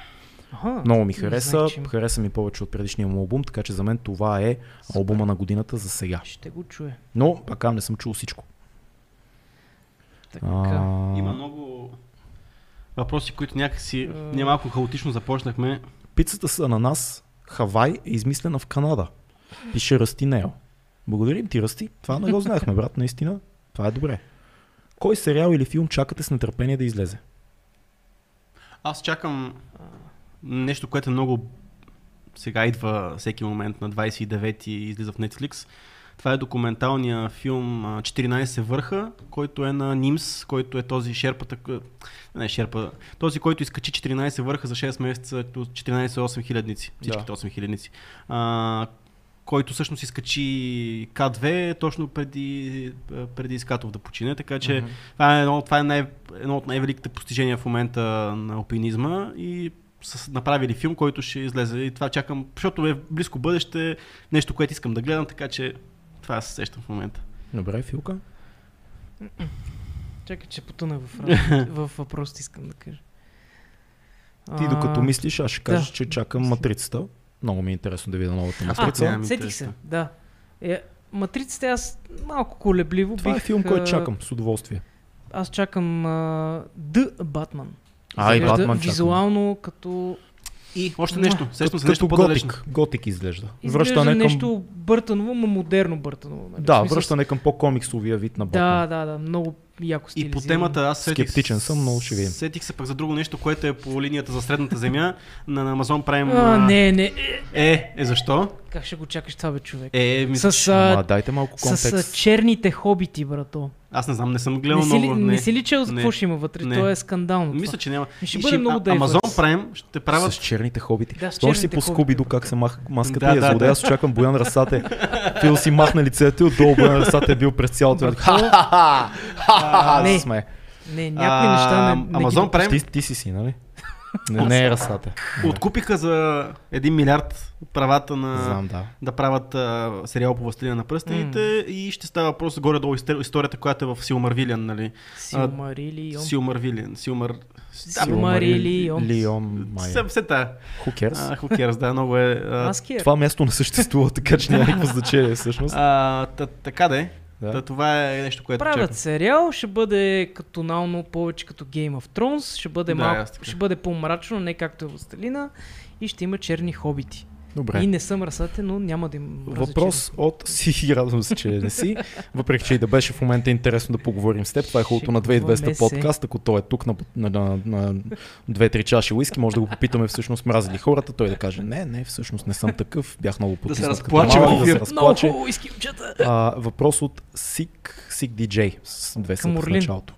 S3: Аха,
S2: Много ми
S3: не знаех,
S2: хареса.
S3: значи, че има.
S2: Хареса ми повече от предишния му албум, така че за мен това е албума на годината за сега.
S3: Ще го чуя.
S2: Но, пак не съм чул всичко.
S3: Така.
S2: А,
S1: Има много въпроси, които някакси
S3: Е.
S1: ние малко хаотично започнахме.
S2: Пицата с ананас Хавай е измислена в Канада. Пише Расти Нео. Благодарим ти, Расти. Това
S3: *laughs*
S2: не го знаехме, брат, наистина. Това е добре. Кой сериал или филм чакате с нетърпение да излезе?
S1: Аз чакам нещо, което е много сега идва всеки момент на 29-ти и излиза в Netflix. Това е документалния филм а, 14 върха, който е на Нимс, който е този шерпата, к- не шерпа, този, който изкачи 14 върха за 6 месеца до 14 8 хилядници, всичките
S2: Да.
S1: 8 хилядници. А, който всъщност изкачи К2 точно преди, а, преди Искатов да почине, така че това е, едно, това е най, едно от най-великите постижения в момента на опинизма и са направили филм, който ще излезе и това чакам, защото е в близко бъдеще нещо, което искам да гледам, така че това се сещам в момента.
S2: Добре, Филка.
S3: Чакай, че потъна в,
S2: *laughs*
S3: работа- в въпросите, искам да кажа.
S2: Ти
S3: А,
S2: докато мислиш, аз ще кажа,
S3: да.
S2: че чакам матрицата. Много ми е интересно да видя новата
S1: Аз
S3: А,
S1: пък
S2: матрица.
S1: нямам
S3: сетих
S1: интерес,
S3: се,
S1: да.
S3: да. Е, матриците аз малко колебливо
S2: Това е
S3: бих,
S2: филм, който
S3: а,
S2: чакам с удоволствие.
S3: Аз чакам а, The Batman.
S2: А, и
S3: Изглежда
S2: Батман чакам.
S3: Визуално като
S1: И още нещо, сещам
S2: Като,
S1: се нещо
S2: като
S1: по-далечно.
S2: готик, готик изглежда.
S3: изглежда
S2: към...
S3: нещо бъртаново, но модерно бъртаново. нали? В
S2: Да,
S3: смисъл,
S2: връщане към по-комиксовия вид на Батман.
S3: Да, да, да, много яко
S1: И
S3: стилизирано.
S1: по темата аз сетих,
S2: Скептичен съм, но ще видим.
S1: Сетих се пък за друго нещо, което е по линията за средната земя. На, на Амазон правим...
S3: А, не, не. е,
S1: Е, е защо?
S3: Как ще го чакаш това, бе, човек?
S1: Е, мисля,
S3: с,
S2: Ама
S3: а,
S2: дайте малко
S3: с а,
S2: контекст.
S3: черните хобити, брато.
S1: аз не знам, не съм гледал
S3: Не си, ли,
S1: много. не.
S3: не си ли чел за
S1: не.
S3: какво ще има вътре?
S1: Не.
S3: То е скандално. това.
S1: Мисля, че няма.
S3: Ще
S1: И
S3: бъде много
S1: а,
S3: е diverse.
S1: Амазон Prime ще правят
S2: С черните хобити.
S3: Да,
S2: Да,
S3: с
S2: Спомняш си
S3: черните
S2: по
S3: хобити,
S2: скуби до
S3: брат.
S2: как се мах
S1: Да,
S2: маската да, и е
S1: да,
S2: да,
S1: да.
S2: Аз очаквам
S1: *laughs*
S2: Боян Расате. Фил си махна лицето и отдолу Боян Расате е бил през цялото. време. Ха-ха-ха! Ха-ха-ха!
S3: Не.
S2: се смее.
S3: Не, някои неща не, не
S1: Амазон
S3: ги...
S1: Prime
S2: Ти, ти си си, нали? Не, не е Расате.
S1: Откупиха за 1 милиард правата на
S2: Знам, да.
S1: да правят а, сериал по Властелина на пръстените и ще става въпрос горе-долу истер- историята, която е в Силмарвилиан, нали?
S3: Силмарилион.
S1: Силмарвилиан, Силмар... Да, бе,
S3: Силмар- Силмарилион.
S2: Лион
S1: все,
S2: Майя.
S1: все та.
S2: Хукерс.
S1: А, Хукерс, да, много е... А,
S3: Аз кия.
S2: Това място не съществува, така че няма никакво значение всъщност.
S1: а, та, така да е.
S2: Да.
S1: Та, това е нещо, което
S3: Правят
S1: чакам.
S3: сериал, ще бъде катонално повече като Game of Thrones, ще бъде,
S1: Да,
S3: малко,
S1: аз така.
S3: ще бъде по-мрачно, не както е Властелина и ще има черни хобити.
S2: Добре.
S3: И не съм разсате, но няма да им мразя
S2: Въпрос от си, радвам се, че не си. Въпреки, че и да беше в момента интересно да поговорим с теб. Това е хубавото на 2200
S3: Шегуваме се.
S2: подкаст. Ако той е тук на, на, на, на 2-3 чаши уиски, може да го попитаме всъщност мразили хората. Той да каже, не, не, всъщност не съм такъв. Бях много потиснат. като
S1: разплаче
S2: малък,
S1: в
S2: да се
S1: ефир.
S3: черни. Много
S2: разплаче.
S3: хубаво иски момчета.
S2: А, въпрос от Сик, Сик Диджей с две са
S3: Към
S2: в
S3: Орлин.
S2: началото.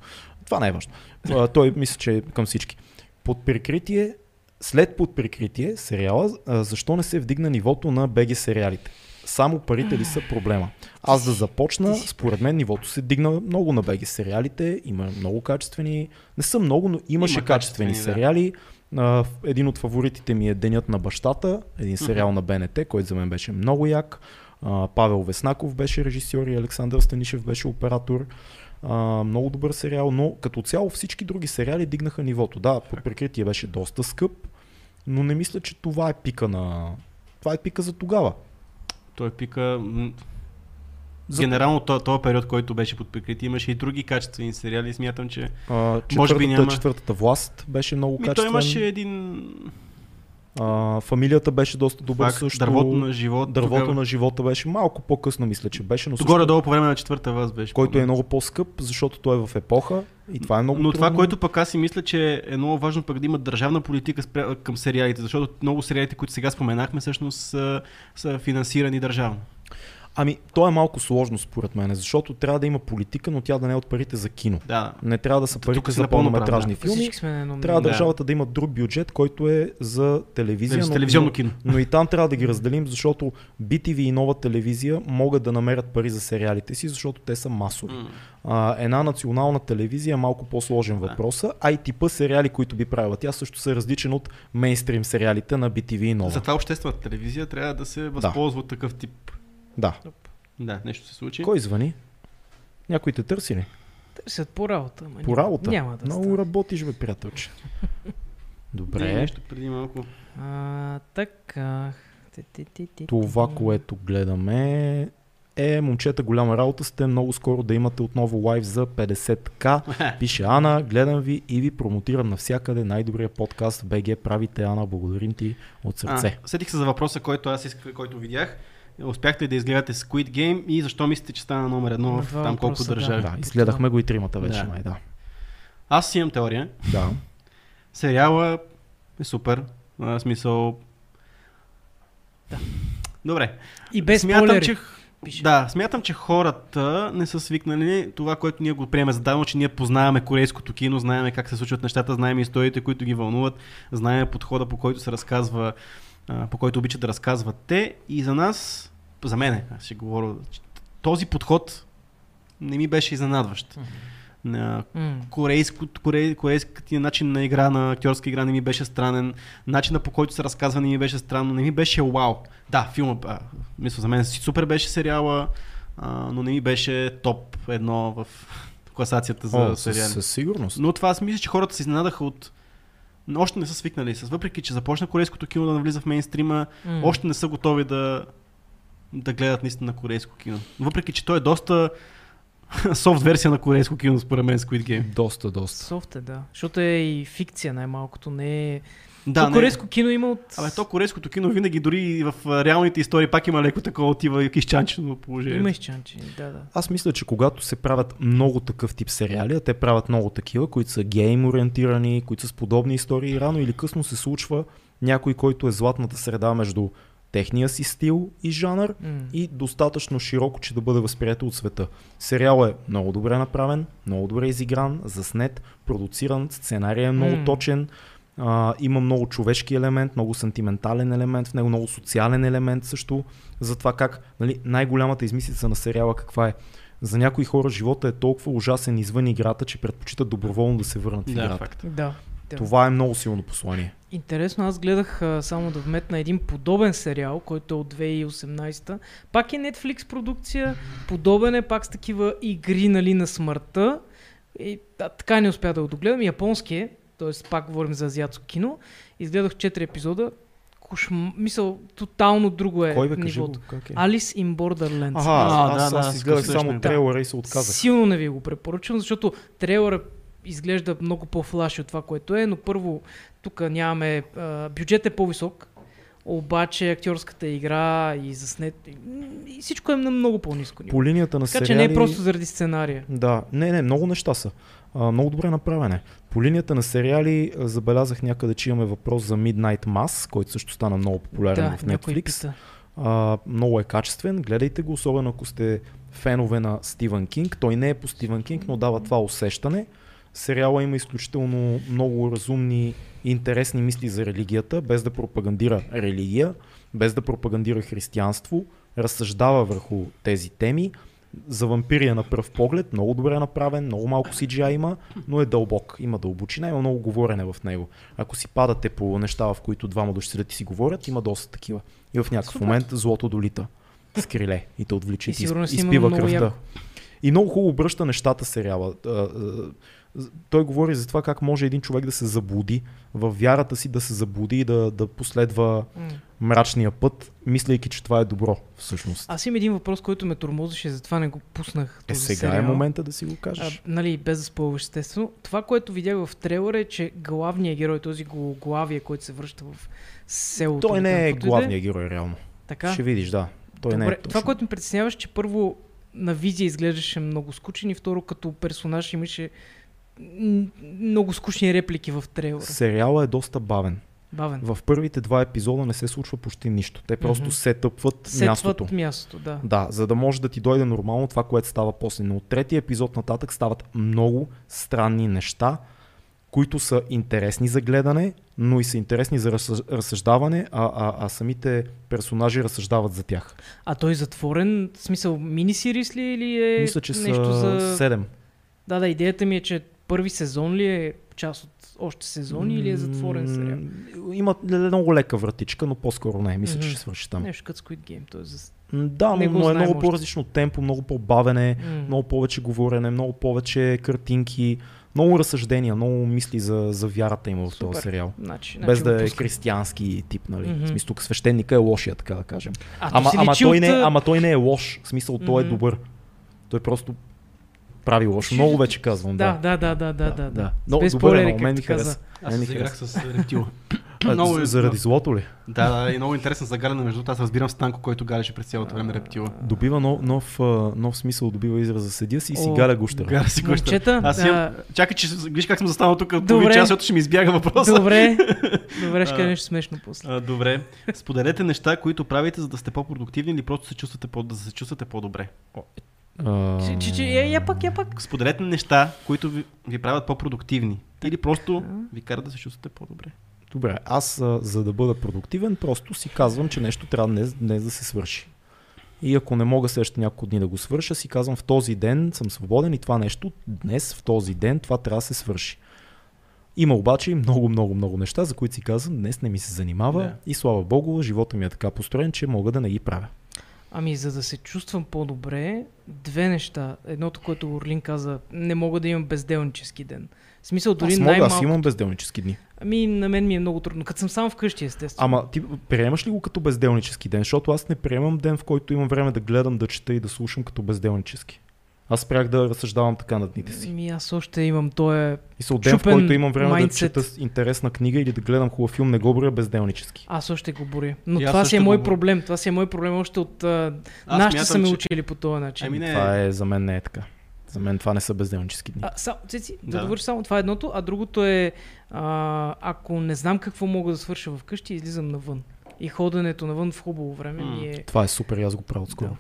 S2: Това не е важно. А, той мисля, че е към всички. Под прикритие, след под прикритие сериала, а, защо не се вдигна нивото на БГ сериалите? Само парите ли са проблема? Аз да започна, според мен нивото се дигна много на БГ сериалите, има много качествени, не са много, но имаше
S1: Има качествени,
S2: качествени,
S1: да.
S2: сериали. А, в- един от фаворитите ми е Денят на бащата, един сериал на БНТ, който за мен беше много як. А, Павел Веснаков беше режисьор и Александър Станишев беше оператор. А, много добър сериал, но като цяло всички други сериали дигнаха нивото. Да, под прикритие беше доста скъп, но не мисля, че това е пика на... Това е пика за тогава.
S1: Той пика... м,
S2: За-
S1: Генерално то- този период, който беше под прикритие, имаше и други качествени сериали. Смятам, че...
S2: А, четвъртата,
S1: Може би няма.
S2: четвъртата власт беше много
S1: Ми, той
S2: качествен.
S1: имаше един...
S2: а, фамилията беше доста добър
S1: Пак,
S2: също.
S1: Дървото на живот.
S2: Дървото на живота беше малко по-късно, мисля, че беше, но също,
S1: Горе-долу по време на четвърта вас беше.
S2: който е
S1: по-добре.
S2: много по-скъп, защото той е в епоха и това е много
S1: Но
S2: трудно.
S1: това, което пък аз си мисля, че е много важно пък да има държавна политика спря... към сериалите, защото много сериалите, които сега споменахме, всъщност са, са финансирани държавно.
S2: Ами, то е малко сложно според мен, защото трябва да има политика, но тя да не е от парите за кино.
S1: Да.
S2: Не трябва да са парите
S1: си
S2: за
S1: напълно прав,
S2: пълнометражни
S1: да.
S2: филми.
S3: Всички сме на едно
S2: Трябва
S1: Да.
S2: държавата да има друг бюджет, който е за телевизия.
S1: Телевиз-
S2: но-
S1: телевизионно
S2: но-
S1: кино.
S2: Но и там трябва да ги разделим, защото BTV и нова телевизия могат да намерят пари за сериалите си, защото те са масови.
S1: М.
S2: А, една национална телевизия е малко по-сложен
S1: Да.
S2: въпрос, а и типа сериали, които би правила. Тя също са различен от мейнстрим сериалите на BTV и нова.
S1: Затова обществената телевизия трябва да се възползва от такъв тип.
S2: Да.
S1: Да, нещо се случи.
S2: Кой звъни? Някой те търси ли?
S3: Търсят по работа. Ма,
S2: По работа?
S3: Няма да
S2: Много
S3: стане.
S2: работиш, бе,
S3: *laughs*
S2: приятелче.
S1: Не,
S2: Добре.
S1: нещо преди малко. *laughs*
S3: А, така. Ти, ти, ти, ти,
S2: Това,
S3: ти.
S2: което гледаме е момчета, голяма работа сте. Много скоро да имате отново лайв за 50к. Пише Ана, гледам ви и ви промотирам навсякъде. Най-добрия подкаст в БГ правите, Ана. Благодарим ти от сърце.
S1: А, сетих се за въпроса, който аз исках, който видях. Успяхте ли да изгледате Squid Game и защо мислите, че стана номер едно
S3: На
S1: в
S3: два
S1: там колко
S3: въпроса, да.
S1: държави?
S2: Да, изгледахме го и тримата вече,
S1: Да.
S2: май, да.
S1: Аз си имам теория.
S2: Да.
S1: Сериала е супер. А, В смисъл... Да. Добре.
S3: И без
S1: смятам,
S3: спойлери.
S1: че...
S3: пише.
S1: Да, смятам, че хората не са свикнали това, което ние го приемаме за дадено, че ние познаваме корейското кино, знаеме как се случват нещата, знаем историите, които ги вълнуват, знаем подхода, по който се разказва, а, по който обичат да разказват те. И за нас, за мен, аз ще говоря, че този подход не ми беше изненадващ. На
S3: М.
S1: корейско, корей, корейският начин на игра, на актьорска игра не ми беше странен. Начина по който се разказва не ми беше странно. Не ми беше вау. Да, филма, а, мисля, за мен си супер беше сериала, а, но не ми беше топ едно в класацията за
S2: О, със,
S1: сериали.
S2: със сигурност.
S1: Но това аз мисля, че хората се изненадаха от но още не са свикнали с. Въпреки, че започна корейското кино да навлиза в мейнстрима,
S3: М.
S1: още не са готови да, да гледат наистина корейско кино. Въпреки, че то е доста *laughs* софт версия на корейско кино, според мен, Squid Game.
S2: Доста, доста.
S3: Софт е, да. Защото е и фикция най-малкото. Не е...
S1: Да,
S3: то
S1: не.
S3: корейско кино има от...
S1: Абе, то корейското кино винаги дори и в а, реалните истории пак има леко такова отива и изчанчено положение.
S3: Има изчанчи, да, да.
S2: Аз мисля, че когато се правят много такъв тип сериали, а те правят много такива, които са гейм ориентирани, които са с подобни истории, рано или късно се случва някой, който е златната среда между техния си стил и жанър
S3: М.
S2: и достатъчно широко, че да бъде възприето от света. Сериал е много добре направен, много добре изигран, заснет, продуциран, сценария е много
S3: М.
S2: точен, а, има много човешки елемент, много сантиментален елемент, в него много социален елемент също, за това как нали, най-голямата измислица на сериала каква е. За някои хора живота е толкова ужасен извън играта, че предпочитат доброволно да се върнат
S1: Да,
S2: в играта.
S1: факт.
S3: Да. да.
S2: Това е много силно послание.
S3: Интересно, аз гледах а, само да вметна един подобен сериал, който е от 2018. Пак е Netflix продукция, подобен е пак с такива игри нали, на смъртта. И, да, така не успя да го догледам. Японски е, т.е. пак говорим за азиатско кино. Изгледах 4 епизода. Кошм... Мисъл, тотално друго е
S2: Кой бе, кажи го,
S3: нивото.
S2: как е?
S3: Алис in Borderlands.
S2: Ага,
S1: А,
S2: аз,
S1: да,
S2: аз
S1: да,
S2: изгледах
S1: скъсно
S2: само
S1: е.
S2: трейлера и се отказах.
S3: Силно не ви го препоръчвам, защото трейлера изглежда много по-флаши от това, което е, но първо тук нямаме... а, Бюджет е по-висок, обаче актьорската игра и заснет... и- И всичко е на много по-низко ниво.
S2: По линията на
S3: Така че
S2: сериали...
S3: не е просто заради сценария.
S2: Да, не, не, много неща са. А, много добре направене. По линията на сериали а, забелязах някъде, че имаме въпрос за Midnight Mass, който също стана много популярен
S3: Да,
S2: в
S3: някой
S2: Netflix.
S3: пита.
S2: А, много е качествен, гледайте го, особено ако сте фенове на Стивън Кинг. Той не е по Стивън Кинг, но дава това усещане. Сериала има изключително много разумни и интересни мисли за религията, без да пропагандира религия, без да пропагандира християнство, разсъждава върху тези теми. За вампирия на пръв поглед, много добре направен, много малко CGI има, но е дълбок, има дълбочина, има много говорене в него. Ако си падате по неща, в които двама души седят и си говорят, има доста такива. И в някакъв
S3: Супер.
S2: момент злото долита. скриле и те отвличи
S3: И
S2: и, ти
S3: сигурно
S2: из-
S3: си има
S2: изпива
S3: много
S2: кръвта.
S3: яко.
S2: И много хубаво обръща нещата сериала. А, а, з- Той говори за това как може един човек да се заблуди в вярата си, да се заблуди и да, да последва мрачния път, мислейки, че това е добро всъщност.
S3: Аз имам един въпрос, който ме тормозеше, затова не го пуснах.
S2: Е,
S3: този
S2: сега е
S3: сериал.
S2: момента да си го
S3: А,
S2: кажеш.
S3: нали, без да спълваш, естествено. Това, което видях в трейлера е, че главният герой, този главия, който се връща в селото.
S2: Той
S3: или там,
S2: не е
S3: каквото и да
S2: главният герой, реално.
S3: Така.
S2: Ще видиш, да. Той
S3: Добре,
S2: не е точно.
S3: това, което ми притесняваше, че първо на визия изглеждаше много скучен и второ като персонаж имаше м, много скучни реплики в трейлера.
S2: Сериала е доста бавен.
S3: Бавен.
S2: В първите два епизода не се случва почти нищо. Те просто
S3: Мгм.
S2: се тъпват мястото.
S3: Сетват мястото, да.
S2: Да, за да може да ти дойде нормално това, което става после. Но от третия епизод нататък стават много странни неща, които са интересни за гледане, но и са интересни за разсъж- разсъждаване, а, а, а самите персонажи разсъждават за тях.
S3: А той е затворен, в смисъл мини-сирис ли или е
S2: Мисля, че
S3: нещо
S2: са
S3: за...
S2: 7.
S3: Да, да, идеята ми е, че първи сезон ли е част от още сезони или е затворен сериал?
S2: М, Има л- много лека вратичка, но по-скоро не. Мисля, че
S3: Мгм.
S2: ще свърши там.
S3: Нещо като Squid Game, т.е. за...
S2: М, Да,
S3: Не
S2: но,
S3: го
S2: но е
S3: знаем
S2: много
S3: още.
S2: по-различно темпо, много по-бавене,
S3: М.
S2: много повече говорене, много повече картинки, много разсъждения, много мисли за, за вярата има в
S3: Супер.
S2: този сериал.
S3: Значи,
S2: Без
S3: значи го
S2: да е
S3: пускам.
S2: християнски тип, нали?
S3: Мгм.
S2: В смисъл, тук свещеника е лошия, така да кажем.
S3: А, то
S2: ама,
S3: си
S2: ама,
S3: личи
S2: той
S3: от,
S2: не,
S3: а,
S2: ама той не е лош. В смисъл, той е
S3: Мгм.
S2: добър. Той просто прави лош. Много вече казвам.
S3: Да,
S2: Да,
S3: да, да, да, да, да. да.
S2: Много
S3: Без
S2: добър е,
S3: спойлери,
S2: но мен ми
S3: както каза.
S2: хареса.
S1: Аз
S2: Мен ми
S1: се заиграх
S2: хареса.
S1: с рептила. *clears throat*
S2: А,
S1: Много
S2: з-
S1: е-
S2: Заради злото ли?
S1: Да, да, и много интересен за галяне. Между другото, аз разбирам Станко, който галяше през цялото време рептила.
S2: Добива нов, нов, а, нов смисъл, добива израза. Седя си и си
S3: О,
S2: галя гущера.
S1: Гара си гуща.
S3: Момчета,
S1: Аз имам...
S3: а,
S1: Чакай, че виж как съм застанал тук от
S3: Добре.
S1: половин час, защото ще ми избяга въпроса. *laughs*
S3: Добре, добре, ще кажа
S1: А.
S3: нещо смешно после.
S1: А, добре. Споделете неща, които правите, за да сте по-продуктивни или просто се чувствате по- да се чувствате по-добре.
S2: А,
S3: Че- че- е, че, Я я пак, я пак.
S1: Споделете неща, които ви, ви правят по-продуктивни. Или просто ви карат да се чувствате по-добре.
S2: Добре, аз а, за да бъда продуктивен, просто си казвам, че нещо трябва днес, днес да се свърши. И ако не мога следващите няколко дни да го свърша, си казвам в този ден съм свободен и това нещо днес, в този ден, това трябва да се свърши. Има обаче и много, много, много неща, за които си казвам, днес не ми се занимава
S1: Да.
S2: и слава богу, живота ми е така построен, че мога да не ги правя.
S3: Ами, за да се чувствам по-добре, две неща. Едното, което Орлин каза, не мога да имам безделнически ден. В смисъл, дори
S2: Аз мога, аз
S3: най-малко.
S2: имам безделнически дни.
S3: Ами, на мен ми е много трудно. Като съм само вкъщи, естествено.
S2: Ама ти приемаш ли го като безделнически ден? Защото аз не приемам ден, в който имам време да гледам, да чета и да слушам като безделнически. Аз спрях да разсъждавам така на дните си.
S3: Ами, аз още имам този
S2: И са от ден, в
S3: Чупен
S2: който имам време
S3: mindset.
S2: да чета интересна книга или да гледам хубав филм, не го боря безделнически.
S3: Аз още го боря. Но
S1: И аз
S3: това си е
S1: също го
S3: мой
S1: боря.
S3: проблем. Това си е мой проблем още от... А...
S1: Аз
S3: Нашите
S1: мятам,
S3: са ме
S1: че-
S3: учили по този начин.
S1: Ами не,
S2: Това е, за мен не е така. За мен това не са безделнически дни.
S3: А, са, цици, да, да
S1: Да.
S3: довърши само това е едното, а другото е, а, ако не знам какво мога да свърша вкъщи, излизам навън. И ходенето навън в хубаво време
S1: М.
S3: ми е...
S2: Това е супер, и аз го правя отскоро.
S3: Да.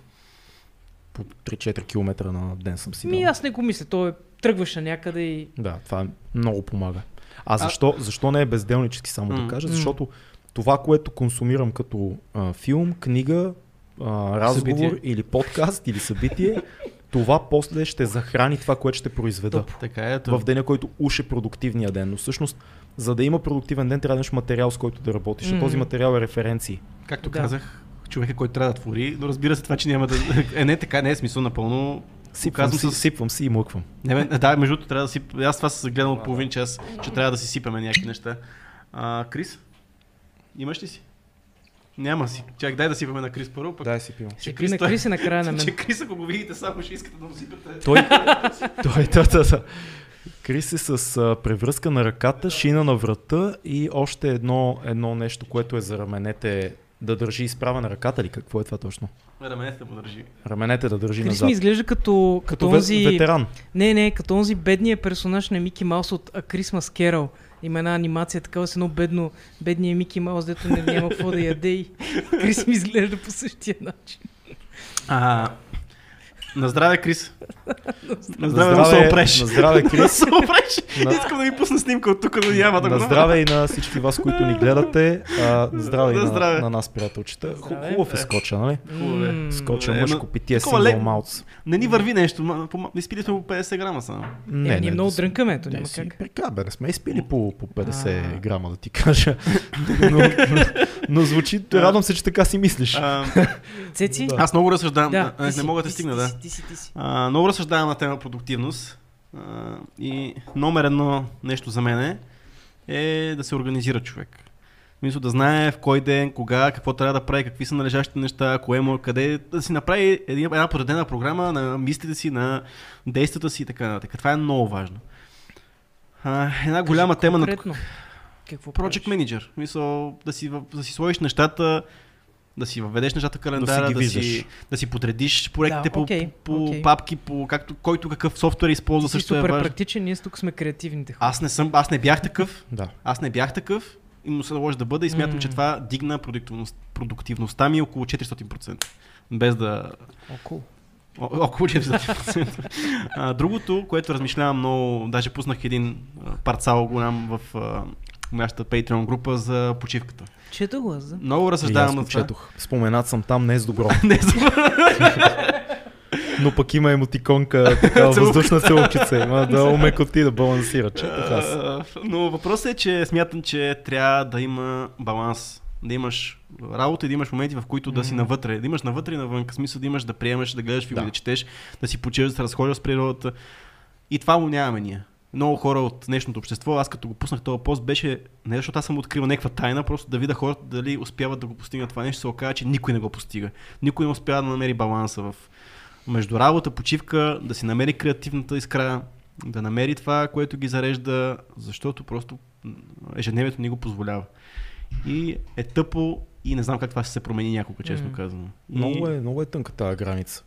S2: По 3-4 км на ден съм си
S3: Ми
S2: дал.
S3: аз не го мисля, то е тръгваш на някъде и...
S2: Да, това много помага. А защо, защо не е безделнически, само
S1: М.
S2: да кажа?
S3: М.
S2: Защото това, което консумирам като а, филм, книга, а, разговор
S1: Събитие.
S2: или подкаст или събитие, това после ще захрани това, което ще произведа.
S1: така е.
S2: в деня, който уж е продуктивния ден. Но всъщност, за да има продуктивен ден, трябва да имаш материал, с който да работиш.
S3: Мгм.
S2: А този материал е референции.
S1: Както
S3: Да.
S1: казах, човека, който трябва да твори, но разбира се това, че няма да... *laughs* Е, не, така не е смисъл напълно.
S2: Сипвам,
S1: Казвам
S2: си,
S1: с-
S2: сипвам си и мъквам.
S1: Не, бе, да, между другото трябва да си... Аз това се гледам от половин час, че трябва да си сипаме някакви неща. А, Крис, имаш ли си? Няма си. Чак, дай да сипаме на Крис първо, пък...
S2: си пивам.
S1: Че
S3: Ще на
S1: Кристо е-
S3: Криси накрая
S2: *laughs*
S3: на
S1: Че *laughs*
S3: мен.
S1: Крис, ако го видите, само ще искате да му сипете.
S2: Той, той, да, да, да. Крис е с а, превръзка на ръката, шина на врата и още едно, едно нещо, което е за раменете да държи изправена ръката ли? Какво е това точно?
S1: Раменете му държи.
S2: Раменете да държи
S3: Крис
S2: назад.
S3: ми изглежда като,
S2: Като
S3: като,
S2: ве-
S3: онзи...
S2: ветеран.
S3: Не, не, като онзи бедния персонаж на Мики Маус от A Christmas Carol. Има една анимация, такава с едно бедно, бедния Мики Маус, дето не, няма какво *laughs* да яде и Крис ми изглежда по същия начин.
S1: А, На здраве, Крис. На здраве,
S2: здраве,
S1: да се опреш.
S2: на здраве,
S1: *laughs*
S2: Крис.
S1: Да се опреш.
S2: На-
S1: Искам да ви пусна снимка от тук до ямата.
S2: На здраве и на всички вас, които ни гледате. А, на здраве и
S1: На
S2: на,
S1: здраве.
S2: на нас, приятелчета. Ху-
S3: Здраве.
S2: Хубав е скоча, нали?
S1: Хубаво е.
S3: М,
S2: Скоча
S1: Добре,
S2: мъжко
S1: ма-
S2: питие
S1: такова
S2: Single
S1: лек-
S2: Malts.
S1: Не ни върви нещо. ма- по- Изпили сме по 50 грама само.
S3: Е,
S2: Не,
S3: ние много
S2: да си-
S3: дрънкаме, ето
S2: не
S3: няма
S2: си
S3: как.
S2: Прека, бе, не сме изпили по, по 50
S3: А.
S2: грама, да ти кажа. *laughs* Но, но, но звучи, радвам се, че така си мислиш.
S1: А,
S3: Цеци?
S2: Да.
S1: Аз много разсъждавам.
S3: Да,
S1: Да,
S3: ти си,
S1: не мога да
S3: ти си,
S1: стигна,
S3: ти
S1: да.
S3: си, Ти си, ти си.
S1: А, много разсъждавам на тема продуктивност. А, и номер едно нещо за мен е да се организира човек. Мисля да знае в кой ден, кога, какво трябва да прави, какви са належащите неща, кое му, е, къде, да си направи един- една подредена програма на мислите си, на действията си и така нататък. Това е много важно. А, една голяма тема на
S3: Конкретно. Какво
S1: Project
S3: правиш?
S1: Manager. Мисъл, да си, в- да си сложиш нещата, да си въведеш нещата в
S2: Да
S1: календара,
S2: си
S1: да,
S2: ги
S1: да,
S2: виждаш.
S1: си, да си подредиш проектите
S3: Да,
S1: по,
S3: окей,
S1: по, по
S3: окей.
S1: папки, по както, който какъв софтуер използва
S3: Ти си
S1: също е
S3: супер
S1: важно.
S3: практичен, ние тук сме креативните хора.
S1: Аз не съм, аз не бях такъв,
S2: Да.
S1: аз не бях такъв и му се наложи да бъда и смятам, че
S3: М.
S1: това дигна продуктивност, продуктивността ми около 400%. Без да
S3: Около.
S1: О- Около 400%. а, другото, което размишлявам много, даже пуснах един а, парцал голям в а, нашата Patreon група за почивката.
S3: Чето го аз, да?
S1: Много разсъждавам
S2: И аз
S1: на
S2: го
S1: това.
S2: четох. Споменат съм там, не е с добро.
S1: *laughs* Не знам.
S2: Но пък има
S1: *laughs*
S2: емотиконка, така
S1: Целувка.
S2: въздушна целокица. Има
S1: *laughs*
S2: да умекоти да балансира. Четох аз.
S1: А, Но въпросът е, че смятам, че трябва да има баланс. Да имаш работа и да имаш моменти, в които да си навътре. Да имаш навътре и навън. В смисъл да имаш да приемаш, да гледаш филми,
S2: Да.
S1: да. четеш, да си почиваш, да се разходиш с природата. И това го нямаме ние. Много хора от днешното общество, аз като го пуснах този пост, беше не защото аз съм открил някаква тайна, просто да видя хората дали успяват да го постигнат това нещо, се оказа, че никой не го постига. Никой не успява да намери баланса в между работа, почивка, да си намери креативната искра, да намери това, което ги зарежда, защото просто м, ежедневието ни го позволява. И е тъпо и не знам как това ще се промени някога, честно
S3: М.
S1: казано. И...
S2: Много е, много е тънка тази граница.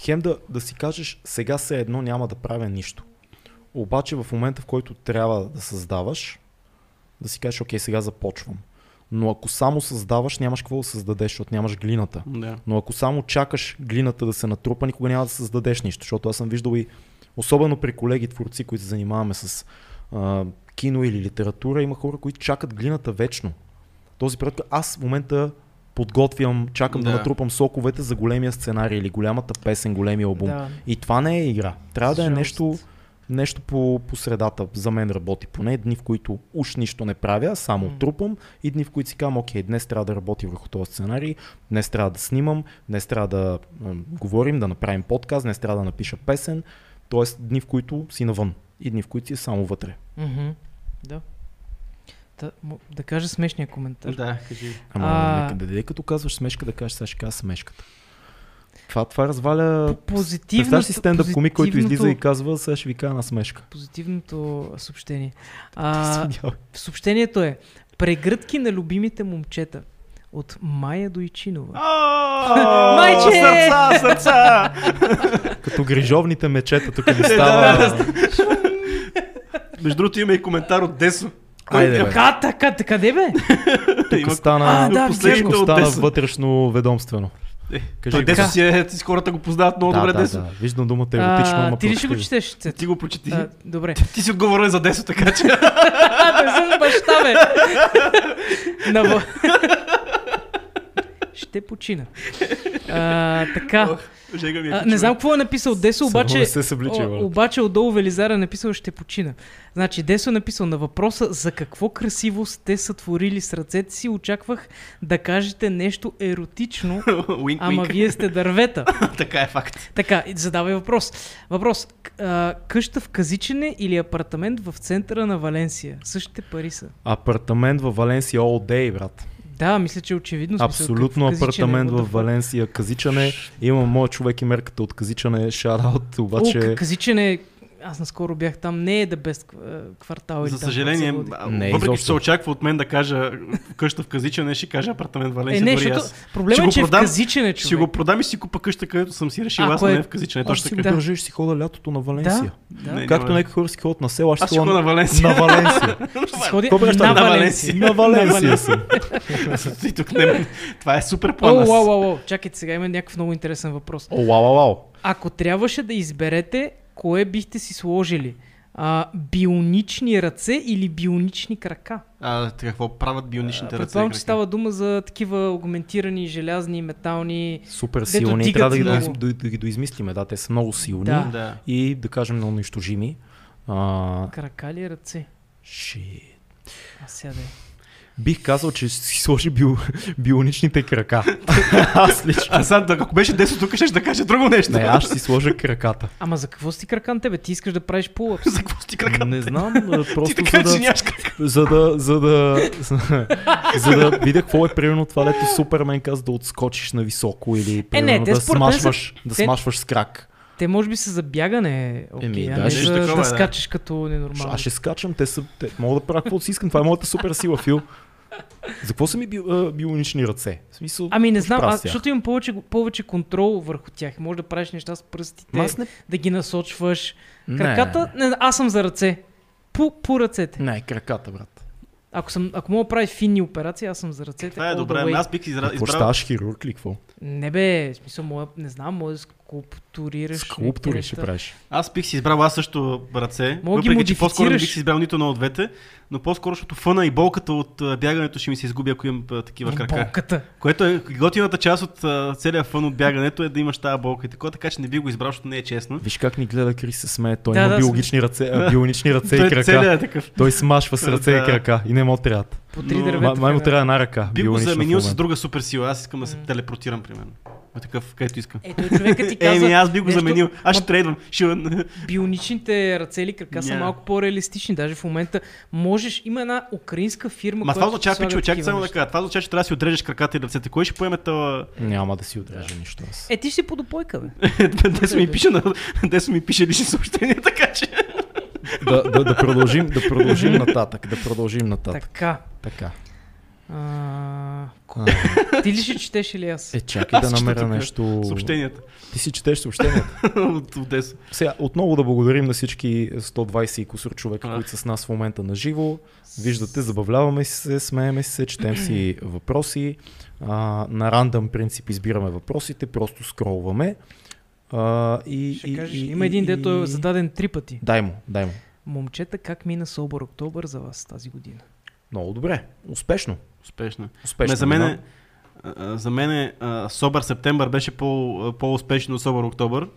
S2: Хем да, да си кажеш, сега се едно няма да правя нищо. Обаче в момента, в който трябва да създаваш, да си кажеш, окей, сега започвам. Но ако само създаваш, нямаш какво да създадеш, защото нямаш глината.
S1: Да.
S2: Но ако само чакаш глината да се натрупа, никога няма да създадеш нищо. Защото аз съм виждал и, особено при колеги творци, които се занимаваме с а, кино или литература, има хора, които чакат глината вечно. Този период, аз в момента подготвям, чакам да, да
S1: Да.
S2: натрупам соковете за големия сценарий или голямата песен, големия албум. Да.
S3: Да.
S2: И това не е игра. Трябва да е
S3: Жалост.
S2: нещо, нещо по, по средата. За мен работи поне дни, в които уж нищо не правя, само
S3: М.
S2: mm. трупам и дни, в които си казвам, окей, днес трябва да работя върху този сценарий, днес трябва да снимам, днес трябва да м- говорим, да направим подкаст, днес трябва да напиша песен. Тоест дни, в които си навън и дни, в които си е само вътре.
S3: Мгм. Да. Та, мо- Да кажа смешния коментар.
S1: Да, кажи.
S2: Ама
S3: А.
S2: нека да даде като казваш смешка, да кажеш, сега ще кажа смешката. Това, това разваля... Представяш си стендъп комик, който излиза и
S3: позитивното-
S2: казва, сега ще ви кажа една смешка.
S3: Позитивното
S1: *laughs*
S3: съобщение. А,
S2: Извинявай.
S3: съобщението е Прегръдки на любимите момчета от Майя Дойчинова. Майче!
S1: Сърца, сърца!
S2: Като грижовните мечета тук ни става.
S1: Между другото има и коментар от Десо. е
S2: Айде, бе.
S3: Така, така, така, де бе?
S1: Има-
S2: Тук стана,
S3: А, да,
S1: последното
S2: всичко
S1: от
S2: стана
S1: Десо.
S2: вътрешно ведомствено.
S1: Е,
S2: Кажи
S1: Той
S2: го.
S1: Десо си е, си- хората го познават много
S2: да,
S1: добре
S2: да,
S1: Десо.
S2: Да. Виждам думата еротично,
S3: А,
S2: ама
S3: Ти ли
S2: просто
S3: ще го
S2: и-
S3: четеш? Цецо?
S1: Ти го прочети.
S3: А, Добре.
S1: Ти си отговорен за Десо, така че.
S3: А, той съм баща,
S1: *laughs*
S3: бе. На въ... Ще почина. А, така.
S1: Ох, Жега ми е
S3: А, не
S1: ключове.
S3: знам какво е написал Десо,
S2: Само
S3: обаче...
S2: не се събличай,
S3: о-
S2: Валя.
S3: обаче отдолу Велизара е написал ще почина. Значи Десо е написал на въпроса за какво красиво сте сътворили с ръцете си, очаквах да кажете нещо еротично,
S1: *laughs* Уинк,
S3: ама
S1: уинк.
S3: вие сте дървета.
S1: *laughs* така е факт.
S3: Така, и задавай въпрос. Въпрос. К- а, къща в Казичене или апартамент в центъра на Валенсия? Същите пари са.
S2: Апартамент във Валенсия all day, брат.
S3: Да, мисля, че е очевидно. смисъл,
S2: Абсолютно
S3: какво в Казичене,
S2: апартамент
S3: what the
S2: във
S3: fuck?
S2: Валенсия. Казичане. Има моят човек и мерката от казичане. Шараут,
S3: О,
S2: обаче...
S3: к- Казичене аз наскоро бях там, не е да без квартал. или
S1: За
S3: там,
S1: съжаление,
S3: както се води.
S1: а,
S2: Не,
S1: въпреки че
S2: изобщо.
S1: се очаква от мен да кажа къща в казича, не ще кажа апартамент в
S3: Е,
S1: Валенсия.
S3: не,
S1: дори
S3: защото
S1: аз. Ще
S3: проблемът
S1: го
S3: е, че е в
S1: продам,
S3: казичен е човек.
S1: Ще го продам и си купа къща, където съм си решил,
S3: Ако
S1: аз не
S3: е-
S1: е в казича, не
S2: Аз
S1: точно
S2: ще
S1: така.
S2: да. държа и ще хода лятото на
S3: да,
S2: Валенсия.
S3: да.
S1: Не,
S2: Както
S1: Е, няма.
S2: някои хора си ходят на село, аз ще
S1: Аз ще
S2: ходя
S1: ходя на
S2: на,
S1: Валенсия. *laughs*
S2: на Валенсия.
S3: *laughs* Ще се ходи
S2: Какво беше там?
S3: на
S2: На
S3: Валенсия.
S2: на Валенсия
S3: *laughs*
S2: съм.
S1: И тук не, това е супер
S3: О,
S1: план.
S3: о,
S1: аз-
S3: о, о, о, чакайте сега, има някакъв много интересен въпрос.
S2: О, вау, вау, вау.
S3: Ако трябваше да изберете, кое бихте си сложили? А, бионични ръце или бионични крака?
S1: А, така, какво правят бионичните ръце? и
S3: Предполагам, че
S1: крака?
S3: става дума за такива агументирани, желязни, метални...
S2: Супер
S3: Дето
S2: силни.
S3: дигат
S2: Трябва да ги,
S3: много.
S2: доиз- да, да ги доизмислиме. Да, те са много силни
S3: Да.
S1: Да.
S2: и да кажем много унищожими. А,
S3: Крака ли ръце?
S2: shit.
S3: А сега да е.
S2: Бих казал, че ще си сложи *laughs* био, бионичните крака.
S3: *laughs*
S2: аз лично.
S1: А сега, ако беше 10 тук, ще да кажа друго нещо.
S2: Не, аз ще си сложа краката.
S3: Ама за какво си крака на тебе? Ти искаш да правиш пулъп.
S1: *laughs*
S2: *laughs*
S1: За какво си ти краката?
S2: Не знам, а,
S1: Ти
S2: просто
S1: така,
S2: за
S1: че
S2: да,
S1: нямаш крака.
S2: за да, за да, за да видя какво е примерно това, дето Супермен каза да отскочиш на високо или примерно,
S3: Е, те
S2: да,
S3: според мен са-
S2: смашваш, да
S3: те-
S2: смашваш с крак.
S3: Те може би са за бягане, окей,
S2: Еми,
S3: а
S2: е, да,
S3: не
S2: нещо
S3: за
S1: такова,
S3: да
S1: да.
S3: скачаш като
S2: Ш-
S3: ненормално.
S2: Аз ще скачам, те са, те, мога да правя каквото си искам, това е моята супер сила, Фил. За какво са ми би, а, бионични ръце? В смисъл,
S3: Ами не
S2: какво ще
S3: знам,
S2: правя
S3: аз,
S2: с тях?
S3: защото имам повече, повече контрол върху тях. Може да правиш неща с пръстите,
S2: Ма аз не...
S3: да ги насочваш.
S2: Не,
S3: Краката, не, аз съм за ръце. По, по ръцете.
S2: Не, краката, брат.
S3: Ако, съм, ако мога да правя финни операции, аз съм за ръцете.
S1: Това е
S3: all the
S1: добре,
S3: way.
S1: ами аз бих изра-
S2: Какво ще
S1: избрал.
S2: ставаш хирург ли, какво?
S3: Не бе, в смисъл, мога, не знам, може да скулптурираш. някакви
S2: Скулптури ще
S3: неща.
S2: правиш.
S1: Аз бих си избрал аз също ръце.
S3: Мога ги
S1: Въпреки, че по-скоро не
S3: модифицираш.
S1: бих си избрал нито едно от двете, но по-скоро, защото фъна и болката от а, бягането ще ми се изгуби, ако имам а, такива крака.
S3: Болката.
S1: Което е готината част от а, целия фън от бягането е да имаш тази болка и такова, така че не би го избрал, защото не е честно.
S2: Виж как ни гледа Крис се смее. Той
S3: Да,
S2: има
S3: *laughs* да,
S2: биологични ръце, а, бионични ръце
S1: Той
S2: и крака.
S1: целият е такъв.
S2: Той смашва с ръце и
S1: Да.
S2: крака и не му трябват.
S3: По три
S1: Но-
S2: Ма-
S3: дървета.
S2: Май му
S3: в
S2: трябва една ръка.
S1: Би го
S2: биологична в
S1: заменил с
S2: момента.
S1: друга суперсила. Аз искам да се телепортирам, примерно. Е Такъв, където искам.
S3: една. Ето човека Е, ти
S1: *laughs*
S3: каза,
S1: Еми, аз би го
S3: нещо-
S1: заменил. Аз ще
S3: Ма-
S1: трейдвам. Ще...
S3: бионичните ръце или крака са
S1: Ня.
S3: малко по-реалистични. Даже в момента можеш, има една украинска фирма,
S1: Ма това
S3: която
S1: означава,
S3: слага
S1: пичо, чакай
S3: такива
S1: само да
S3: неща.
S1: кажа. Това означава, че трябва да си отрежеш краката и ръцете. Кой ще поеме това?
S2: Няма да си отрежа нищо. аз.
S3: Е, ти си подопойка, бе.
S1: Десо ми пише, на... Десо ми пише лични съобщения, така че.
S2: да, да, да, продължим, да продължим нататък. Да продължим нататък.
S3: така.
S2: Така.
S3: А,
S2: А,
S3: ти ли ще четеш или аз?
S2: е, чакай да
S1: Аз ще
S2: намеря
S1: тук
S2: нещо.
S1: Съобщенията
S2: Ти си четеш съобщенията.
S1: от от Десо.
S2: Сега, отново да благодарим на всички 120 и кусор човека,
S1: Ах.
S2: които са с нас в момента на живо. Виждате, забавляваме се, смееме се, четем
S3: *clears throat*
S2: си въпроси. А, на рандъм принцип избираме въпросите, просто скролваме. А, и,
S3: Ще
S2: и,
S3: кажеш,
S2: и,
S3: има един,
S2: и-
S3: дето е зададен три пъти.
S2: Дай му, дай му.
S3: Момчета, как мина Собър Октобър за вас тази година?
S2: Много добре. Успешно.
S1: Успешно.
S2: Успешно.
S1: Ме, за мен, е-
S2: да.
S1: а, а, за мен е, а, Собър септемвр беше по, а, по-успешен от Собър октомвр.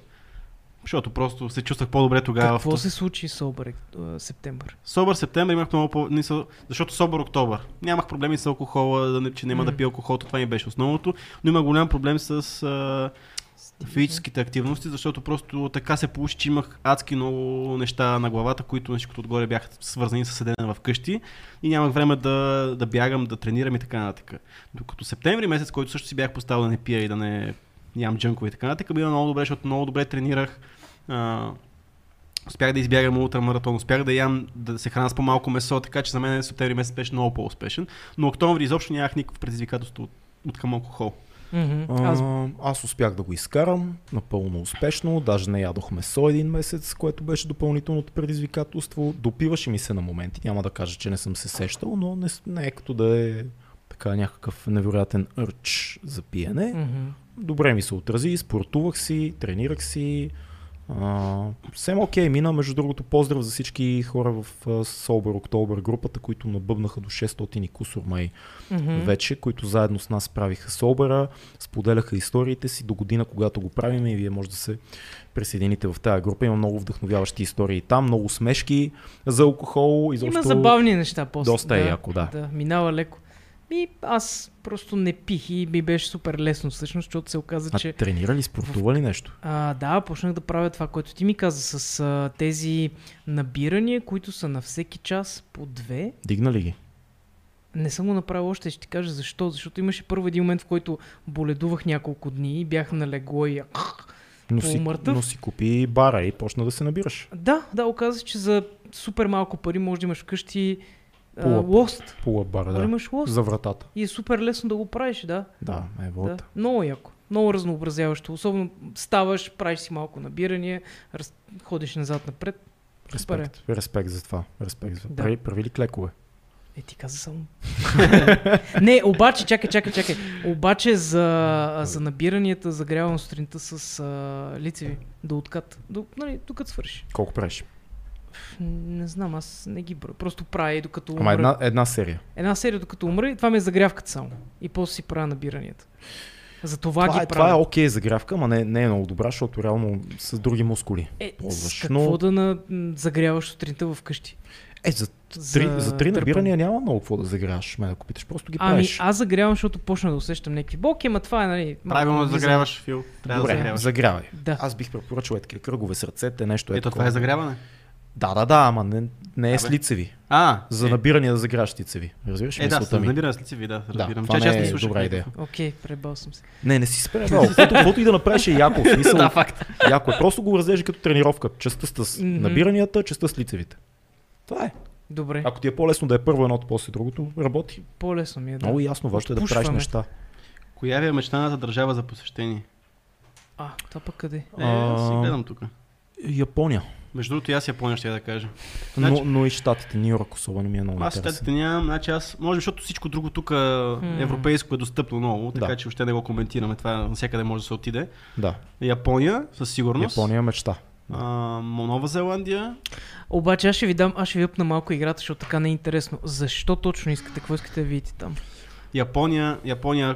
S1: Защото просто се чувствах по-добре тогава. в
S3: Какво
S1: този-
S3: се случи Собър ек- а, септември?
S1: Собър септември имах много по... не са- Защото собър октомвр. Нямах проблеми с алкохола, да не, че няма
S3: М.
S1: да пия алкохол, то това ми беше основното. Но има голям проблем с а, физическите активности, защото просто така се получи, че имах адски много неща на главата, които на всичкото отгоре бяха свързани с седене вкъщи и нямах време да, да бягам, да тренирам и така нататък. Докато септември месец, който също си бях поставил да не пия и да не ям джънкове и така нататък, била много добре, защото много добре тренирах. А, успях да избягам ултрамаратон, успях да ям, да се храна с по-малко месо, така че за мен септември месец беше много по-успешен. Но октомври изобщо нямах никакво предизвикателство от, от към алкохол.
S3: Мгм. Аз
S2: Аз... аз успях да го изкарам напълно успешно, даже не ядох месо един месец, което беше допълнителното предизвикателство. Допиваше ми се на моменти, няма да кажа, че не съм се сещал, но не, с- не е като да е така някакъв невероятен ръч за пиене.
S3: мгм.
S2: Добре ми се отрази, спортувах си, тренирах си. А, Всем окей мина, между другото поздрав за всички хора в Собър Октобър групата, които набъбнаха до 600 и кусор май
S3: Мгм.
S2: вече, които заедно с нас правиха Собера, споделяха историите си до година, когато го правим и вие може да се присъедините в тази група. Има много вдъхновяващи истории там, много смешки за алкохол. Изобщо...
S3: Има забавни неща после.
S2: доста е яко, да.
S3: Да, минава леко. И аз просто не пих и ми беше супер лесно всъщност, защото се оказа,
S2: А
S3: че...
S2: тренира ли, спортува ли нещо?
S3: А, да, почнах да правя това, което ти ми каза с а, тези набирания, които са на всеки час по две.
S2: Дигна ли ги?
S3: Не съм го направил още, ще ти кажа защо. Защото имаше първо един момент, в който боледувах няколко дни и бях на легло и
S2: Но си,
S3: Полумъртъв.
S2: но си купи бара и почна да се набираш.
S3: *clears throat* Да, да, оказа се, че за супер малко пари може да имаш вкъщи а,
S2: Пулъп.
S3: лост.
S2: Пула бара,
S3: Да.
S2: да.
S3: имаш лост.
S2: За вратата.
S3: И е супер лесно да го правиш, да.
S2: Да, е
S3: да.
S2: вот.
S3: Много яко. Много разнообразяващо. Особено ставаш, правиш си малко набирания, раз... ходиш назад-напред. Супер е.
S2: Респект. Респект за това. Респект за
S3: Да.
S2: прави, прави ли клекове?
S3: Е, ти каза само. *laughs* не, обаче, чакай, чакай, чакай. Обаче за, за набиранията загрявам сутринта с а, лицеви до откат. До, нали, докато свърши.
S2: Колко правиш?
S3: Пф, Не знам, аз не ги броя. Просто правя и докато умра.
S2: Ама една, една серия.
S3: една серия докато умра и това ми е загрявката само. И после си правя набиранията. За това,
S2: Това
S3: ги
S2: е, това е
S3: правя.
S2: окей за грявка, ама не, не е много добра, защото реално с други мускули.
S3: Е,
S2: ползваш,
S3: с какво
S2: но-
S3: да на... м, загряваш сутринта вкъщи?
S2: Е, за
S3: За,
S2: три, за три
S3: дърпане.
S2: набирания няма много какво да загряваш, ме ако питаш. Просто ги
S3: Ами
S2: правиш.
S3: аз загрявам, защото почна да усещам някакви болки, ама това е, нали... малко
S1: Правилно да
S3: влизане.
S1: загряваш, Фил. Трябва да
S2: Добре,
S1: загряваш.
S2: загрявай.
S3: Да.
S2: Аз бих препоръчал е такива кръгове сърцете, нещо е
S1: Ето това
S2: такова.
S1: е загряване.
S2: Да, да, да, ама не, не е с
S1: Абе.
S2: лицеви.
S1: А,
S2: За
S1: е,
S2: набирания да загряваш лицеви. Разбираш
S1: Е, да,
S2: мисълта
S1: се
S2: ми?
S1: набира с лицеви, да, разбирам.
S2: това
S1: Че, че аз
S2: не
S1: не
S2: е
S1: слушах.
S2: добра
S1: никакво.
S2: идея.
S3: Окей, пребал съм се.
S2: Не, не си спре. бе, Каквото, каквото и да направиш е
S3: *laughs*
S2: яко. в Смисъл,
S1: Да, факт.
S2: яко е. Просто го разрежи като тренировка. Частта с
S3: Мгм.
S2: набиранията, частта с лицевите. Това е.
S3: Добре,
S2: Ако ти е по-лесно да е първо едното, после другото, работи.
S3: по-лесно ми е да.
S2: Много ясно, важно е да правиш
S3: Отпушваме.
S2: неща.
S1: Коя ви е мечтаната държава за посещение?
S3: А, това пък къде?
S1: Е, аз си
S2: А,
S1: гледам тук.
S2: Япония.
S1: Между другото, и аз Япония ще я да кажа. Значи-
S2: Но, но и щатите, Нью Йорк особено ми е много
S1: Аз
S2: интересен.
S1: щатите нямам, значи аз, може би, защото всичко друго тук европейско е достъпно много, така
S2: Да.
S1: че още не го коментираме, това навсякъде може да се отиде.
S2: Да,
S1: Япония, със сигурност.
S2: Япония е мечта.
S1: А, Мо- Нова Зеландия.
S3: Обаче аз ще ви дам, аз ще ви на малко играта, защото така не е интересно. Защо точно искате? Какво искате да видите там?
S1: Япония, Япония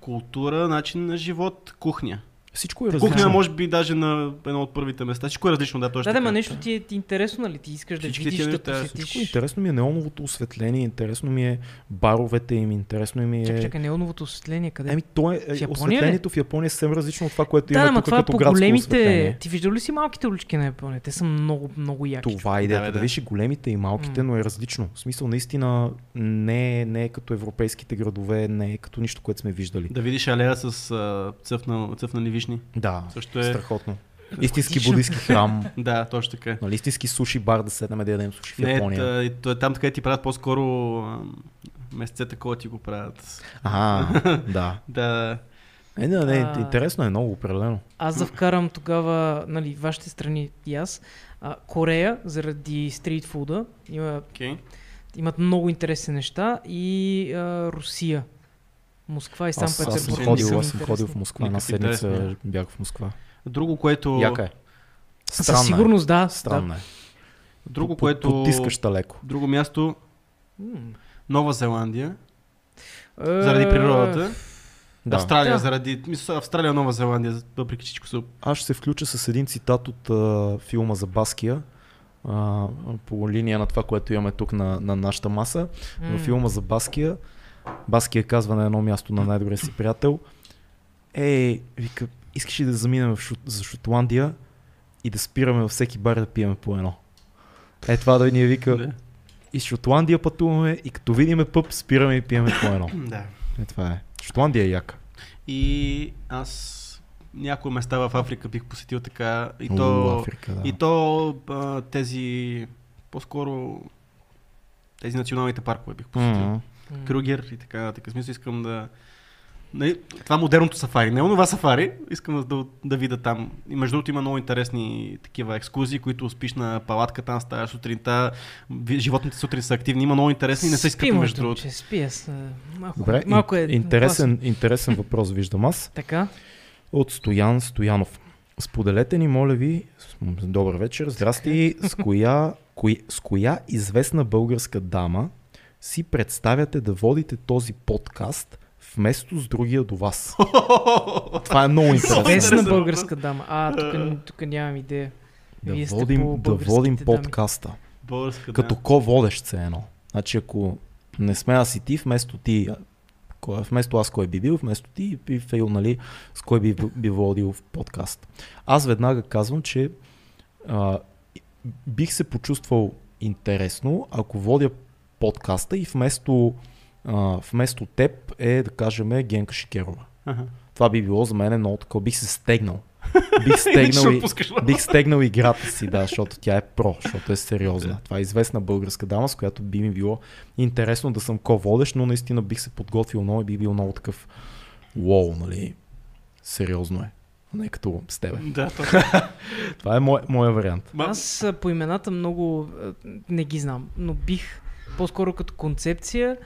S1: култура, начин на живот, кухня.
S2: Всичко е
S1: Кухня
S2: различно.
S1: може би даже на едно от първите места. Всичко е различно, да, точно
S3: Да, да, ма
S1: така.
S3: нещо ти е ти е интересно, нали? Ти искаш да
S1: Всички
S3: видиш,
S1: тия
S3: да
S1: неща,
S2: Всичко
S3: посетиш.
S2: интересно ми е неоновото осветление, интересно ми е баровете им, интересно ми е...
S3: Чакай, чакай, неоновото осветление къде?
S2: Еми, то е,
S3: В Япония ли?
S2: осветлението в Япония е съвсем различно от това, което
S3: да,
S2: има
S3: ама
S2: тук
S3: това е
S2: като
S3: по
S2: градско
S3: големите.
S2: осветление.
S3: Ти виждал ли си малките улички на Япония? Те са много, много яки.
S2: Това е идеята,
S1: Да, бе,
S2: да,
S1: да.
S2: видиш и големите и малките,
S3: М.
S2: но е различно. В смисъл, наистина не, е- не е като европейските градове, не е като нищо, което сме виждали.
S1: Да видиш алея с а, цъфнал, цъфнали вишни.
S2: Да,
S1: Също е.
S2: страхотно. Истински
S3: Готично.
S2: будистки
S1: *laughs*
S2: храм,
S1: Да, точно така.
S2: нали, истински суши бар да седнем да ядем суши в
S1: Не,
S2: Япония.
S1: та- и то е там, където ти правят по-скоро ам, месеце такова ти го правят.
S2: А, да.
S1: Да.
S2: Е, не,
S3: А.
S2: не, интересно е много, определено.
S3: Аз да вкарам тогава, нали, вашите страни и аз. А, Корея, заради стритфуда, има,
S1: Окей.
S3: имат много интересни неща. И а, Русия. Москва
S1: Е,
S3: и Сан
S2: Аз, аз съм
S3: Петербург.
S2: ходил,
S3: са
S2: аз съм
S3: интересни.
S2: ходил в Москва, една
S1: Никакви
S2: седмица
S1: интересни.
S2: бях в Москва.
S1: Друго, което.
S2: Яка е. Странна
S3: Със сигурност, да.
S2: е. Странна е.
S1: Друго,
S2: По-
S1: което.
S2: Потискаща леко.
S1: Друго място.
S3: да. М.
S1: Нова Зеландия.
S3: Е,
S1: Заради природата.
S2: Да.
S1: Австралия,
S3: Да.
S1: заради. Мисля, Австралия, Нова Зеландия, въпреки всичко са.
S2: Аз ще се включа с един цитат от а, филма за Баския. А, по линия на това, което имаме тук на, на нашата маса.
S3: м.
S2: Във филма за Баския, Баския казва на едно място на най-добрия си приятел, ей, вика, искаш ли да заминем в Шот... за Шотландия и да спираме във всеки бар да пиеме по едно? Е, това да ни е вика,
S1: Да.
S2: из Шотландия пътуваме и като видиме пъп, спираме и пиеме по едно.
S1: да.
S2: Е, това е. Шотландия е яка.
S1: И аз някои места в Африка бих посетил така. И
S2: У,
S1: то.
S2: Африка, да.
S1: И то а, тези. По-скоро. Тези националните паркове бих посетил.
S2: М,
S3: М.
S1: Крюгер и така нататък. В смисъл искам да... Нали, това модерното сафари. Не е онова сафари. Искам да, да, да видя там. И между другото има много интересни такива екскурзии, които спиш на палатка, там ставаш сутринта. ви- Животните сутрин са активни. Има много интересни. Не са
S3: Спи,
S1: скъпи между
S3: момче,
S1: другото.
S3: Спи, аз, а, малко,
S2: Добре,
S3: малко е
S2: ин- интересен, интересен въпрос виждам аз.
S3: опасно. Така.
S2: от Стоян Стоянов. Споделете ни, моля ви, с- м, добър вечер, здрасти, с коя, кои, с коя известна българска дама си представяте да водите този подкаст вместо с другия до вас? Това е много интересно.
S3: Известна
S1: интересен въпрос.
S3: българска дама. А, тук, тук нямам идея.
S2: Да
S3: Вие сте
S2: водим, да
S3: по-българските
S2: водим
S3: дами.
S2: подкаста.
S1: *laughs* Българска,
S2: Като
S1: да.
S2: ко-водещ се едно. Значи ако не сме аз и ти, вместо ти, а, кой, вместо аз кой би бил, вместо ти би фейл, нали, с кой би, би водил в подкаст. Аз веднага казвам, че а, бих се почувствал интересно, ако водя подкаста и вместо, а, вместо теб е, да кажем, Генка Шикерова.
S1: Аха.
S2: Това би било за мен много такова. Бих се стегнал. Бих стегнал,
S1: ще
S2: и,
S1: отпускаш работа.
S2: бих стегнал играта си, да, защото тя е про, защото е сериозна. Това е известна българска дама, с която би ми било интересно да съм ко-водещ, но наистина бих се подготвил много и би бил много такъв уоу, нали? Сериозно е. Не като с тебе.
S1: *laughs* Да, точно.
S2: Това е мой, моя вариант.
S1: Ма-
S3: Аз а, по имената много а, не ги знам, но бих по-скоро като концепция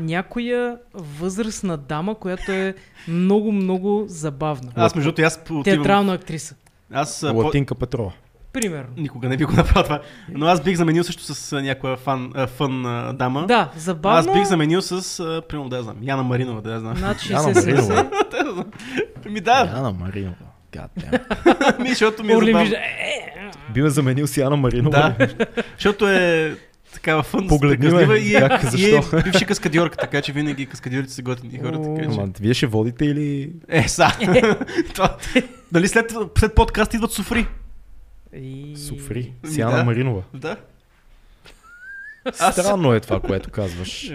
S3: някоя възрастна дама, която е много-много забавна.
S1: Аз между другото, и аз отивам.
S3: Театрална актриса.
S1: Аз а, по...
S2: Латинка Петрова.
S3: Примерно.
S1: никога не би го *laughs* направил това. Но аз бих заменил също с а, някоя фан, а, фън а, дама.
S3: Да,
S1: Аз
S3: забавна.
S1: бих заменил с, а, примерно, да я знам, Яна Маринова, да я знам. *laughs*
S3: Над
S2: Яна Маринова.
S3: 60-70.
S1: Ми да,
S2: Яна Маринова. God
S1: *laughs*
S2: damn.
S1: ми, защото ми е
S3: Орлин Е,
S1: забавно.
S3: вижда. е, е, е.
S2: Би ме заменил с Яна Маринова.
S1: Да, защото е такава фън,
S2: Погледни ме,
S1: приказлива и е,
S2: как,
S1: и е
S2: защо?
S1: *laughs* бивша каскадьорка, така че винаги каскадьорите са готини хора, така че...
S2: Ама, вие ще водите или...
S1: Е,
S3: *laughs*
S1: са. Това- Нали след, след подкаст идват суфри? Е,
S3: И-
S2: Суфри.
S1: Ми,
S2: С Яна
S1: да.
S2: Маринова.
S1: Да. Аз-
S2: Странно е това, което казваш.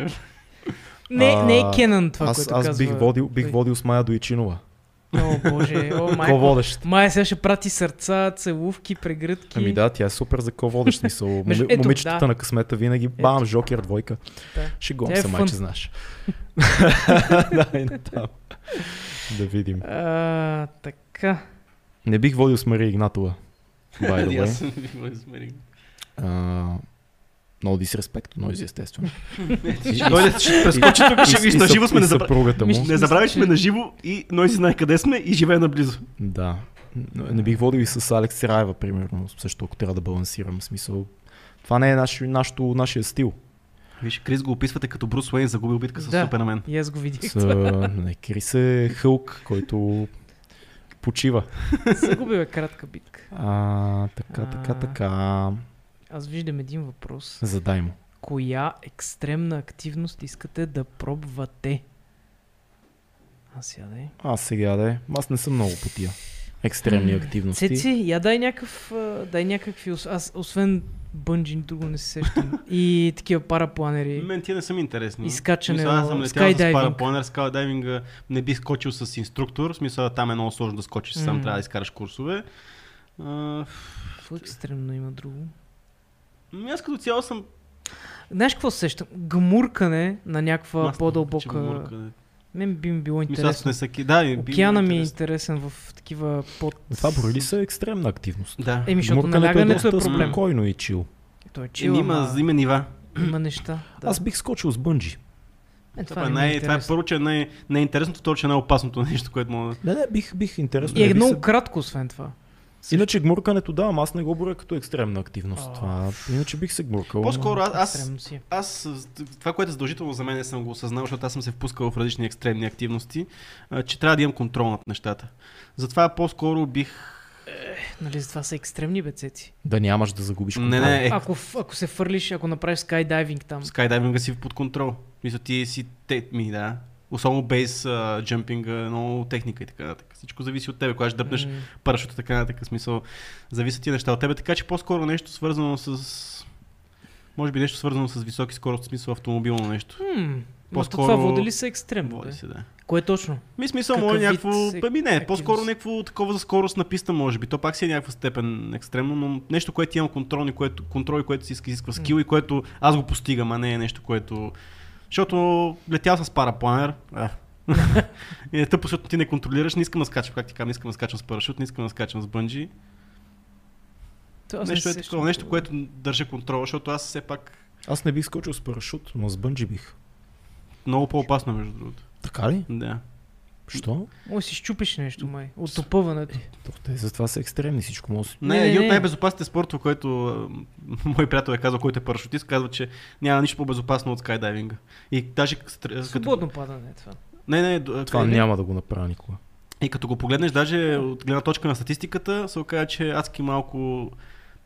S3: Не, не е
S2: А,
S3: Кенън това,
S2: Аз,
S3: което
S2: аз
S3: казва.
S2: бих, водил, бих
S3: той.
S2: водил с Майя Дойчинова.
S3: О, боже.
S2: *laughs*
S3: О, майко.
S2: Ко-водещ.
S3: Май сега ще прати сърца, целувки, прегръдки.
S2: Ами да, тя е супер за
S3: *laughs*
S2: ко-водещ смисъл. Моми,
S3: Между- ето,
S2: момичетата
S3: да.
S2: на късмета винаги бам, жокер, двойка.
S3: Да.
S2: Ще го
S3: Тя е
S2: се,
S3: фън.
S2: майче, знаеш.
S3: *laughs*
S2: *laughs* да, и натам. Да видим.
S3: А, така.
S2: Не бих водил с Мария Игнатова. By
S1: И
S2: the
S1: Ами аз
S2: way.
S1: не бих го измерил.
S2: А, No disrespect,
S1: *laughs*
S2: но естествено.
S1: Ще Дойде, ще прескочи тук, ще виж, на живо сме, не забра-
S2: съпругата му.
S1: не забравяй, че сме на живо и Ной си знае къде сме и живее наблизо.
S2: Да. Но Не бих водил и с Алекс Раева, примерно, също, ако трябва да балансирам. в Смисъл, това не е наш, нашето, нашия стил.
S1: Виж, Крис го описвате като Брус Уейн загубил битка с
S3: Да.
S1: Супермен.
S3: И аз го видях.
S2: С, не, Крис е Хълк, който почива.
S3: Загубила е кратка битка.
S2: А, така, така,
S3: А.
S2: така.
S3: Аз виждам един въпрос.
S2: Задай му.
S3: Коя екстремна активност искате да пробвате? А сега да е.
S2: Аз сега да е. Аз не съм много по тия. Екстремни активности.
S3: Цеци, я дай някакъв, а, дай някакви, ос- аз освен бънджи, друго не се сещам. И такива парапланери.
S1: Мен тия не са ми интересни.
S3: Изкачане,
S1: Мисля, аз съм летял с
S3: скайдайвинг.
S1: парапланер, скайдайвинга не бих скочил с инструктор. В смисъл, там е много сложно да скочиш сам,
S3: М.
S1: трябва да изкараш курсове. А,
S3: Какво екстремно има друго?
S1: ами аз като цяло съм...
S3: Знаеш какво се сещам? Гмуркане на някаква
S1: масно, че ме
S3: по-дълбока...
S1: мурка, да.
S3: Мен би ми било
S1: Мисля, аз
S3: интересно.
S1: не са... ки- Да, и би
S3: Океана ми е
S1: интересно.
S3: интересен в такива под...
S2: Това брои ли са екстремна активност?
S1: Да.
S3: Еми, защото
S2: Муркането
S3: налягането е
S2: доста
S3: проблем.
S2: спокойно и чил.
S3: Той е чил,
S1: Еми, има,
S3: ама
S1: има нива.
S3: има неща. Да.
S2: Аз бих скочил с бънджи.
S3: Е,
S1: Това, е най, това е първо, че е най- най-интересното, второ, че е най-опасното нещо, което мога да...
S2: Не, не, бих, бих интересно.
S3: И
S2: не
S3: е
S2: бих
S3: много
S2: се-
S3: кратко, освен това.
S2: Иначе гмуркането, да, ама аз не го боря като екстремна активност.
S3: А.
S2: Това. Иначе бих се гмуркал.
S1: По-скоро аз, аз
S3: Екстремно си е.
S1: Аз, а, това, което е задължително за мен не съм го осъзнал, защото аз съм се впускал в различни екстремни активности, а, че трябва да имам контрол над нещата. Затова по-скоро бих...
S3: Нали, затова са екстремни бецеци.
S2: Да нямаш да загубиш
S1: Не,
S2: контрол.
S1: не, е,
S3: Ако, в- ако се фърлиш, ако направиш скайдайвинг там.
S1: скайдайвинга си под контрол. Мисля, ти си те, ми, да. Особено бейс а, джампинга, много техника и така нататък. Всичко зависи от тебе, кога ще дъпнеш
S3: М,
S1: парашута, така нататък. Смисъл, зависят ти неща от тебе, така че по-скоро нещо свързано с... Може би нещо свързано с високи скорости, в смисъл автомобилно нещо.
S3: Хм, по
S1: По-скоро-
S3: това води ли са екстремно?
S1: Води
S3: бе?
S1: се, да.
S3: Кое е точно?
S1: Ми смисъл,
S3: Какъв
S1: може
S3: вид
S1: някакво...
S3: ек-
S1: Ами не, по-скоро
S3: активност?
S1: някакво такова за скорост на писта, може би. То пак си е някаква степен екстремно, но нещо, което имам контрол и което, контрол, и което си иска- изисква скил и което аз го постигам, а не е нещо, което... Защото летял с парапланер. А. *laughs* и е тъпо, защото ти не контролираш, не искам да скачам, как ти кажа, не искам да скачам с парашют, не искам да скачам с бънджи.
S3: То аз не
S1: нещо
S3: се
S1: е
S3: сещам
S1: такова, нещо, което държа контрол, защото аз все пак
S2: Аз не бих скочил с парашут, но с бънджи бих.
S1: много по-опасно, между другото.
S2: Така ли?
S1: Да.
S2: Що?
S3: О, си щупиш нещо, май. От опъването.
S2: То, те затова са екстремни, всичко може да се...
S1: Не,
S3: Не, не,
S1: един от
S3: не.
S1: най-безопасните спортове, който а, мой приятел е казал, който е парашутист, казва, че няма нищо по-безопасно от скайдайвинга. И даже к- стр- като...
S3: Свободно падане е това.
S1: Не, не, до-
S2: Това
S1: къде-
S2: няма да го направя никога.
S1: И като го погледнеш, даже от гледна точка на статистиката, се оказа, че адски малко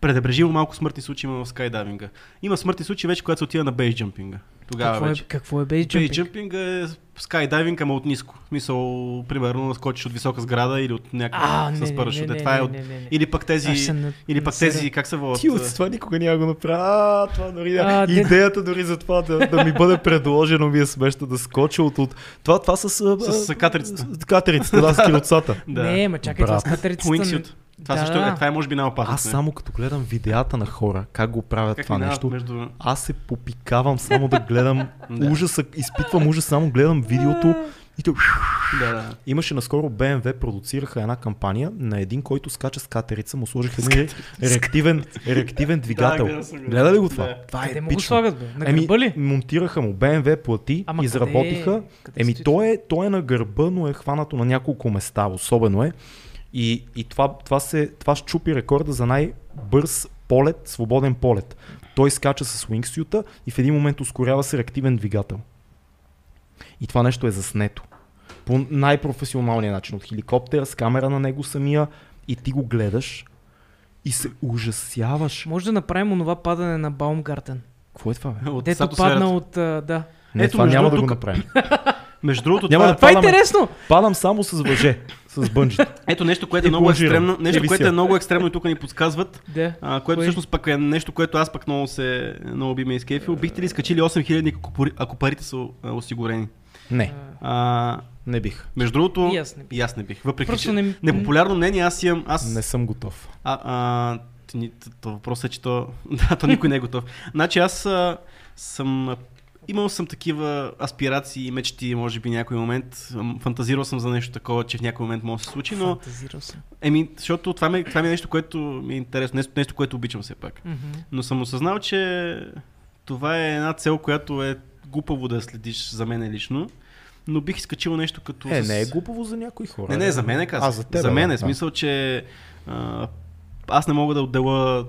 S1: предебрежимо малко смъртни случаи има в скайдайвинга. Има смъртни случаи вече, когато се отива на бейсджампинга. Тогава
S3: какво,
S1: вече.
S3: е, какво е бейджъмпинг?
S1: Бейджъмпинг е скайдайвинг, ама от ниско. В смисъл, примерно, да скочиш от висока сграда или от
S3: А,
S1: някакъв
S3: не,
S1: с
S3: не, не,
S1: парашут. Е,
S3: не,
S1: Това е
S3: не,
S1: от...
S3: не, не, не.
S1: Или пък
S3: Аз
S1: тези...
S3: се на-
S1: Или пък
S3: насеря.
S1: тези, как се
S2: Ти
S1: вълват?
S2: от това никога няма го направя. А, това дори
S3: А,
S2: а,
S3: де-
S2: Идеята дори за това да, да ми бъде предложено ми е смешно да скоча от... от... Това, това с... а,
S1: С,
S2: а,
S1: с катерицата.
S2: с катерицата, да, с килоцата.
S1: *laughs* Да.
S3: Не, ма чакай, това с
S2: Брат.
S3: катерицата...
S1: Wingsuit. Това
S3: да,
S1: също е,
S3: да.
S1: това е може би най-опасното.
S2: Аз
S1: не?
S2: само като гледам видеята на хора, как го правят
S1: Как
S2: това
S1: минават
S2: нещо,
S1: между...
S2: аз се попикавам само да гледам
S1: Да.
S2: ужаса, изпитвам ужас, само гледам видеото и то...
S1: Да, да.
S2: Имаше наскоро BMW продуцираха една кампания на един, който скача с катерица, му сложиха един реактивен, реактивен двигател.
S1: Да, гледал съм го.
S2: Гледа ли го това?
S1: Да.
S2: Това е
S3: Къде му го
S2: епично.
S3: слагат, бе? На
S2: Еми,
S3: гърба ли?
S2: монтираха му, BMW плати,
S3: Ама къде
S2: изработиха.
S3: е? Къде
S2: Еми,
S3: стои
S2: то е, то е на гърба, но е хванато на няколко места, особено е. И, и това, това, се, това щупи рекорда за най-бърз полет, свободен полет. Той скача с уингсюта и в един момент ускорява се реактивен двигател. И това нещо е заснето. По най-професионалния начин. От хеликоптер, с камера на него самия и ти го гледаш и се ужасяваш.
S3: Може да направим онова падане на Баумгартен.
S2: Какво е това, бе?
S1: От
S3: Дето
S1: стратосферата.
S3: падна от... а, Да.
S2: Не,
S1: Ето,
S2: Ето, това
S1: между
S2: няма да
S1: другото,
S2: го направим.
S1: Между другото,
S2: Няма
S1: това
S2: да
S1: е...
S3: Това е
S2: падаме.
S3: интересно!
S2: Падам само с въже, с бънджите.
S1: Ето нещо, което е
S2: И
S1: много
S2: планжирам.
S1: екстремно. Нещо,
S2: И
S1: което е
S2: вися.
S1: много екстремно и тук ни подсказват.
S3: Да.
S1: А, което
S3: Кое?
S1: всъщност пък е нещо, което аз пък много се много би ме изкефил. Бихте ли скачили 8000, ако пари- ако парите са а, осигурени? е,
S2: Не,
S1: А,
S2: не бих.
S1: между другото,
S3: И аз не бих.
S1: и аз не бих. Въпреки,
S3: Просто
S1: че
S3: не-
S1: непопулярно мнение, аз имам... Аз,
S2: Не съм готов.
S1: А, а, т- ни- т- то въпросът е, че то, *laughs* да, то никой не е готов. Значи аз а, съм а, Имал съм такива аспирации и мечти, може би някой момент. Ам, Фантазирал съм за нещо такова, че в някой момент може да се случи, но
S3: Фантазирал съм.
S1: еми, защото това ми, това ми е нещо, което ми е интересно, нещо, нещо, което обичам все пак.
S3: Мгм.
S1: Но съм осъзнал, че това е една цел, която е глупаво да я следиш за мен лично, но бих изкачил нещо като...
S2: Е,
S1: с-
S2: не е глупаво за някои хора.
S1: не, не, за мен е казах.
S2: А, за теб.
S1: за мен е смисъл, че а, аз не мога да отдела...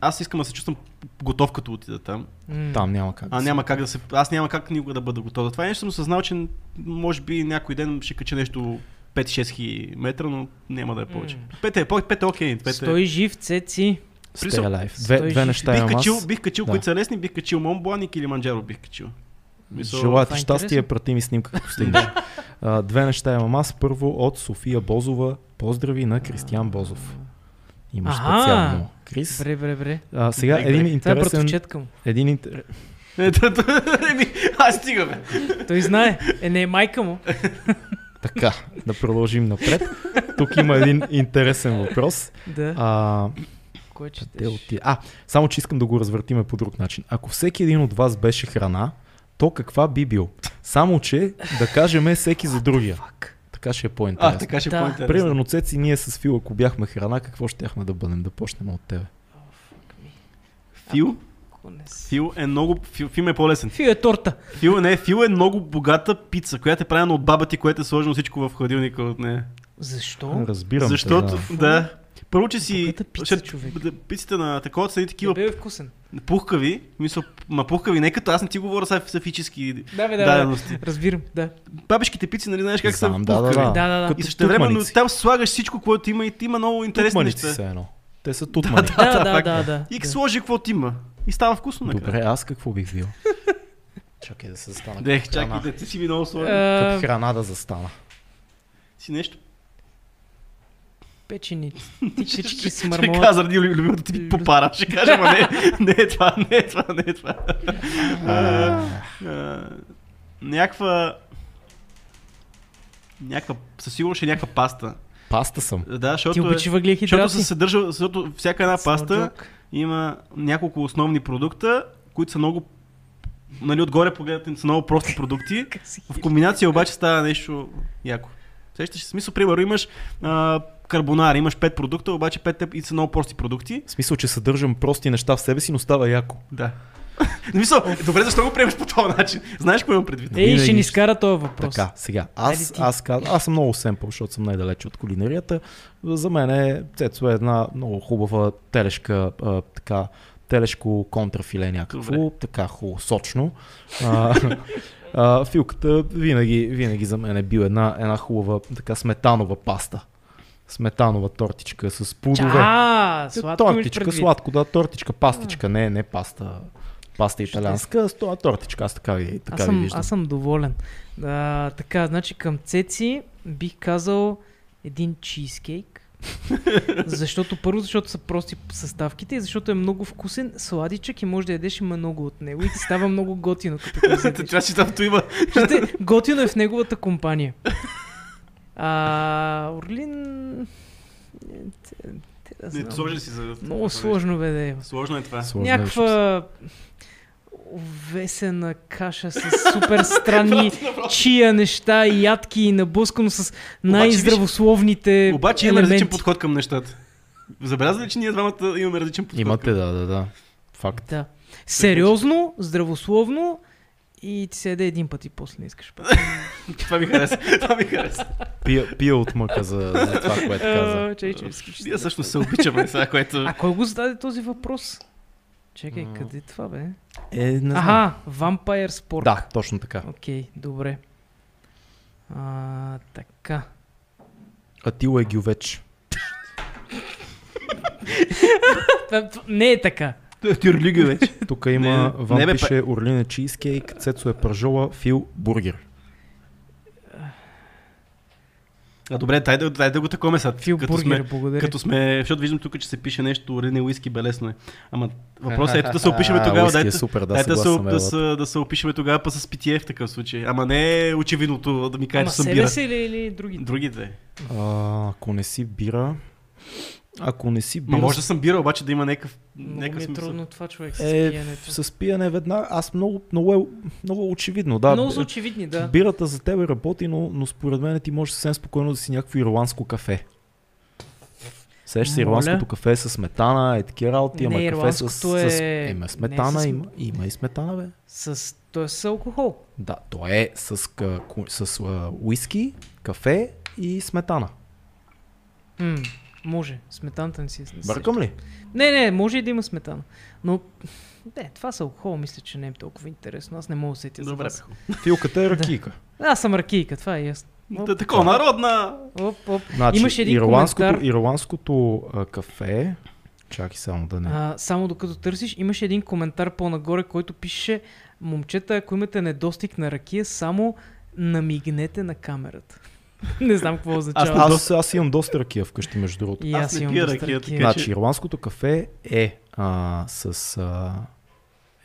S1: Аз искам да се чувствам готов като отида там.
S3: М.
S2: Там няма как.
S1: А
S2: да
S1: няма как да се... Аз няма как никога да бъда готов. За това е нещо съм съзнал, че може би някой ден ще кача нещо 5-6 хиляди метра, но няма да е повече.
S3: М.
S1: 5 е, по- пет е окей. пет е-
S3: Стой жив, цеци.
S2: се-
S1: Смисъл,
S2: Stay alive. Две,
S3: стой
S2: две
S3: жив.
S2: неща
S1: Бих
S2: имам
S1: качил,
S2: аз.
S1: бих качил
S2: Да.
S1: които са лесни, бих качил Монблан и Килиманджаро бих качил. Мисъл, *laughs*
S2: Желая ти
S3: Това е
S2: щастие,
S3: интересно.
S2: прати ми снимка, като стигнеш. А, Две неща имам аз. Първо от София Бозова. Поздрави на Кристиян Бозов. Имаш
S3: Аха.
S2: специално. Крис.
S3: Бре, бре, бре.
S2: А, сега
S1: Брей,
S2: един
S1: брей.
S3: Това е
S2: интересен...
S3: братовчетка му.
S2: Един интер...
S1: Ето, еми, аз стигаме.
S3: Той знае. Е, не е майка му.
S2: Така, да продължим напред. Тук има един интересен въпрос.
S3: Да.
S2: А,
S3: Кой е, четеш?
S2: Те оти... А, само че искам да го развъртиме по друг начин. Ако всеки един от вас беше храна, то каква би бил? Само че да кажем е всеки за другия.
S3: Фак.
S2: Така ще
S1: А,
S2: е по-интересно.
S1: така ще е
S3: Да.
S1: по-интересно.
S2: Примерно, Цеци, ние с Фил, ако бяхме храна, какво щяхме да бъдем? Да почнем от тебе.
S1: Фил,
S3: Ами. Ако не си.
S1: Фил е много... Фил, Фил е по-лесен.
S3: Фи е торта.
S1: Фил, не, Фил е много богата пица, която е правена от баба ти, което е сложено всичко в хладилника от нея.
S3: Защо?
S2: Разбирам
S1: Защото,
S2: те, да.
S1: да. Първо, че си...
S3: Богата пица, човек.
S1: да, Пиците на такова са едни такива
S3: Кива. Бе е вкусен.
S1: пухкави, мисъл, ма пухкави, не като аз не ти говоря сега сафически
S3: Да, бе, да, да.
S1: дадености.
S3: Разбирам, да.
S1: Бабешките пици, нали знаеш как са
S2: Знам, да, да,
S1: пухкави.
S2: да.
S3: Да, да, да.
S2: Като
S1: И също време,
S2: тутманици.
S1: там слагаш всичко, което има и има много интересни
S2: Тутманици
S1: неща.
S2: са едно. Те са тутмани.
S3: Да, да,
S1: пак.
S3: да, да.
S1: И
S3: Да.
S1: сложи каквото има. И става вкусно накрая.
S2: Добре, аз какво бих бил? Чакай да се застана.
S1: Дех,
S2: като храна.
S1: чакай, да ти си ми много сложен.
S3: А,
S2: Като храна да застана.
S1: Си нещо.
S3: Печени. Тичички с
S1: Ще
S3: мармолад.
S1: кажа заради лю- любимата ти попара. Ще кажа, ма
S3: *laughs*
S1: не, не е това, не е това, не е това. А, а, Някаква... Някаква, със сигурност ще е някаква паста.
S2: Паста съм.
S1: Да,
S3: Ти
S1: защото, е,
S3: обича въглехидрати.
S1: защото се съдържа, защото всяка една
S3: It's no
S1: паста
S3: joke.
S1: има няколко основни продукта, които са много нали, отгоре погледнат са много прости продукти.
S3: Как си
S1: В комбинация обаче става нещо яко. Сещаш ли? в смисъл, примерно имаш а, карбонара, имаш 5 продукта, обаче 5 и са много прости продукти.
S2: В смисъл, че съдържам прости неща в себе си, но става яко.
S1: Да. *laughs* В смисъл, добре, защо го приемаш по този начин? Знаеш какво имам предвид?
S3: Ей, ще
S2: винаги
S3: ни
S2: ще-
S3: скара този въпрос.
S2: Така, сега.
S3: Айде
S2: Аз,
S3: ти.
S2: аз, аз, аз съм много семпъл, защото съм най-далече от кулинарията. За мен е Цецо е една много хубава телешка, а, така, телешко контрафиле някакво,
S1: Добре.
S2: така хубаво, сочно. А, *laughs* а, филката винаги, винаги за мен е бил една, една хубава, така сметанова паста. Сметанова тортичка с пудове.
S3: А, сладко имаш
S2: тортичка,
S3: предвид.
S2: сладко, да, тортичка, пастичка, не, не паста. паста италянска, с това тортичка, аз така ви, така
S3: аз,
S2: ви
S3: съм,
S2: виждам.
S3: аз съм доволен. А, така, значи към Цеци бих казал един
S2: *laughs*
S3: чизкейк. защото първо, защото са прости съставките и защото е много вкусен сладичък и може да ядеш и много от него и ти става много готино
S1: *laughs*
S2: *laughs*
S3: като го
S1: Та
S3: изядеш.
S1: Това ще там има.
S3: Вижте, готино е в неговата компания. А, Орлин... е, те- те да
S1: Не,
S3: знам.
S1: Сложи си за...
S3: Много сложно бе да е.
S1: Сложно е това.
S2: Сложно е, защото-
S3: Някаква весена каша с
S2: *laughs*
S3: супер странни чия неща и ядки и набускано с най-здравословните
S1: Обаче имаме
S3: елементи.
S1: различен подход към нещата. Забелязали, че ние двамата имаме различен подход.
S2: Имате,
S1: към-
S2: да, да, да. Факт.
S3: Да. Сериозно, здравословно и ти се яде един път и после не искаш пак.
S1: *laughs* Това ми хареса. Това ми
S3: *laughs*
S1: хареса.
S2: Пия, пия от мъка за, за това, което каза.
S3: А, чай, чай, искаш да
S1: Ние
S3: се
S1: всъщност се обичаме сега, което...
S3: А кой го зададе този въпрос? Чакай, къде е това бе?
S2: Е, не знам.
S3: Аха, Vampire Sport.
S2: Да, точно така.
S3: Окей, добре. А, така.
S2: Атила е гювеч.
S3: Това- това- Не е така.
S1: Тюрлига вече.
S2: Тук има,
S1: Не,
S2: вам
S1: не бе,
S2: пише Орлина чизкейк, Цецо е пържола, Фил бургер.
S1: А добре, дай да, дай да го такоме сега.
S3: Фил
S1: като
S3: Бургер,
S1: сме,
S3: благодаря.
S1: като сме, защото виждам тук, че се пише нещо, Рене Уиски, белесно е. Ама въпросът е ето да се опишеме
S2: А,
S1: тогава,
S2: уиски е
S1: дайте,
S2: супер, да,
S1: дайте да, се,
S2: съгласен съм,
S1: да, се,
S2: Ева.
S1: да се опишеме тогава па с питие в такъв случай. Ама не очевидното да ми каже,
S3: Ама
S1: че съм
S3: себе
S1: бира.
S3: си или, или другите?
S1: Другите.
S2: А, ако не си бира... Ако не си бира...
S1: Ма може да съм бира, обаче да има някакъв,
S3: Много ми
S1: някакъв
S3: е
S1: смисъл.
S3: трудно това човек с
S2: Е,
S3: пиенето.
S2: с пиене веднага, аз много, много, е, много очевидно, да. е-
S3: Много са очевидни, да.
S2: Бирата за тебе работи, но, но според мен ти можеш съвсем спокойно да си някакво ирландско кафе. Сеш се
S3: Моля?
S2: ирландското кафе с сметана, е такива работи,
S3: Не,
S2: ама кафе с,
S3: ирландското
S2: с...
S3: е-
S2: Има
S3: не
S2: сметана,
S3: е с-
S2: има, има и сметана, бе.
S3: С, той е с алкохол.
S2: Да, то е с, к- ку- с а, уиски, кафе и сметана.
S3: М, може. Сметаната не си е. не се
S2: Бъркам ли?
S3: сещам. Не, не, може и да има сметана. Но, *laughs* не, това с алкохол мисля, че не е толкова интересно. Аз не мога да сетя за
S1: Добре,
S3: вас.
S1: бе.
S3: *laughs*
S2: Филката е ракийка.
S3: Аз съм ракийка, това е ясно. Оп,
S1: Да, такова, народна!
S3: оп, оп.
S2: Значи,
S3: Имаше един
S2: ирландското,
S3: коментар.
S2: ирландското а, кафе... Чакай само да не...
S3: А, само докато търсиш, имаше един коментар по-нагоре, който пише Момчета, ако имате недостиг на ракия, само намигнете на камерата. *laughs* не знам какво означава.
S2: Аз, аз имам доста ракия вкъщи, между другото.
S3: И
S1: Аз
S3: аз
S1: не
S3: имам
S1: пия
S3: доста
S1: ракия,
S3: ракия.
S1: Така че-
S2: Значи, ирландското кафе е а, с... А,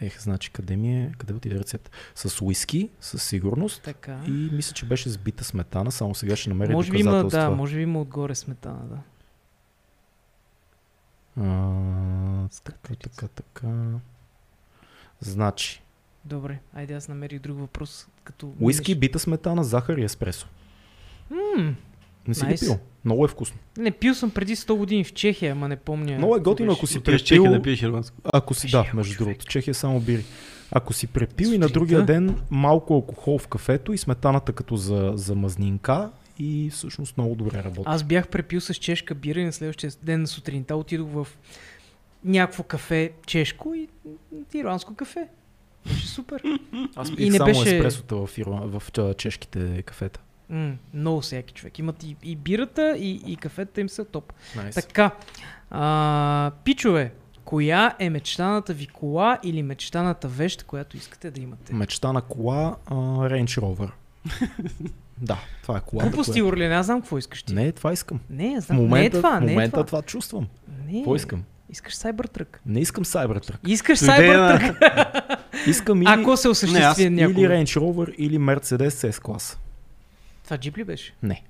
S2: ех, значи, къде ми е... Къде отиде рецепта? С уиски, със сигурност.
S3: Така.
S2: И мисля, че беше сбита сметана, само сега ще намеря
S3: Може би има,
S2: доказателства.
S3: да, може би има отгоре сметана, да.
S2: А,
S3: С така,
S2: така, е така, така. Значи,
S3: Добре, айде аз намерих друг въпрос. Като
S2: уиски,
S3: минеш.
S2: бита сметана, захар и еспресо.
S3: М,
S2: Не си
S3: Найс.
S2: ли пил? Много е вкусно.
S3: не, пил съм преди 100 години в Чехия, ама не помня.
S2: Много е
S3: какво
S2: готино,
S3: беше.
S2: ако си
S1: Отиваш в Чехия
S2: препил...
S1: да пиеш ирландско.
S2: Ако си,
S3: Беше
S2: да,
S3: яко,
S2: между
S3: човек.
S2: другото, Чехия само бири. Ако си препил и на
S3: Сутринта.
S2: другия ден малко алкохол в кафето и сметаната като за, за мазнинка и всъщност много добре работи.
S3: Аз бях препил с чешка бира и на следващия ден сутринта отидох в някакво кафе чешко и ирландско кафе.
S2: *laughs*
S3: Беше супер.
S2: Аз
S3: и не
S2: само
S3: беше-
S2: еспресота в, Ирла... в а, чешките кафета.
S3: М, много всяки човек. Имат и, и бирата, и, и кафета им са топ.
S2: Nice.
S3: Така, а, пичове, коя е мечтаната ви кола или мечтаната вещ, която искате да имате?
S2: Мечта на кола а, Range *laughs* Rover. да, това е колата.
S3: Глупости,
S2: която-
S3: Орлин, аз знам какво искаш ти.
S2: Не, това искам.
S3: не аз
S2: В
S3: знам.
S2: момента,
S3: не е това,
S2: в
S3: не е
S2: момента
S3: това.
S2: това. чувствам.
S3: Не,
S2: Какво искам?
S3: Искаш Cybertruck.
S2: Не искам Cybertruck.
S3: Искаш
S1: Дойде на-
S3: Cybertruck,
S2: Искам или,
S3: ако се осъществи
S2: или
S3: някога.
S2: Range Rover, или Mercedes S-класа.
S3: Това джип ли беше?
S2: Не.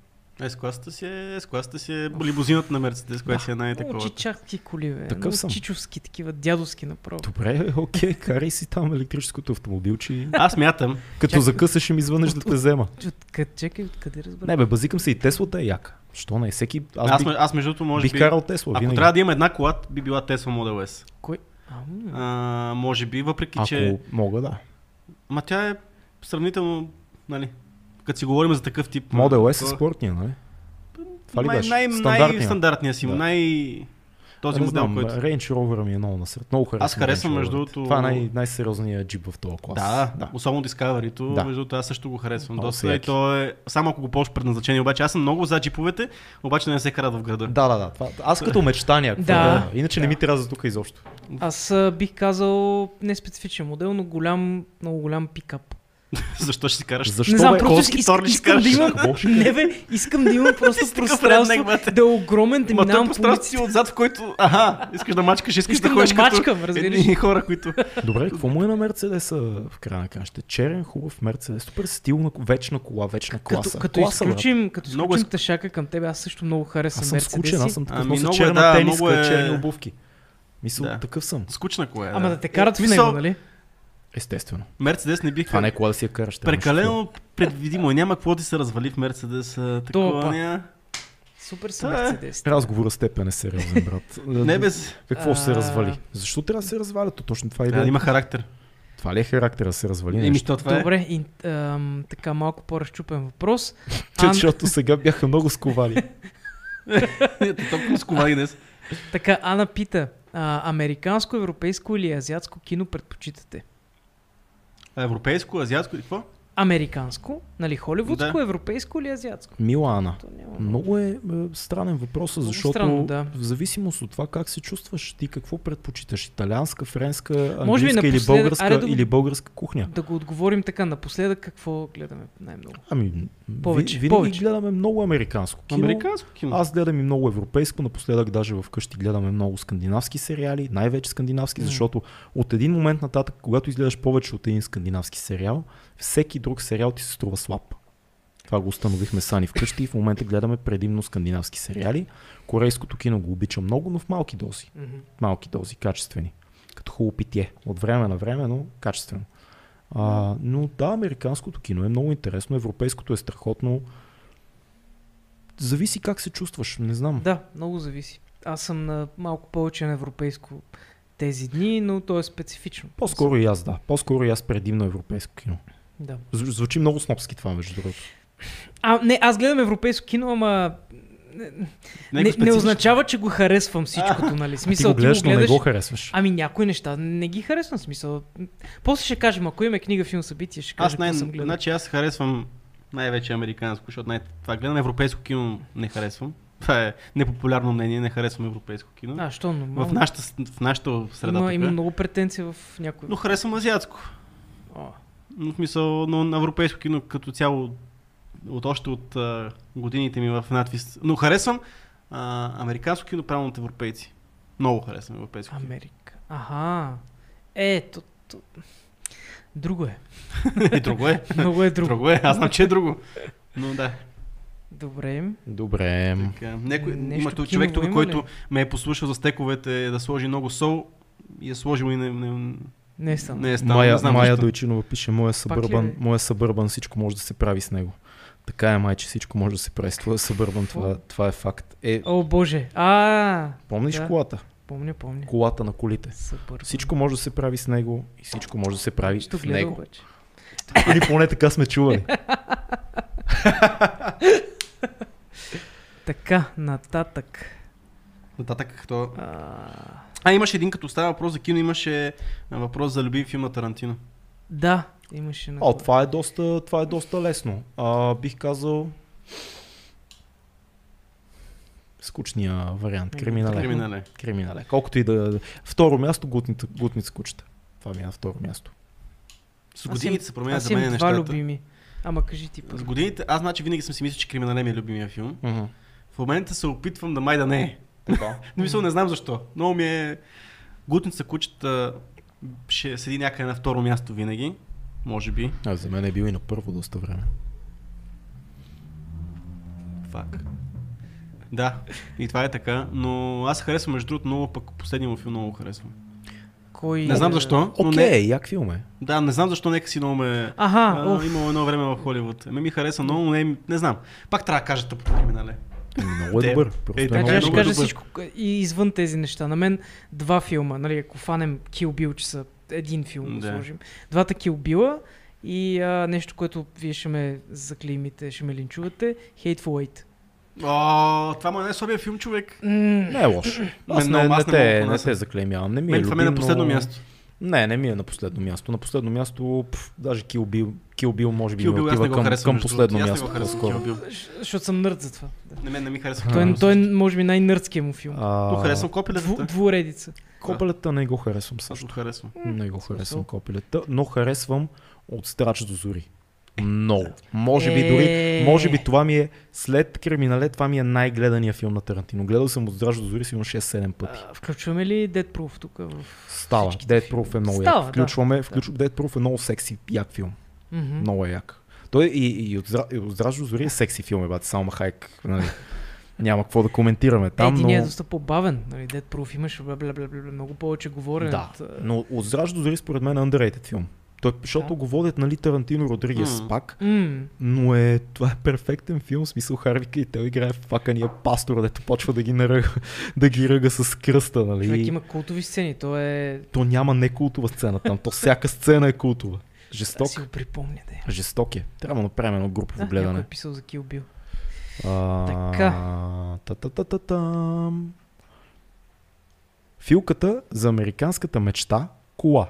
S1: С-класата си е, с-класата си е лимузината на Мерцедес, която си е
S3: Много
S1: най-такова.
S3: чичарски коли, бе.
S2: Такъв
S3: Много
S2: съм.
S3: чичовски, такива дядовски направо.
S2: Добре, *laughs* окей, карай си там електрическото автомобилче. и
S1: Аз мятам.
S2: Като
S3: Чакай.
S2: закъсаш и ми звънеш да те взема.
S3: Откъде, чакай, откъде разбра?
S2: Не бе, базикам се и Теслата е яка. Що не? Всеки... Аз,
S1: Аз,
S2: бих,
S1: ме- аз между другото може
S2: бих
S1: би...
S2: карал Тесла
S1: Ако
S2: винаги.
S1: трябва да има една кола, би била Tesla Model S.
S3: Кой? Ам,
S1: А, може би, въпреки
S2: Ако
S1: че...
S2: мога, да.
S1: Ма тя е сравнително, нали, като си говорим за такъв тип...
S2: Модел S е
S1: такова-
S2: спортния, нали? Това ли
S1: Май-
S2: беше?
S1: Най-
S2: Стандартния.
S1: най-стандартния си,
S2: Да.
S1: най... този
S2: не
S1: модел,
S2: знам,
S1: който...
S2: Range Rover ми е много насред. Много харесвам.
S1: Аз харесвам,
S2: Range
S1: между
S2: Rover-ите.
S1: другото-
S2: Това е най- най-сериозният джип в този клас.
S1: Да, да,
S2: да.
S1: особено Discovery-то,
S2: Да.
S1: да. между другото аз също го харесвам
S2: Много
S1: доста
S2: са
S1: и
S2: яки.
S1: то е, само ако го ползваш предназначение, обаче аз съм много за джиповете, обаче не се карат в града.
S2: Да, да, да. Това, аз като мечтания. какво
S3: Да.
S2: да. Иначе не ми трябва за тук изобщо.
S3: Аз а, бих казал не специфичен модел, но голям, много голям пикап.
S1: *laughs* Защо ще си караш?
S2: Защо
S3: не знам,
S2: бе?
S3: просто
S1: Колски
S3: иск,
S1: тор ли ще
S3: искам да
S1: караш?
S3: имам... не бе, искам да
S1: *laughs*
S3: имам просто
S1: такъв
S3: пространство,
S1: реднек, бате.
S3: да е огромен, да
S1: Ма той
S3: минавам по
S1: пространство си
S3: улиците.
S1: отзад, в който... Аха, искаш да мачкаш, искаш
S3: Искам
S1: да
S3: да
S1: ходиш
S3: мачкам,
S1: като
S3: разбираш.
S1: едни *laughs* хора, които...
S2: Добре, какво му е на Мерцедеса в края на краща? Черен, хубав Мерцедес, супер стилна, вечна кола, вечна класа.
S3: Като, като
S2: класа, брат.
S3: изключим, като
S1: Много
S3: изключим
S1: е ск-
S3: тъшака към тебе, аз също много харесвам
S2: Аз съм скучен, аз
S3: Мерцедеси.
S2: съм такъв,
S1: Ами,
S2: ами,
S1: много
S2: нося
S1: е,
S2: черна
S1: да, много
S2: тениска,
S1: е-
S2: черни обувки. Мисъл,
S1: Да.
S2: такъв съм.
S1: Скучна кое е.
S3: Ама да те карат в
S1: Мисъл,
S3: него, нали?
S2: Естествено.
S1: Мерцедес не бих...
S2: Това не е кола да си я караш. тя е нещо.
S1: Прекалено предвидимо е, няма какво да ти се развали в Мерцедес. а, Такова
S3: пак.
S1: няма.
S3: Супер са
S1: Да, е.
S3: Мерцедеси.
S2: Разговорът с теб е несериозен, брат.
S1: *laughs* Не без...
S2: Какво ще се
S3: А.
S2: развали? Защо трябва да се разваля? То точно това е
S1: Трябва да
S2: идея.
S1: има характер.
S2: Това ли е характера да се развали?
S1: Еми,
S2: нещо? *laughs*
S1: то това е.
S3: Добре, и, ам, така малко по-разчупен въпрос.
S2: Те,
S3: Ан-
S2: Защото сега бяха много сковали.
S1: *laughs* Ето, Толкова сковани днес.
S3: Така, Ана пита, а, американско, европейско или азиатско кино предпочитате?
S1: А, Европейско, азиатско и какво?
S3: Американско, нали, холивудско,
S1: Да.
S3: европейско или азиатско?
S2: Милана.
S3: То няма...
S2: Много е, е странен въпрос,
S3: Много
S2: защото
S3: странно, да.
S2: в зависимост от това как се чувстваш, ти какво предпочиташ? Италианска, френска, английска
S3: Може би
S2: или,
S3: напоследък-
S2: българска,
S3: аре да го-
S2: или българска кухня?
S3: Да го отговорим така, напоследък какво гледаме най-много?
S2: Ами, повече,
S3: Повече,
S2: ви, винаги
S3: повече.
S2: гледаме много американско кино.
S1: Американско кино.
S2: Аз гледам и много европейско, напоследък даже вкъщи гледаме много скандинавски сериали, най-вече скандинавски,
S3: М.
S2: защото от един момент нататък, когато изгледаш повече от един скандинавски сериал, всеки друг сериал ти се струва слаб. Това го установихме сани вкъщи и в момента гледаме предимно скандинавски сериали. Корейското кино го обичам много, но в малки дози.
S3: Мгм.
S2: Малки дози, качествени. Като хубаво питие. От време на време, но качествено. А, но да, американското кино е много интересно, европейското е страхотно. Зависи как се чувстваш, не знам.
S3: Да, много зависи. Аз съм на малко повече на европейско тези дни, но то е специфично.
S2: По-скоро и аз, да. По-скоро и аз предимно европейско кино.
S3: Да.
S2: Зв- звучи много снобски това, между другото.
S3: А, не, аз гледам европейско кино, ама не, не, не
S1: е специфично.
S3: означава, че го харесвам всичкото, нали?
S2: ти
S3: Смисъл,
S2: го гледаш, но не
S3: гледаш
S2: го харесваш.
S3: Ами някои неща не ги харесвам смисъл. После ще кажем, ако имаме книга, филм, събитие, ще кажа,
S1: Аз най-
S3: какво съм гледал.
S1: значи аз харесвам най-вече американско, защото най- това гледам европейско кино не харесвам. Това е непопулярно мнение, не харесвам европейско кино.
S3: А, що, нормално.
S1: в, нашата, с- в нашата среда
S3: има,
S1: тук, е.
S3: има много претенции в някои.
S1: но харесвам азиатско.
S3: О,
S1: Но в смисъл, но на европейско кино като цяло от още от а, годините ми в надвис. Но харесвам а, американско кино, правилно от европейци. Много харесвам европейско кино.
S3: Америка. Аха. Ето. то- Друго е.
S1: *laughs*
S3: *laughs*
S1: И друго е.
S3: Много е друго.
S1: Друго е. Аз знам, че е друго. Но да.
S3: Добре.
S2: Добре.
S1: Така, някой,
S3: Нещо
S1: има тук
S3: киново
S1: човек тук,
S3: има
S1: който
S3: ли?
S1: ме е послушал за стековете е да сложи много сол и е сложил и не, не,
S3: Не съм.
S1: не е станал. не
S2: Мая,
S1: знам
S2: Мая
S1: защо.
S2: Дойчинова пише, моя
S3: ли е?
S2: събърбан,
S3: бе?
S2: моя събърбан, всичко може да се прави с него. Така е, майче, всичко може да се прави с твоя събърбан, това, това е факт. Е,
S3: О, боже. А,
S2: помниш
S3: да.
S2: колата?
S3: помня, помня.
S2: Колата на колите.
S3: Супер.
S2: Всичко може да се прави с него и всичко може да се прави
S3: Що
S2: в
S3: гледа
S2: него.
S3: обаче.
S2: Или поне така сме чували.
S3: Така, нататък.
S1: Нататък то...
S3: А,
S1: А, имаше един, като става въпрос за кино, имаше а, въпрос за любим филм на Тарантино.
S3: да, имаше на
S2: О, това е доста, това е доста лесно. А, бих казал скучния вариант.
S3: М,
S2: Криминале. Криминале.
S1: Криминале.
S2: Колкото и да... Второ място, гутница, гутница кучета. Това ми е на второ място.
S1: С
S3: Аз
S1: годините
S3: имам-
S1: се променят
S3: аз
S1: е за
S3: имам
S1: мен
S3: два
S1: нещата.
S3: любими. Ама кажи ти първо.
S1: С годините, аз значи винаги съм си мислил, че Криминале ми е любимия филм.
S2: Mm-hmm.
S1: В момента се опитвам да май да не е. *laughs* Но мисъл, не знам защо. Много ми е... Гутница кучета ще седи някъде на второ място винаги. Може би.
S2: А, за мен е бил и на първо доста време.
S1: Фак. Да, и това е така, но аз харесвам между другото много, пък последния му филм много харесвам.
S3: Кой...
S1: Не знам
S3: е-
S1: защо, но не,
S2: Окей, okay, як филм е.
S1: да, не знам защо нека си много ме...
S3: Аха,
S1: А,
S3: оф.
S1: имало едно време в Холивуд. Ме ми хареса много, но не, не знам. Пак трябва да кажа тъпо криминале.
S2: Много е
S1: Те-
S2: добър. Просто
S1: Е,
S2: е
S1: така
S2: много
S3: Значи аз ще
S2: добър.
S3: кажа
S1: добър.
S3: всичко к- и извън тези неща. На мен два филма, нали, ако фанем Kill Bill, че са един филм, да.
S1: Да.
S3: сложим. Двата Kill Bill и а, нещо, което вие ще ме заклеймите, ще ме линчувате, Hateful Eight.
S1: О, това му е най-слабия филм, човек.
S3: М,
S2: Не е лошо. Аз
S1: Мен много-
S2: не, не,
S1: аз не мога да
S2: те,
S1: го
S2: не
S1: понася.
S2: те заклеймявам. Не ми е
S1: Мен това ми е на
S2: любим,
S1: последно
S2: но-
S1: място.
S2: Не, не ми е на последно място. На последно място, пф, даже Kill Bill, Kill Bill може би
S1: Kill
S2: ми
S1: Bill, аз не
S2: отива
S1: го
S2: към,
S1: харесвам.
S2: към
S1: между
S2: последно
S1: другото.
S2: място.
S1: Аз не го харесвам
S2: по-скоро.
S1: Kill Bill.
S3: щ- Защото съм нърд за това. Да.
S1: На мен не ми харесва.
S3: Той,
S1: Kill
S3: е-
S1: Bill.
S3: той е, може би най-нърдския му филм.
S2: А,
S1: Тук харесвам
S3: Дву,
S1: копилетата.
S3: двуредица.
S2: Копелета не го харесвам също.
S1: Също харесвам.
S2: Не го харесвам
S3: смисъл.
S2: копелета, но харесвам от страч до зори. Много. Може би
S3: Е.
S2: дори, може би това ми е, след Криминале, това ми е най-гледания филм на Тарантино. Гледал съм от страч до зори сигурно 6-7 пъти.
S3: А, включваме ли Dead Proof тук? В...
S2: Става.
S3: всичките
S2: Dead Proof е много як.
S3: Става, да.
S2: Включваме, включ... Dead Proof е много секси, як филм.
S3: Мгм.
S2: Много е як. Той и, и от, Зра- и от Здращо зори е секси филм, е, бате, само хайк. Нали. Няма какво да коментираме там,
S3: Там, Един
S2: но...
S3: е доста по-бавен. Нали? Dead Proof имаше бля, бля, бля, бля, бля, много повече говорене.
S2: Да,
S3: от, а,
S2: но от Здращо зори според мен е underrated филм. Той, защото
S3: Да.
S2: го водят, нали, Тарантино Родригес
S1: М.
S2: пак,
S3: М,
S2: но е, това е перфектен филм, в смисъл Харви Кейтел играе факания пастор, дето почва да ги, наръга, *laughs* да ги ръга с кръста, нали.
S3: Човек има култови сцени. То е...
S2: То няма некултова сцена там, то всяка сцена е култова.
S3: Ток.
S2: Жесток.
S3: си го припомня да е.
S2: Жесток е. Трябва да направим едно групово
S3: Да, някой е
S2: гледане.
S3: писал за Kill Bill. Така.
S2: Така. Та-та-та-та-там. Филката за американската мечта кола.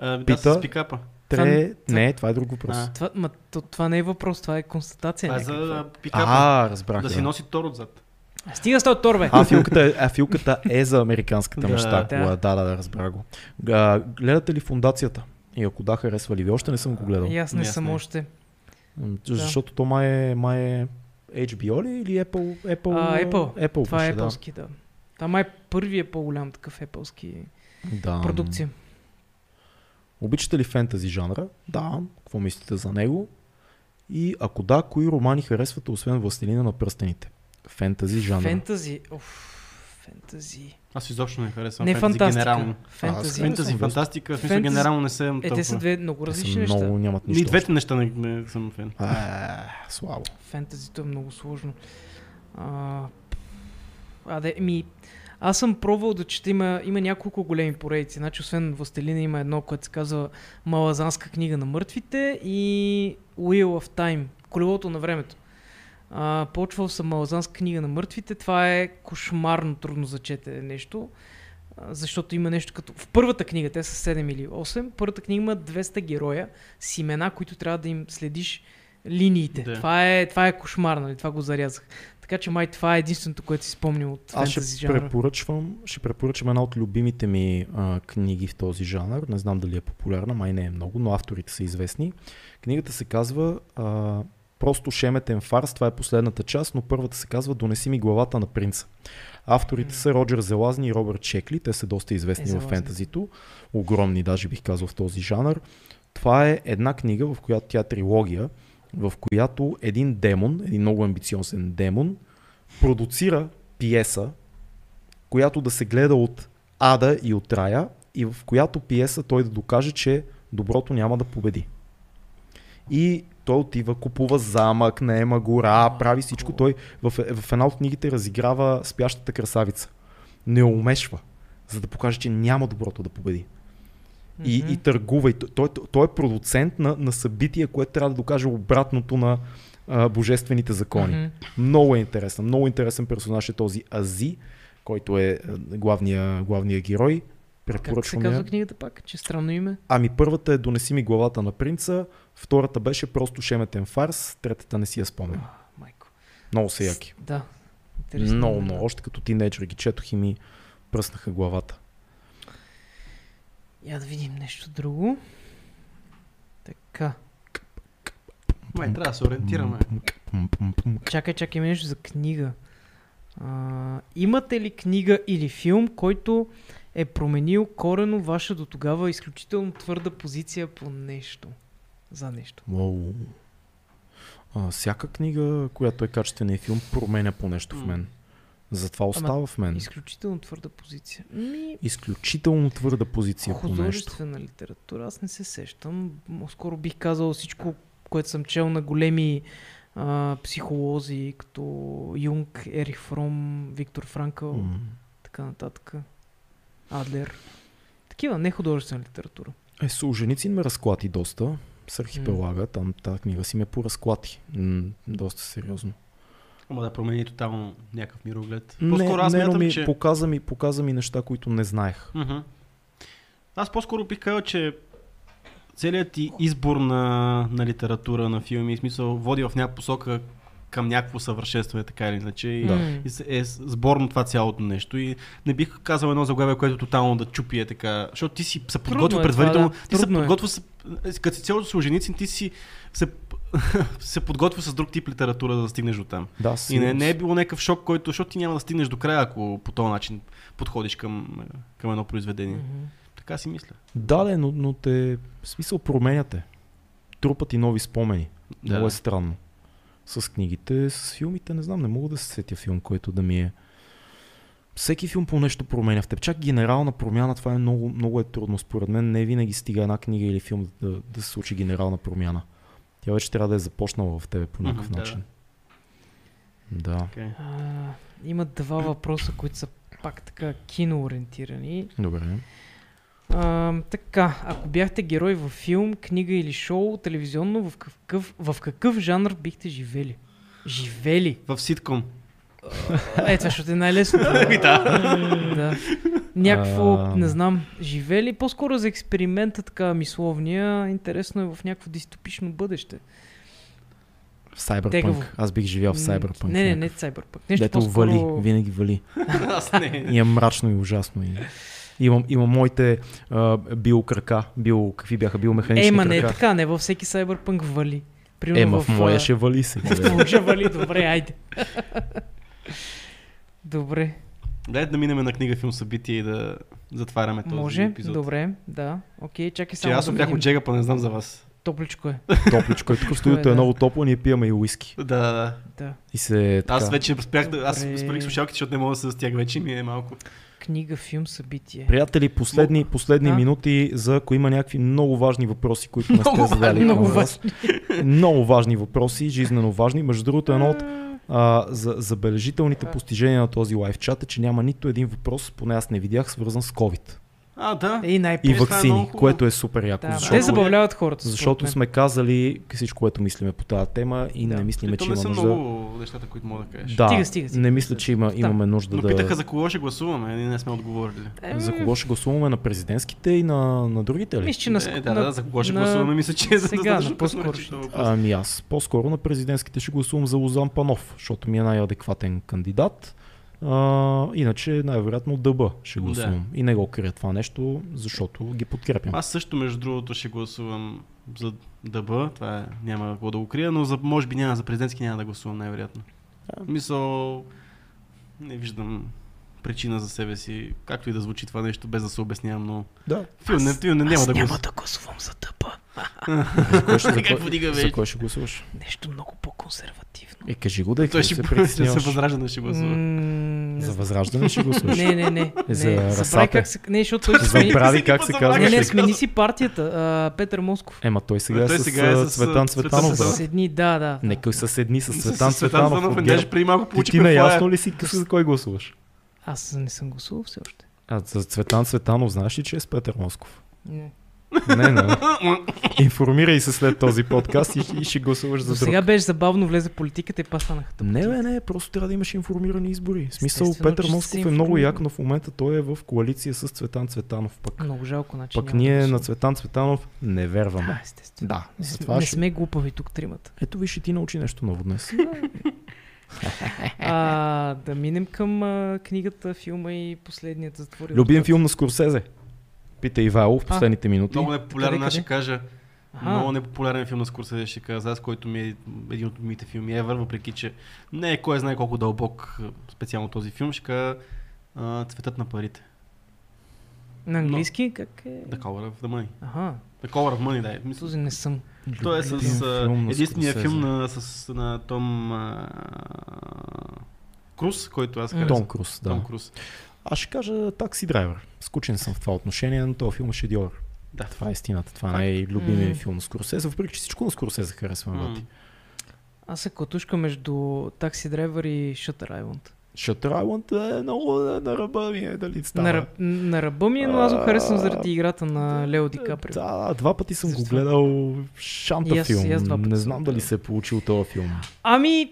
S1: А, Да,
S2: Пита.
S1: с пикапа.
S2: Тре...
S3: Това-
S2: Не, това е друг въпрос.
S1: А.
S3: Това, ма, то, това не е въпрос, това е констатация.
S1: Това е
S3: някаква.
S1: за пикапа.
S2: А, разбрах.
S1: Да
S2: да.
S1: си носи тор отзад.
S3: А, Стига с този тор, бе.
S2: А, филката е, а, филката е за американската
S1: Да,
S2: мечта.
S3: да.
S2: кола. Да, да, да, разбрах го. А, гледате ли фундацията? И ако да, харесва ли ви? Още не съм го гледал.
S3: И аз не
S1: Ясно
S3: съм
S1: е.
S3: още.
S2: М, Защото то май е, май е HBO ли или Apple? Apple,
S3: А, Apple.
S2: Apple
S3: Това е
S2: беше, да.
S3: епълски, да. Там е първият по-голям такъв епълски
S2: да.
S3: продукция.
S2: Обичате ли фентази жанра? Да. Какво мислите за него? И ако да, кои романи харесвате, освен Властелина на пръстените? Фентази жанра.
S3: Фентази. Оф, фентази.
S1: Аз изобщо не харесвам.
S3: Не е
S1: фентези
S3: фантастика.
S1: генерално.
S2: Аз
S3: Фентази.
S2: харесвам
S1: Фентази, фантастика, в смисъл
S3: Фентези-
S1: генерално не съм
S3: Е, те са
S1: толкова.
S3: две много
S2: Те са
S3: различни неща.
S2: Много нямат нищо.
S1: Ни
S2: общо.
S1: двете неща не, не съм фен.
S2: А, слабо.
S3: Фентазито е много сложно. А, аде, ми, аз съм пробвал да чета, има, има няколко големи поредици. Значи, освен Властелина има едно, което се казва Малазанска книга на мъртвите и Wheel of Time, колелото на времето. А, почвал съм Малазанска книга на мъртвите. Това е кошмарно трудно за четене нещо. а, Защото има нещо като... В първата книга, те са 7 или 8, първата книга има 200 героя с имена, които трябва да им следиш линиите.
S1: Да.
S3: Това, е, това е кошмар, нали? Това го зарязах. Така че май това е единственото, което си спомням от
S2: Аз ще
S3: фентази жанра.
S2: препоръчвам, ще препоръчам една от любимите ми а, книги в този жанр. Не знам дали е популярна, май не е много, но авторите са известни. Книгата се казва а, Просто шеметен фарс, това е последната част, но първата се казва Донеси ми главата на принца. Авторите са Роджер Зелазни и Робърт Чекли, те са доста известни в
S3: Зелазни.
S2: фентазито, огромни даже бих казал в този жанр. Това е една книга, в която тя е трилогия, в която един демон, един много амбициозен демон, продуцира пиеса, която да се гледа от ада и от рая, и в която пиеса той да докаже, че доброто няма да победи. И той отива, купува замък, наема гора, прави всичко. Той в, в една от книгите разиграва спящата красавица. Не умешва, за да покаже, че няма доброто да победи. И,
S3: Мгм.
S2: и търгува. И той, той, той е продуцент на, на събитие, което трябва да докаже обратното на а, божествените закони.
S3: Мгм.
S2: Много е интересен. Много интересен персонаж е този Ази, който е а, главния, главния герой.
S3: Как се
S2: Препоръчвам я.
S3: казва книгата пак? Че странно име?
S2: Ами първата е Донеси ми главата на принца, втората беше просто шеметен фарс, третата не си я спомням.
S3: А, Майко.
S2: Много са яки.
S3: Да. Интересно.
S2: Много,
S3: да.
S2: много. Още като тинейджър ги четох и ми пръснаха главата.
S3: Я да видим нещо друго. Така.
S1: Май, трябва да се ориентираме.
S3: Чакай, чакай, има нещо за книга. А, имате ли книга или филм, който е променил корено ваша до тогава изключително твърда позиция по нещо? За нещо.
S2: Уау. А, всяка книга, която е качествена и филм, променя по нещо в мен. Затова остава в мен.
S3: Изключително твърда позиция. Ми,
S2: Изключително твърда позиция по нещо.
S3: художествена литература, аз не се сещам. М, Скоро бих казал всичко, което съм чел на големи а, психолози, като Юнг, Ерих Фром, Виктор Франкъл.
S2: М.
S3: така нататък. Адлер. Такива, не художествена литература.
S2: Е, Солженицин ме разклати доста. С архипелага, там тази книга си ме поразклати. М, доста сериозно.
S1: Ама да промени тотално някакъв мироглед.
S2: Не,
S1: По-скоро аз
S2: не, но
S1: мятам,
S2: ми,
S1: че...
S2: показа, ми, показа ми неща, които не знаех.
S1: Мгм. Аз по-скоро бих казал, че целият ти избор на, на литература, на филми, в смисъл, води в някаква посока към някакво съвършенстване, така или иначе. И,
S3: Да.
S1: и с- е сборно това цялото нещо. И не бих казал едно заглавие, което тотално да чупи е така. Защото ти си се подготвил
S3: е
S1: предварително.
S3: това, да.
S1: Ти се
S3: Трудно е.
S1: подготвил, с- е. като си цялото си женици, ти си се, *laughs* се подготвил с друг тип литература, за да стигнеш до там.
S2: Да,
S1: И не,
S2: сигурно
S1: не е
S2: си.
S1: било някакъв шок, който, защото ти няма да стигнеш до края, ако по този начин подходиш към, е, към едно произведение.
S3: Мгм.
S1: Mm-hmm. Така си мисля.
S2: да, да, но, но те, в смисъл, променяте. Трупат и нови спомени. Да. Много е странно. С книгите, с филмите, не знам, не мога да се сетя филм, който да ми е. Всеки филм по нещо променя в теб. Чак генерална промяна, това е много, много е трудно. Според мен не винаги стига една книга или филм да, да се случи генерална промяна. Тя вече трябва да е започнала в тебе по
S1: Мгм,
S2: някакъв
S1: да, да.
S2: начин. Да.
S1: Така е.
S3: А, има два въпроса, които са пак така киноориентирани.
S2: Добре.
S3: А, така, ако бяхте герой във филм, книга или шоу, телевизионно, в какъв, в какъв жанр бихте живели? Живели?
S1: В ситком. *laughs*
S3: Е, това ще е най-лесното. да. Някакво,
S2: А.
S3: не знам, живели. По-скоро за експеримента, така мисловния, интересно е в някакво дистопично бъдеще.
S2: В Cyberpunk.
S3: Тегаво.
S2: Аз бих живял в Cyberpunk.
S3: Не, не,
S2: някакъв.
S3: не Cyberpunk. Нещо
S2: Дето
S3: по-скоро...
S2: вали, винаги вали.
S1: Аз не.
S2: И е мрачно и ужасно. И... Имам, имам моите а, биокрака, био, какви бяха биомеханични
S3: Ема, не е
S2: крака.
S3: така, не във всеки Cyberpunk вали. Примерно
S2: Ема в моя
S3: а,
S2: ще вали
S3: *laughs*
S2: се.
S3: в моя ще вали, добре, айде. *laughs* добре,
S1: Дай да минем на книга, филм, събитие и да затваряме този
S3: може,
S1: епизод.
S3: добре, да, окей, чакай
S1: Че
S3: само
S1: аз
S3: да
S1: бях
S3: видим.
S1: от Джега, па не знам за вас.
S3: Топличко е,
S2: Топличко. И тук в студиото
S3: Да.
S2: е много топло, ние пиеме и уиски.
S1: Да, да, да.
S3: да.
S2: И се така.
S1: Аз вече спрях, да, аз
S3: Добре.
S1: сприх слушалките, защото не мога да се застях вече, ми е малко.
S3: Книга, филм, събитие.
S2: Приятели, последни, последни
S3: Да.
S2: минути, за ако има някакви много важни въпроси, които не сте
S1: Много
S2: задали.
S3: Много
S2: към вас.
S3: важно.
S2: много важни въпроси, жизненно важни. Между другото, едно от
S3: А,
S2: а, за, забележителните постижения на този лайв чат е, че няма нито един въпрос, поне аз не видях, свързан с COVID.
S1: А, да.
S3: И най
S2: и
S1: Е, това е много
S2: вакцини,
S1: хубаво.
S2: което е супер яко.
S3: да,
S2: защото
S3: Те забавляват хората. според
S2: защото
S3: мен.
S2: сме казали всичко, което мислиме по тази тема и
S3: Да.
S2: не
S1: Е,
S2: мислиме,
S1: то
S2: че
S1: не
S2: има
S1: са
S2: нужда.
S1: много нещата, които мога да кажеш.
S2: Да,
S3: Стига, стига, стига.
S2: не мисля, че има, имаме нужда
S1: Но
S2: да...
S1: питаха за кого ще гласуваме, ние не сме отговорили.
S3: Е,
S2: За кого ще гласуваме на президентските и на, на другите ли?
S3: Мисля, че на...
S1: Е, да, да, за кого ще гласуваме, мисля, че е за
S3: сега,
S1: достатъчно
S3: на по-скоро
S1: късно, че
S3: ще-
S1: това е въпрос.
S2: Ами аз по-скоро на президентските ще гласувам за Лозан Панов, защото ми е най-адекватен кандидат. А, иначе най-вероятно ДБ ще
S1: Да.
S2: гласувам. И не го крия това нещо, защото ги подкрепям.
S1: Аз също, между другото, ще гласувам за ДБ. Това е, няма какво да го крия, но за, може би няма за президентски няма да гласувам най-вероятно.
S2: Да.
S1: Мисъл, не виждам причина за себе си, както и да звучи това нещо, без да се обяснявам, но... *laughs*
S2: Да.
S1: Фил, не, Фил, не, няма да го...
S3: да гласувам за тъпа.
S2: За кой ще, за
S1: Как
S2: кой,
S1: вдига
S2: за
S1: вече?
S2: кой ще гласуваш?
S3: Нещо много по-консервативно.
S2: Е, кажи го да е,
S1: Той
S2: се
S1: ще, *laughs*
S2: се
S1: ще се
S2: притесняваш.
S1: възражда, ще гласува.
S2: За възраждане ще гласуваш.
S3: Не,
S1: *laughs*
S3: не, не. не.
S2: За
S3: Забрави
S2: Расапе.
S3: как се... Не, защото той се смени...
S2: Забрави как
S1: Всеки
S2: се
S1: път
S2: казва.
S3: Не, не,
S1: забравяш.
S3: смени си партията. А, Петър Москов.
S2: Ема той сега,
S1: Той
S2: е,
S1: сега е
S2: с,
S1: с,
S2: с Цветан
S1: а, Цветан
S2: Цветанов.
S1: Цветанов.
S3: С
S2: брат.
S3: едни, да, да.
S2: Нека се седни с
S1: С
S2: Цветан
S1: Цветан
S2: Цветанов.
S1: Цветанов,
S2: от
S1: даже
S2: ГЕРБ. е.
S1: преди малко
S2: Ти,
S1: получи
S2: ти наясно ли си къс- за кой гласуваш?
S3: Аз не съм гласувал все още.
S2: А, за Цветан Цветанов знаеш ли, че е с Петър Москов?
S3: Не.
S2: Не, не. Информирай се след този подкаст и, и ще гласуваш
S3: За
S2: за друг.
S3: сега беше забавно, влезе в политиката и па станаха тъпоти.
S2: Не, бе, не, просто трябва да имаш информирани избори. В смисъл,
S3: Естествено,
S2: Петър
S3: че
S2: Москов
S3: са
S2: е много
S3: информирани.
S2: як, но в момента той е в коалиция с Цветан Цветанов пък.
S3: Много жалко значи начин.
S2: Пък ние на Цветан Цветанов не вярваме.
S3: Да, естествено.
S2: Да,
S3: Не сме,
S2: затова
S3: не
S2: ще...
S3: сме глупави тук тримата.
S2: Ето виж и ти научи нещо ново днес. Е.
S3: А, да минем към а, книгата, филма и последният затвори.
S2: Любим филм на Скорсезе? Пита Ивайло в
S3: А,
S2: последните минути.
S1: Много е- непопулярен,
S3: Къде,
S1: аз ще
S3: къде?
S1: кажа.
S3: Аха.
S1: Много непопулярен филм на Скорсезе ще кажа, аз който ми е един от моите филми ever, въпреки че не е кой знае колко дълбок а, специално този филм, ще кажа а, Цветът на парите.
S3: На английски как е?
S1: The Color of the Money.
S3: Аха,
S1: The Color of Money, да е. Мисля,
S3: този не съм.
S1: Той е
S2: Любим
S1: с а,
S2: филм на
S1: единствения
S2: Скорсезе.
S1: филм на, с, на Том а, Круз, който аз
S3: М.
S1: харесвам.
S2: Том Круз, да.
S1: Том Круз.
S2: Аз ще кажа такси драйвер. Скучен съм в това отношение, но този филм е шедьовър.
S1: Да.
S2: Това е истината. Това е най-любимия ми
S3: М.
S2: филм на Скорсезе, въпреки че всичко на Скорсезе харесвам.
S1: М.
S2: брат.
S3: Аз се клатушка между такси драйвер и Shutter Island.
S2: Шатър Айланд е много е, на ръба ми е дали става.
S3: На, ръб, на ръба ми е, но аз го харесвам
S2: А,
S3: заради играта на Лео Ди Каприо.
S2: Да, да, два пъти съм го
S3: Защо?
S2: гледал
S3: И
S2: шанта
S3: аз-
S2: филм.
S3: и аз два пъти
S2: не
S3: съм
S2: знам
S3: го
S2: дали
S3: гледал.
S2: се е получил този филм.
S3: Ами,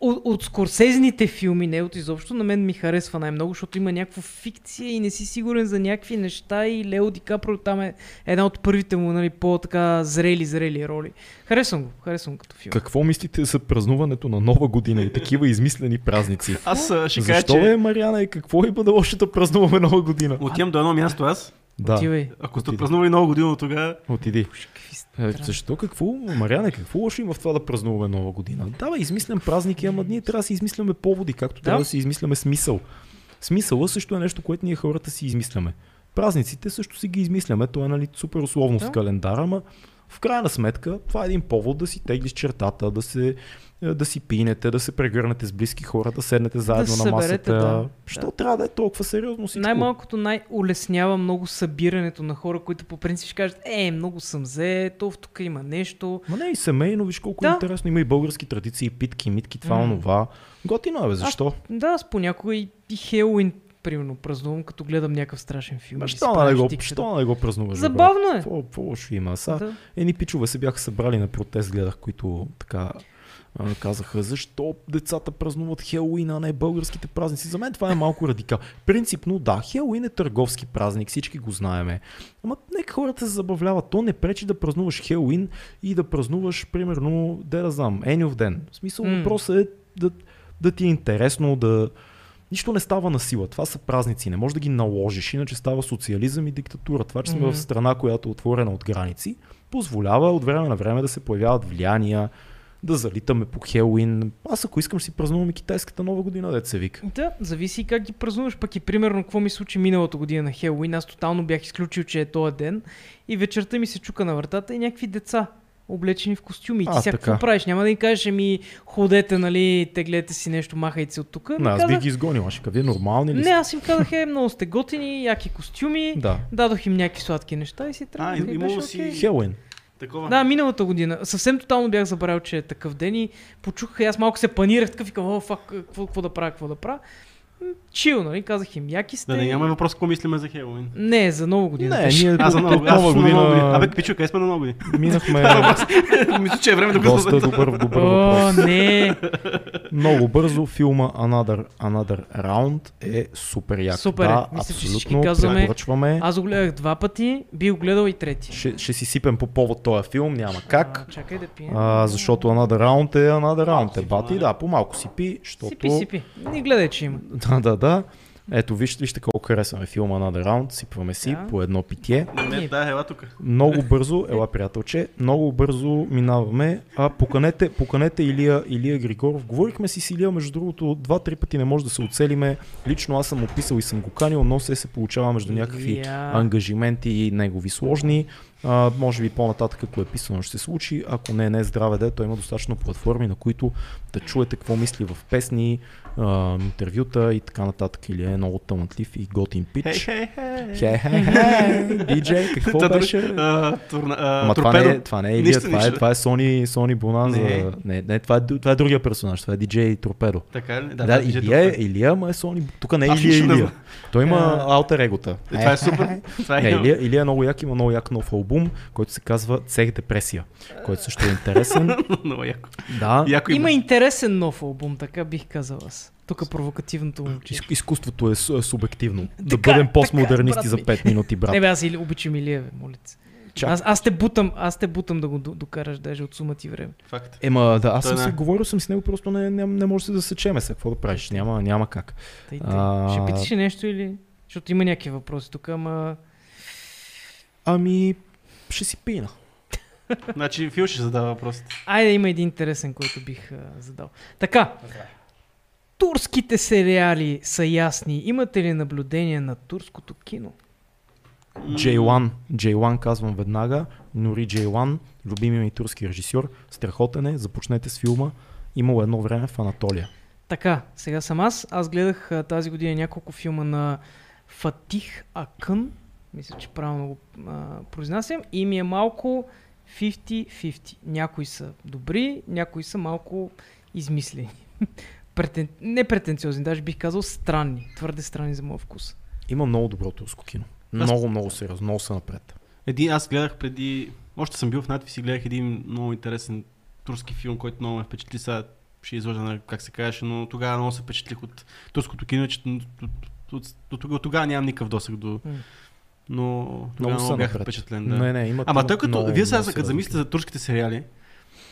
S3: От, от скорсезните филми, не от изобщо, на мен ми харесва най-много, защото има някаква фикция и не си сигурен за някакви неща и Лео Ди Капро там е една от първите му нали, по-така зрели-зрели роли. Харесвам го, харесвам го като филм.
S2: Какво мислите за празнуването на нова година и такива измислени празници?
S1: Аз а, ще кажа,
S2: Защо
S1: че
S2: е, Мариана, и какво има да лошо да празнуваме нова година?
S1: отивам до едно място аз.
S2: Да,
S3: Отивай.
S1: Ако сте
S2: Отиди.
S1: празнували нова година от тогава,
S2: отиди.
S3: Какви сте?
S2: Е, Защо? Какво? Мариана, какво лошо има в това да празнуваме нова година? Да, бе, измислям празники, ама ние трябва да си измисляме поводи, както
S3: Да.
S2: трябва да си измисляме смисъл. Смисъла също е нещо, което ние хората си измисляме. Празниците също си ги измисляме, то е нали, супер условно
S3: Да.
S2: в календара, ама в крайна сметка това е един повод да си теглиш чертата, да се е, да си пинете, да се прегърнете с близки хора, да седнете заедно
S3: се
S2: на
S3: съберете,
S2: масата.
S3: да.
S2: Що
S3: Да.
S2: трябва да е толкова сериозно всичко?
S3: Най-малкото най-улеснява много събирането на хора, които по принцип ще кажат, е, много съм зет, оф, тук има нещо.
S2: Ма не и семейно, виж колко
S3: Да.
S2: да. интересно. Има и български традиции, питки, митки, това,
S3: М.
S2: онова. Готино е, бе, защо?
S3: Да, аз понякога и, и Хелуин, примерно, празнувам, като гледам някакъв страшен филм.
S2: Ма
S3: и си
S2: що
S3: правя
S2: не го,
S3: щикчета.
S2: що не го празнуваш? бе, брат?
S3: Забавно е.
S2: Какво какво лошо има? Са,
S3: Да.
S2: едни пичове се бяха събрали на протест, гледах, които така а, казаха, защо децата празнуват Хелуин, а не българските празници. За мен това е малко радикал. Принципно, да, Хелуин е търговски празник, всички го знаеме. Ама нека хората се забавляват. То не пречи да празнуваш Хелуин и да празнуваш, примерно, де да знам, Еньов ден. В смисъл,
S3: М.
S2: въпросът е да, да ти е интересно, да, Нищо не става на сила. Това са празници. Не може да ги наложиш, иначе става социализъм и диктатура. Това, че сме
S3: Мгм.
S2: в страна, която е отворена от граници, позволява от време на време да се появяват влияния, да залитаме по Хелуин. Аз ако искам, ще си празнувам и китайската нова година, деца се вика.
S3: Да, зависи и как ги празнуваш. Пък и примерно какво ми случи миналата година на Хелуин. Аз тотално бях изключил, че е този ден. И вечерта ми се чука на вратата и някакви деца облечени в костюми. И ти
S2: А,
S3: сега
S2: така.
S3: какво правиш? Няма да им кажеш, ами ходете, нали, теглете си нещо, махайте се от тук. Ами
S2: Не, аз бих ги изгонил. Аз ще кажа, вие нормални ли
S3: Не,
S2: сте?
S3: аз им казах, е, много сте готини, яки костюми.
S2: *laughs* Да.
S3: Дадох им някакви сладки неща и си
S1: а,
S3: тръгнах. и
S1: имало
S3: беше окей.
S1: си
S2: Хелуин.
S1: такова.
S3: Да, миналата година. Съвсем тотално бях забравил, че е такъв ден и почуках и аз малко се панирах, такъв и към, о, фак, какво, какво да правя, какво да правя. М, Чил, нали? Казах им, яки сте.
S1: Да, не, нямаме въпрос какво мислиме за Хелоуин.
S3: Не, за нова година.
S2: Не,
S3: беше.
S2: ние
S1: Аз за много, аз
S2: Е, нова
S1: съм на много години. Абе,
S2: година
S1: пичо, къде сме на много години? *laughs*
S2: минахме *laughs*
S1: Мисля, че е време да го
S2: доста
S1: зададем.
S2: добър, добър въпрос.
S3: О, не.
S2: Много бързо филма Another, Another Round е супер як.
S3: Супер е.
S2: да,
S3: Мисля, че всички
S2: абсолютно
S3: казваме-
S2: препоръчваме.
S3: Аз го гледах два пъти, би го гледал и трети.
S2: Ще, ще си сипем по повод този филм, няма как.
S3: А, чакай да пия.
S2: А, защото Another Round е Another Round. Е,
S1: си
S2: бати,
S1: пи,
S2: да, по-малко си пи, защото...
S3: Сипи, сипи. Не гледай, че има.
S2: *laughs* Да, да, да. Ето, вижте, вижте колко харесваме филма Another Round. Сипваме си
S3: Да.
S2: по едно питие.
S1: Не, да, ела тук.
S2: Много бързо, ела приятелче, много бързо минаваме. А, поканете, поканете Илия, Илия Григоров. Говорихме си с Илия, между другото, два-три пъти не може да се оцелиме. Лично аз съм описал и съм го канил, но се се получава между някакви
S3: Илия.
S2: ангажименти и негови сложни. А, може би по-нататък, ако е писано, ще се случи. Ако не, не здраве де, той има достатъчно платформи, на които да чуете какво мисли в песни, а, интервюта и така нататък. Или е много талантлив и готин пич.
S1: Хей, хей, *laughs* хей.
S2: Хе, хе, хе, диджей, какво
S1: Та, друг-
S2: беше?
S1: а, турна- а,
S2: Ама това не,
S1: торпедо.
S2: е, това не е Илия,
S1: Нищо,
S2: това е,
S1: нищо.
S2: това е Sony, Sony Bonanza.
S1: Не.
S2: Не, не, не това, е, ду- това е другия персонаж, това е DJ Торпедо.
S1: Така ли?
S2: Да, да
S1: DJ
S2: Илия, е,
S1: Торпедо.
S2: Илия, ма е Sony, тук не е
S1: Аз
S2: Илия,
S1: нищо не
S2: Илия.
S1: знам.
S2: Той има
S3: Да.
S2: алтер егота.
S1: Е, Това е супер. Това е
S2: Не, Илия, Илия е много як, има много як нов албум, който се казва Цех депресия, който също
S1: *laughs*
S2: е интересен.
S1: много яко.
S2: Да,
S1: Яко
S3: Има интересен нов албум, така бих казал аз. Тук е провокативното момче.
S2: Из- изкуството е, су- е субективно. да
S3: Така е,
S2: бъдем
S3: така е, брат
S2: постмодернисти за
S3: ми.
S2: 5 минути, брат.
S3: Не бе, аз или обичам Илия, бе, моля те.
S2: Чакай.
S3: Аз, аз, те бутам, аз те бутам да го до- докараш даже от сума ти време.
S1: Факт.
S2: Ема, да, аз
S1: Той
S2: съм
S1: не.
S2: се говорил съм с него, просто не, не, не може да се засечеме. Сега какво да правиш? Няма, няма как.
S3: Тъй, тъй.
S2: А.
S3: Ще питаш ли нещо или... Защото има някакви въпроси тук, ама...
S2: Ами, ще си пина.
S1: Значи Фил ще задава въпросите.
S3: Айде, има един интересен, който бих а, задал. Така. Турските сериали са ясни. Имате ли наблюдение на турското кино?
S2: J1, J1 казвам веднага, Нори J1, любимия ми турски режисьор, страхотен е, започнете с филма, имало едно време в Анатолия.
S3: Така, сега съм аз. Аз гледах а, тази година няколко филма на Фатих Акън. Мисля, че правилно го а, произнасям. И ми е малко 50-50. Някои са добри, някои са малко измислени. *laughs* Претен... Не претенциозни, даже бих казал странни. Твърде странни за моя вкус.
S2: Има много добро турско кино.
S1: Аз-
S2: Много, много сериозно, много са напред.
S1: Един, аз гледах преди... Още съм бил в Натвис и гледах един много интересен турски филм, който много ме впечатли. Сега ще излъжа, нали, как се казваше, но тогава много се впечатлих от турското кино, че м, от, от, от, от тогава нямам никакъв досег до...
S3: М.
S1: Но тогава много,
S2: са
S1: бях
S2: напред.
S1: впечатлен. Да.
S2: Не, не, има
S1: Ама
S2: е много-
S1: тъй като
S2: много-
S1: вие сега,
S2: много
S1: като
S2: се
S1: замислите за турските сериали,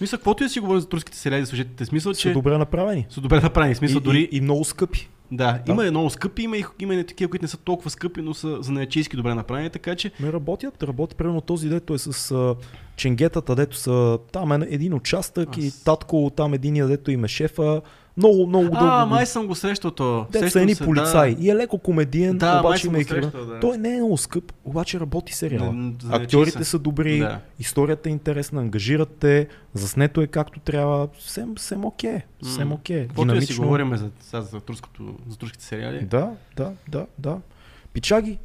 S1: мисля, каквото и да си говорим за турските сериали, за сюжетите, смисъл,
S2: разлики. Са
S1: че
S2: добре направени.
S1: са добре направени. Смисъл,
S2: И-
S1: дори
S2: и, и, много скъпи.
S1: Да,
S2: Да.
S1: има и много скъпи, има и, има и такива, които не са толкова скъпи, но са занаячийски добре направени, така че
S2: Ме работят, работи примерно този дето е с а, ченгетата, дето са там е един участък
S1: Аз-
S2: Аз... и татко там единия дето им е шефа. Много, много дълго.
S1: А,
S2: го-
S1: май съм го срещал то.
S2: Дето са
S1: Срещам
S2: едни
S1: се,
S2: полицаи. Да. И е леко комедиен,
S1: Да, май
S2: обаче
S1: съм
S2: има
S1: го
S2: и кръв.
S1: срещал, да.
S2: Той не е много скъп, обаче работи сериала.
S1: Не, не, значи
S2: Актьорите
S1: са.
S2: са добри,
S1: Да.
S2: да. историята е интересна, ангажират те, заснето е както трябва. Съвсем, съвсем окей. Съвсем
S1: М.
S2: окей.
S1: Каквото и да си
S2: Динамично.
S1: говорим нали? за, за, за, турското, за турските сериали.
S2: Да, да, да, да. Пичаги,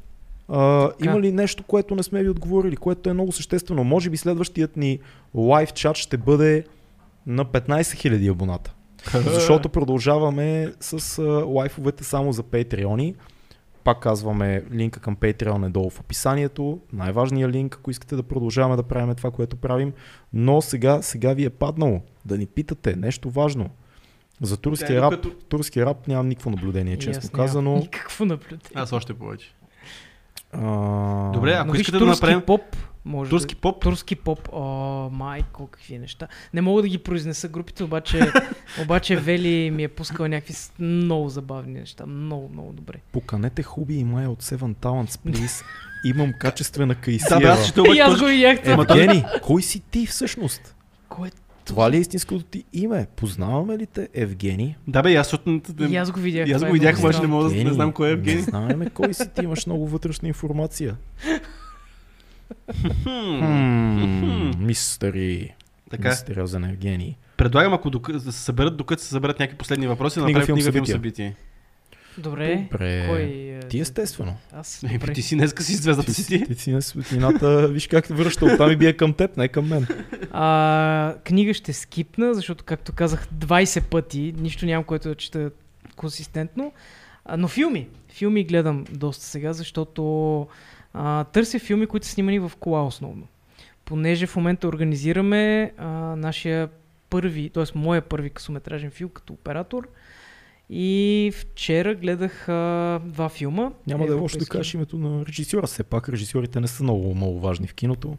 S2: а, има ли нещо, което не сме ви отговорили, което е много съществено? Може би следващият ни лайв чат ще бъде на 15 000 абоната. Защото продължаваме с а, лайфовете само за патреони. Пак казваме, линка към Patreon е долу в описанието. Най-важният линк, ако искате да продължаваме да правим това, което правим. Но сега, сега ви е паднало да ни питате нещо важно. За турския
S1: Тя е
S2: рап,
S1: докато-
S2: турския рап нямам никакво наблюдение,
S3: И
S2: Е, честно
S3: аз нямам *laughs*
S2: казано.
S3: Никакво наблюдение.
S1: Аз още повече.
S2: А...
S1: Добре,
S3: Но
S1: ако
S3: виж,
S1: искате да
S3: Нали турски
S1: направим
S3: поп, може
S1: турски
S3: да...
S1: поп,
S3: Турски поп, о, майко, какви неща. Не мога да ги произнеса групите, обаче, обаче Вели ми е пускал някакви с- много забавни неща. Много, много добре.
S2: Поканете Хуби и Майя от
S1: *laughs*
S2: Seven Talents, please. Имам качествена
S1: да, бе,
S2: Кайсиева.
S1: аз ще обаче Е.
S3: И аз
S1: този-
S3: го видях това.
S2: Евгений, кой си ти всъщност?
S3: Кой е
S2: Това ли е истинското ти име? Познаваме ли те, Евгений?
S1: Да бе, и аз защото... не-
S3: И аз го видях.
S1: И аз
S3: това
S1: го
S3: е
S1: видях,
S3: много
S1: обаче не
S3: странно.
S1: мога да не
S2: Евгений,
S1: знам кой е
S2: Не
S1: Евгений.
S2: знаеме кой си ти, имаш много вътрешна информация.
S1: Хм.
S2: Хм, Мистери.
S1: Така,
S2: Мистериозен Евгений.
S1: предлагам ако док- да се съберат, докато се съберат някакви последни въпроси, да
S2: Книга,
S1: направим
S2: филм,
S1: книга, филм,
S2: събитие.
S1: събитие.
S3: Добре. Кой
S2: Пре...
S3: е?
S2: Ти естествено.
S3: Аз.
S1: Е,
S3: Добре.
S1: ти си днеска си звездата си ти.
S2: Ти си на светлината, виж как те връща оттам и бие към теб, не към мен.
S3: А, книга ще скипна, защото, както казах, 20 пъти. Нищо нямам, което да чета консистентно. А, но филми. Филми гледам доста сега, защото а, търся филми, които са снимани в кола основно. Понеже в момента организираме а, нашия първи, т.е. моя първи късометражен филм като оператор. И вчера гледах а, два филма.
S2: Няма да е лошо да
S3: европейски.
S2: кажеш името на режисьора. Все пак режисьорите не са много, много важни в киното.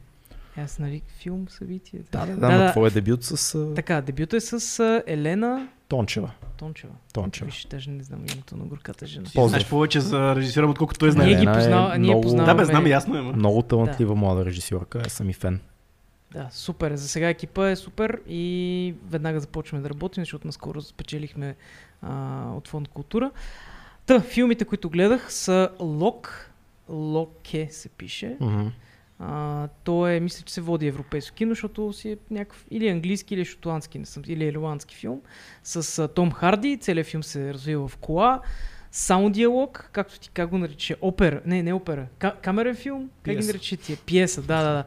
S3: Аз нарик филм събитие.
S2: Да, да, да,
S3: Да,
S2: да,
S3: да.
S2: на твоя дебют с а,
S3: Така, дебютът е с а, Елена
S2: Тончева.
S3: Тончева.
S2: Тончева.
S3: Виж, даже не знам името на горката жена.
S1: Ти
S2: Ползва.
S1: Знаеш повече за режисера, отколкото той
S3: Ние
S1: знае.
S3: ги
S2: Елена е
S3: познава, ние
S2: много-
S1: Да
S3: познаваме.
S1: бе, знам и ясно е. ма.
S2: Много талантлива млада режисьорка, аз съм и фен.
S3: Да, супер. е. За сега екипа е супер и веднага започваме да работим, защото наскоро спечелихме а, от фонд култура. Та, филмите, които гледах са Лок. Локе се пише. А, то е, мисля, че се води европейско кино, защото си е някакъв или английски, или шотландски, не съм, или ирландски филм. С а, Том Харди, целият филм се развива в кола. Само диалог, както ти как го нарече, опера, не, не опера, ка- камерен филм, как ги
S1: Пиеса.
S3: нарече тия, пиеса, да, да, да.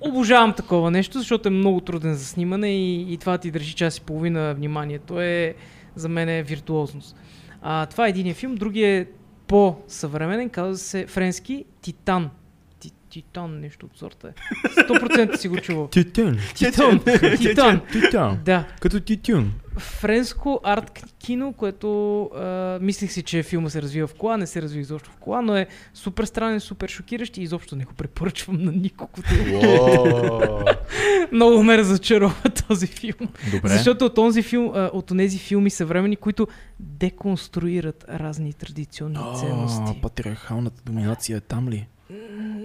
S3: Обожавам такова нещо, защото е много труден за снимане и, и това ти държи час и половина вниманието е за мен е виртуозност. А, това е единия филм, другият е по-съвременен, казва се френски Титан. Ти- Титан нещо от сорта е. 100% си го
S2: *laughs*
S3: чувал.
S2: Титюн. *laughs*
S3: Титан. Титан.
S2: Титюн.
S3: Да.
S2: Като титюн.
S3: Френско арт кино, което а, мислих си, че филма се развива в кола, не се развива изобщо в кола, но е супер странен, супер шокиращ и изобщо не го препоръчвам
S2: *laughs*
S3: на никого. Много ме разочарова този филм.
S2: Добре.
S3: Защото от, онзи филм, а, от тези филми съвремени, които деконструират разни традиционни ценности.
S2: А, патриархалната доминация е там ли?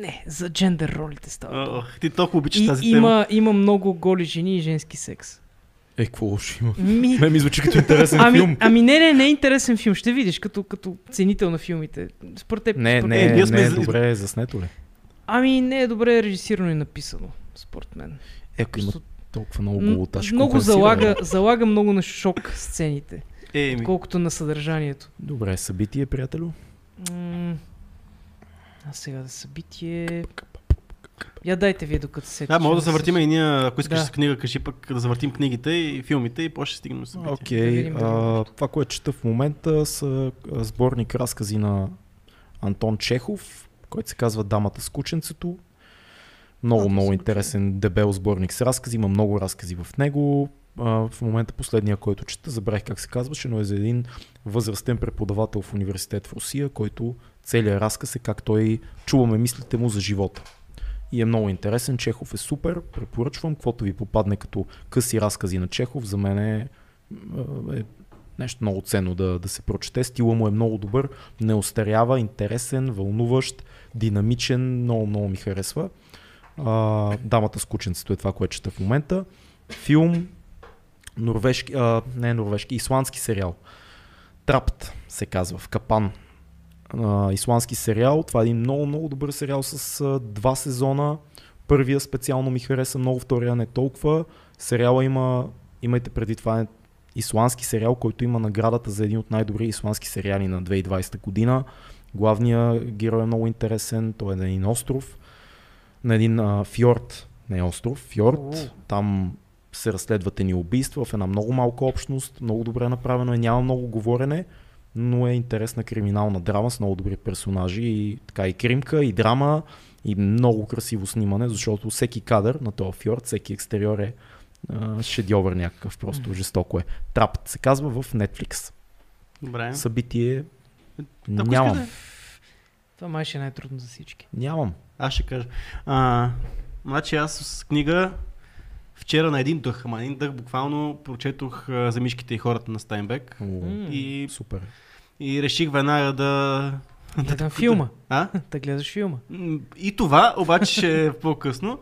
S3: Не, за джендър ролите става. дума.
S1: Ох, ти толкова обичаш
S3: И,
S1: тази тема.
S3: има, има много голи жени и женски секс.
S2: Е, какво лошо има?
S3: Ми,
S2: Не ми звучи като интересен
S3: ами,
S2: филм.
S3: ами не, не, не е интересен филм. Ще видиш като, като ценител на филмите. Според теб.
S2: Не,
S3: според
S2: не,
S3: мен.
S1: ние
S2: не,
S1: сме
S2: не,
S1: за-
S2: добре, е заснето ли?
S3: Ами не е добре режисирано и написано, според мен.
S2: Еко има
S3: Просто
S2: толкова много
S3: м-
S2: голотаж.
S3: много
S2: компенсира,
S3: залага,
S2: бе.
S3: залага много на шок сцените,
S1: Еми,
S3: колкото на съдържанието.
S2: Добре, събитие, приятелю.
S3: М, А сега за събитие... Я дайте вие докато се...
S1: Да, може да завъртим и ние, ако искаш
S3: Е, Да.
S1: с книга, кажи пък да завъртим книгите и филмите и после ще стигнем до събития.
S3: Да
S2: Окей,
S3: видим
S2: а, това, което чета в момента са а, сборник разкази на Антон Чехов, който се казва Дамата с кученцето. Много,
S3: Дамата с
S2: много
S3: кученце.
S2: интересен, дебел сборник с разкази, има много разкази в него. а, в момента последния, който чета, забравих как се казваше, но е за един възрастен преподавател в университет в Русия, който целият разказ е как той чуваме мислите му за живота. И е много интересен. Чехов е супер. Препоръчвам, каквото ви попадне като къси разкази на Чехов, за мен е, е нещо много ценно да, да се прочете. Стила му е много добър, не остарява, интересен, вълнуващ, динамичен, много, много ми харесва. А, Дамата с кученцето е това, което чета в момента. Филм, норвежки, а, не е норвежки, исландски сериал. Трапт се казва, в капан. А, исландски сериал, това е един много, много добър сериал с а, два сезона. Първия специално ми хареса много, втория не толкова. Сериала има, имайте преди това е исландски сериал, който има наградата за един от най-добри исландски сериали на 2020 година. Главният герой е много интересен, той е на един остров, на един а, фьорд, не остров, фьорд.
S3: О.
S2: Там се разследват едни убийства в една много малка общност, много добре направено е, няма много говорене, но е интересна криминална драма с много добри персонажи и така и кримка, и драма, и много красиво снимане, защото всеки кадър на този фьорд, всеки екстериор е а, шедьовър някакъв, просто жестоко е. Трапът се казва в Netflix.
S1: Добре.
S2: Събитие
S1: Е, Ако
S2: нямам.
S1: искате.
S3: Това май ще е най-трудно за всички.
S2: Нямам.
S1: Аз ще кажа. А, значи аз с книга вчера на един дъх, ама един дъх буквално прочетох а, за мишките и хората на Стайнбек.
S2: О,
S3: М.
S1: И,
S2: Супер.
S1: и реших веднага *laughs* да...
S3: Гледам филма.
S1: А?
S3: Да гледаш филма.
S1: М, И това, обаче ще е *laughs* по-късно.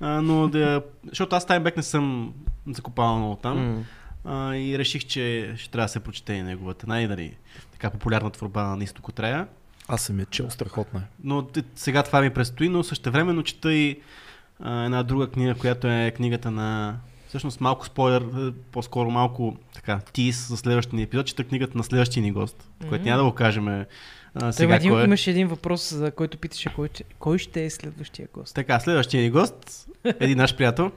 S1: А, но да... Защото аз Стайнбек не съм закопал много там.
S2: М.
S1: А, и реших, че ще трябва да се прочете и неговата най нали, така популярна творба на Нисток от Рая.
S2: Аз съм я чел, страхотна е.
S1: Но т- сега това ми предстои, но същевременно чета и а, една друга книга, която е книгата на... Всъщност малко спойлер, е, по-скоро малко така, тис за следващия ни епизод, чета книгата на следващия ни гост, mm-hmm.
S3: Мгм.
S1: което няма да го кажем а,
S3: Сега
S1: сега
S3: един,
S1: кой е.
S3: имаше един въпрос, за който питаше кой, ще- кой ще е следващия гост.
S1: Така, следващия ни гост, един наш приятел,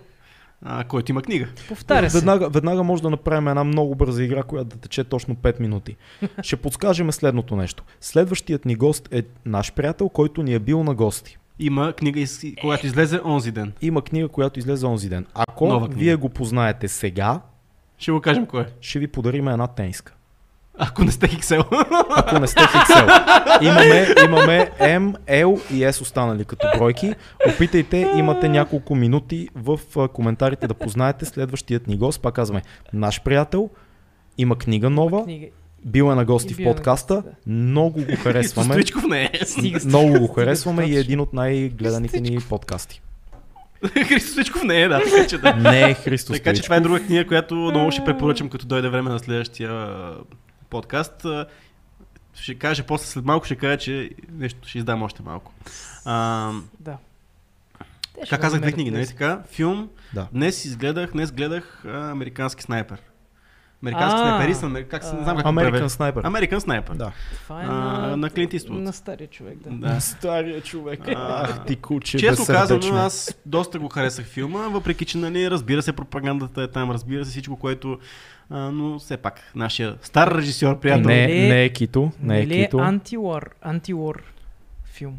S1: а, който има книга.
S3: Повтаря се.
S2: Веднага, веднага може да направим една много бърза игра, която да тече точно
S1: *laughs*
S2: 5 минути. Ще подскажем следното нещо. Следващият ни гост е наш приятел, който ни е бил на гости.
S1: Има книга, из- която излезе онзи ден.
S2: Има книга, която излезе онзи ден. Ако
S1: Нова книга.
S2: вие го познаете сега,
S1: Ще го кажем кой е.
S2: ще ви подарим една тениска.
S1: Ако не сте *laughs* Хиксел.
S2: ако не сте в Excel. Имаме, имаме M, L и S останали като бройки. Опитайте, имате няколко минути в а, коментарите да познаете следващият ни гост. Пак казваме, наш приятел, има книга нова,
S3: Книга.
S2: бил е на гости
S3: И
S2: в
S3: бил е на
S2: подкаста,
S3: гости, да.
S2: много го харесваме.
S1: Стоичков не е.
S3: Стига, стига.
S2: Много го харесваме и е
S3: достатъчно.
S2: един от най-гледаните ни подкасти.
S1: *laughs* Христо Стоичков не е, да, така че да.
S2: Не е Христо
S1: Така че
S2: Стоичков.
S1: това е друга книга, която много ще препоръчам, като дойде време на следващия а, подкаст. А, Ще кажа, после след малко ще кажа, че нещо ще издам още малко. А,
S3: Да. Те Е, ще
S1: как казах две
S3: намерят
S1: книги, нали
S3: нещо.
S1: така? Филм.
S2: Да.
S1: Днес изгледах, днес гледах а, Американски снайпер. Американски
S3: А,
S1: снайперист, амер- как се, не знам как го
S2: American
S1: превежда.
S2: Sniper.
S1: Американ снайпер.
S2: Да.
S3: Това е
S1: А,
S3: на,
S1: на Клинт Иствуд.
S3: На стария човек, да.
S1: Да.
S2: Стария човек.
S1: А,
S2: Ах, ти куче.
S1: Честно казано,
S2: безсърдечно.
S1: аз доста го харесах филма, въпреки че, нали, разбира се, пропагандата е там, разбира се всичко, което... А, но все пак, нашия стар режисьор, приятел...
S2: Не,
S3: Нали е-
S2: не е Кито. Не е
S3: Нали е
S2: Кито.
S3: антиуар, антиуар филм.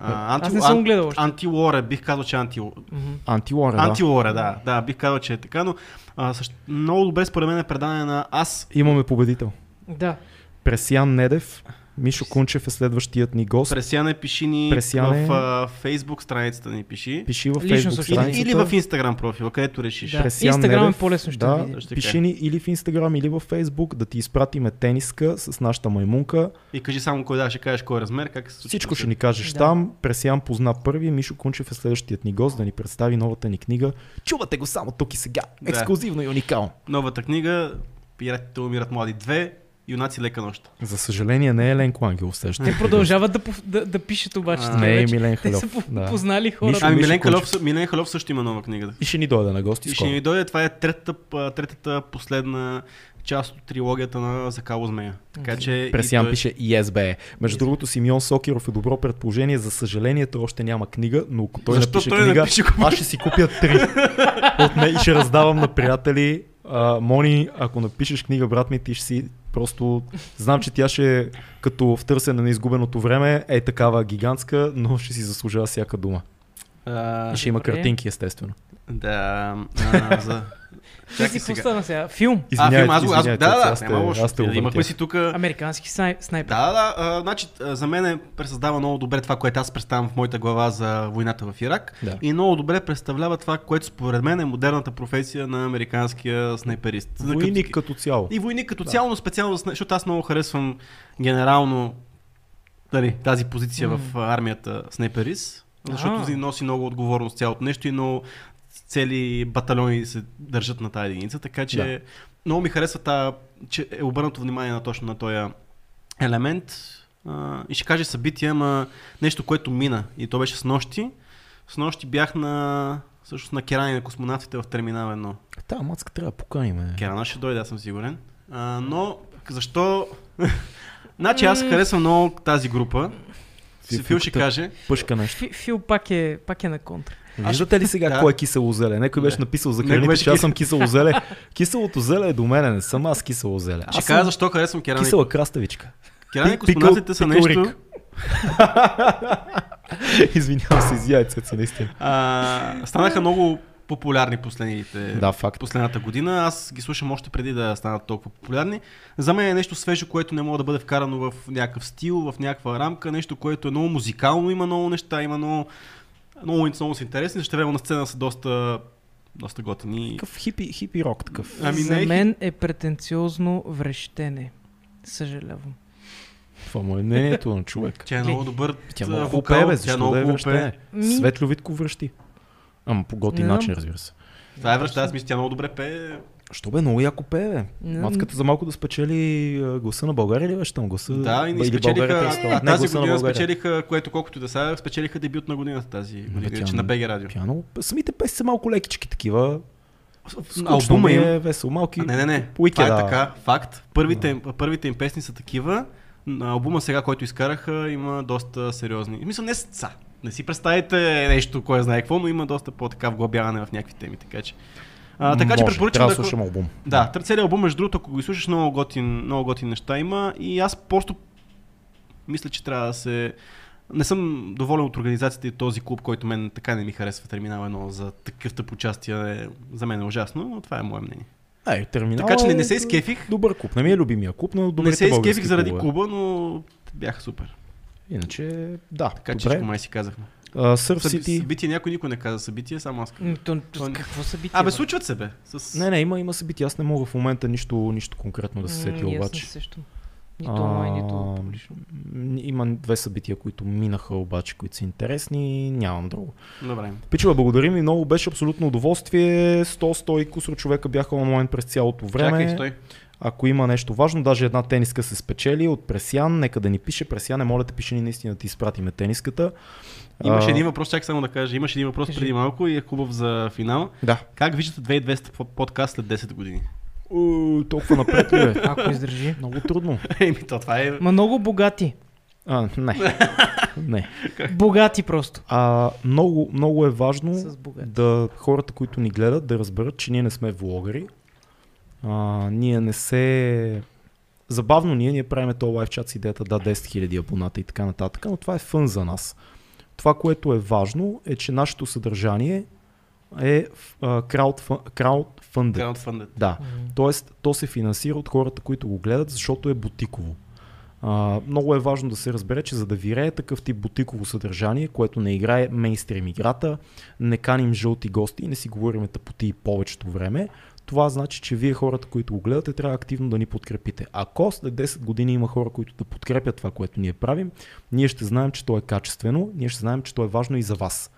S1: А, анти,
S3: Аз не съм го гледал още.
S1: Антилоре, бих казал, че анти,
S3: Мгм.
S2: Антилора, да.
S1: антилоре, да. да, бих казал, че е така, но а, също, много добре според мен е предане на аз.
S2: Имаме победител.
S3: Да.
S2: Пресян Недев. Мишо Кунчев е следващият ни гост.
S1: Пресяне, пиши ни
S2: Пресяне.
S1: в а, Facebook страницата ни пиши.
S2: е. Пиши във
S3: Лично
S2: Facebook
S3: съобщение.
S1: Или,
S2: страницата.
S1: или в Instagram профила, където решиш.
S3: Да.
S2: Пресян
S3: Инстаграм е
S2: Недев.
S3: по-лесно, ще
S2: да,
S3: видим.
S1: Ще
S2: Пиши
S1: кажа.
S2: ни или в Instagram, или в Facebook, да ти изпратим тениска с нашата маймунка.
S1: И кажи само кой да, ще кажеш кой е размер, как се случи.
S2: Всичко ще ни кажеш
S3: Да.
S2: там. Пресян позна първи. Мишо Кунчев е следващият ни гост да ни представи новата ни книга. Чувате го само тук и сега.
S1: Да.
S2: Ексклюзивно и уникално.
S1: Новата книга, Пиратите умират млади 2, Юнаци лека нощ.
S2: За съжаление не е Ленко Ангелов следващия.
S3: Те продължават да, пов- да, да пишат обаче.
S1: А,
S3: така
S2: не е
S3: вече.
S2: Милен
S3: Те са
S2: Халев,
S3: по-
S2: да.
S3: познали
S2: Мишо-
S3: хората.
S1: Ами
S2: Мишо
S1: Милен
S2: Кунчев.
S1: Халев, Милен Халев също има нова книга.
S2: И ще ни дойде на гости.
S1: И ще
S2: скоро.
S1: ни дойде, това е третата, а, третата последна част от трилогията на Закало змея. Така че... и
S2: Пресян
S1: той-
S2: пише ЕСБЕ. Е. Между
S1: Е.
S2: другото, Симеон Сокиров е добро предположение. За съжаление, той още няма книга, но ако той
S1: Защо
S2: напише
S1: той не
S2: книга,
S1: напише книга?
S2: аз ще си купя три. От мен и ще раздавам на приятели. А, Мони, ако напишеш книга, брат ми, ти ще си просто... Знам, че тя ще е като в търсене на изгубеното време е такава гигантска, но ще си заслужава всяка дума.
S1: А,
S2: И ще има
S3: добре.
S2: картинки, естествено.
S1: *laughs* Да, а, за,
S3: Ти си
S1: сега.
S3: постана сега. Филм.
S1: А,
S2: Извинявайте,
S1: филм, аз го, аз, да,
S2: извинявайте, аз
S1: да,
S2: те-
S1: няма лошо. Е,
S2: аз те
S1: Имахме
S2: обърках.
S1: си тук.
S3: Американски снай- снайпер.
S1: Да, да, а, значи а, за мен пресъздава много добре това, което аз представям в моята глава за войната в Ирак
S2: Да.
S1: и много добре представлява това, което според мен е модерната професия на американския снайперист. За
S4: Войник
S1: като...
S4: като цяло.
S1: И войник като цяло, но специално, за сна- защото аз много харесвам генерално дали, тази позиция в а, армията снайперист, защото
S3: А.
S1: си носи много отговорност цялото нещо и много цели батальони се държат на тази единица, така че
S4: Да.
S1: много ми харесва та, че е обърнато внимание на точно на този елемент. А, и ще кажа събитие, ама нещо, което мина и то беше с нощи. С нощи бях на всъщност на керане на космонавтите в терминал 1.
S2: Та, мацка трябва да поканим. е.
S1: Керана ще дойде, аз съм сигурен. А, но защо... *laughs* значи аз харесвам много тази група. Си Фил ще
S2: Филката.
S1: каже.
S2: Пъшка нещо.
S3: Фи- Фил пак е, пак е на контра.
S2: Виждате ли
S1: Да.
S2: сега кой е кисело зеле? Някой беше написал за
S1: Него
S2: храните,
S1: беше
S2: че аз
S1: кис-
S2: съм кисело зеле. Киселото зеле е до мене, не съм аз кисело зеле.
S1: Ще
S2: Аз
S1: кажа
S2: съм
S1: защо харесвам керана.
S2: кисела краставичка.
S1: Керана и
S2: пи- пикъл-
S1: космонавтите са
S2: пикъл
S1: нещо...
S2: Рик. *laughs* Извинявам се, из яйцата си, наистина.
S1: А, станаха много популярни последните,
S2: Да, факт.
S1: последната година. Аз ги слушам още преди да станат толкова популярни. За мен е нещо свежо, което не мога да бъде вкарано в някакъв стил, в някаква рамка, нещо, което е много музикално, има много неща, има много, много, много са интересни. Ще време на сцена са доста, доста готини.
S2: Такъв хипи, хипи рок такъв.
S1: Ами
S3: За
S1: не е
S3: мен е претенциозно врещене. Съжалявам.
S2: Това му е мнението на човек.
S1: Тя е
S3: Гледай.
S1: много добър
S2: Тя
S1: а,
S2: много
S1: вокал,
S2: хупе,
S1: тя
S2: бе,
S1: е
S2: защо
S1: много
S2: да е
S1: хубава
S2: връщане?
S3: Ми-
S2: Светло Витко връщи. Ама по готин
S3: Не знам.
S2: начин, разбира се.
S1: Това е връща, аз мисля, тя много добре пее.
S2: Що бе, много яко пее, бе.
S3: Не-
S2: Мацката за малко да спечели а, гласа на България ли беше там гласа?
S1: Да, и не
S2: или България
S1: спечелиха.
S2: представя?
S1: А
S2: Не,
S1: тази
S2: гласа на
S1: година
S2: България.
S1: спечелиха, което колкото и да са, спечелиха дебют на годината тази година,
S2: бе,
S1: иначе
S2: тя
S1: на
S2: не-
S1: БГ радио.
S2: Пиано. Самите песни са малко лекички такива. Скучно
S1: албума
S2: ми
S1: им.
S2: е весело. Малки
S1: А, не, не, не.
S2: по уикенда.
S1: Това е така. Факт. Първите, им- първите им песни са такива. На албума сега, който изкараха, има доста сериозни. В Мисъл, не са. Не си представите нещо, кое знае какво, но има доста по-така вглъбяване в някакви теми. Така че, а, така, че
S2: Може,
S1: препоръчвам
S2: Трябва да
S1: ако-
S2: слушам албум.
S1: Да, тър- целият албум, между другото, ако го изслушаш, много готин, много готин неща има и аз просто мисля, че трябва да се... Не съм доволен от организацията и този клуб, който мен така не ми харесва Терминал 1 за такъв тъп участие. е- За мен е ужасно, но това е мое мнение.
S2: Е, терминал.
S1: Така че не,
S2: е
S1: не се изкефих.
S2: Добър клуб. Не ми е любимия клуб, но добре.
S1: Не се изкефих заради клуба, но бяха супер.
S2: Иначе, да.
S1: Така че всичко
S2: добре.
S1: май си казахме.
S2: Сърф
S1: Съби-
S2: Сити.
S1: Събитие някой никой не каза събитие, само аз.
S3: М, То, то,
S1: не-
S3: какво събитие? е?
S1: Абе,
S3: бе?
S1: случват се бе. С...
S2: Не, не, има, има събития. Аз не мога в момента нищо, нищо конкретно да се сетя
S3: М, и аз не
S2: обаче.
S3: се сещам. Нито онлайн, нито
S2: А,
S3: публично.
S2: м, Има две събития, които минаха обаче, които са интересни. Нямам друго.
S1: Добре.
S2: Пичове, благодарим ви много. Беше абсолютно удоволствие. 100-100 и кусор човека бяха онлайн през цялото време. е
S1: Чакай, стой.
S2: Ако има нещо важно, даже една тениска се спечели от Пресян, нека да ни пише. Пресян, не моля те, пише ни наистина да ти изпратиме тениската.
S1: Имаше
S2: А,
S1: един въпрос, чак само да кажа. Имаше един въпрос
S3: Кажи.
S1: преди малко и е хубав за финал.
S2: Да.
S1: Как виждате 2200 по- подкаст след 10 години?
S2: У, толкова напред ли бе?
S3: Ако издържи.
S2: Много трудно.
S1: *laughs* Еми, то това е...
S3: Ма много богати.
S2: А,
S1: *laughs*
S2: не. не.
S3: Богати просто.
S2: А, много, много е важно
S3: С богати.
S2: да хората, които ни гледат, да разберат, че ние не сме влогъри. А, ние не се... Забавно ние, ние правиме то лайв чат с идеята да 10 000 абоната и така нататък, но това е фън за нас. Това, което е важно, е, че нашето съдържание е а, краудфън- краудфандед.
S1: Краудфандът.
S2: Да. Тоест, то се финансира от хората, които го гледат, защото е бутиково. А, много е важно да се разбере, че за да вирее такъв тип бутиково съдържание, което не играе мейнстрим играта, не каним жълти гости и не си говорим тъпоти повечето време, това значи, че вие хората, които го гледате, трябва активно да ни подкрепите. Ако след 10 години има хора, които да подкрепят това, което ние правим, ние ще знаем, че то е качествено, ние ще знаем, че то е важно и за вас.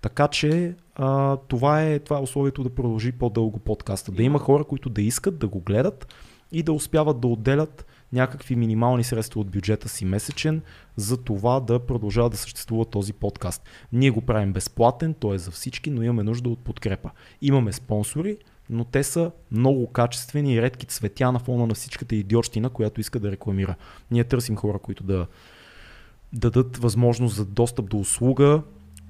S2: Така че а, това, е, това е условието да продължи по-дълго подкаста. Да има хора, които да искат да го гледат и да успяват да отделят някакви минимални средства от бюджета си месечен, за това да продължава да съществува този подкаст. Ние го правим безплатен, той е за всички, но имаме нужда от подкрепа. Имаме спонсори, но те са много качествени и редки цветя на фона на всичката идиотщина, която иска да рекламира. Ние търсим хора, които да дадат възможност за достъп до услуга,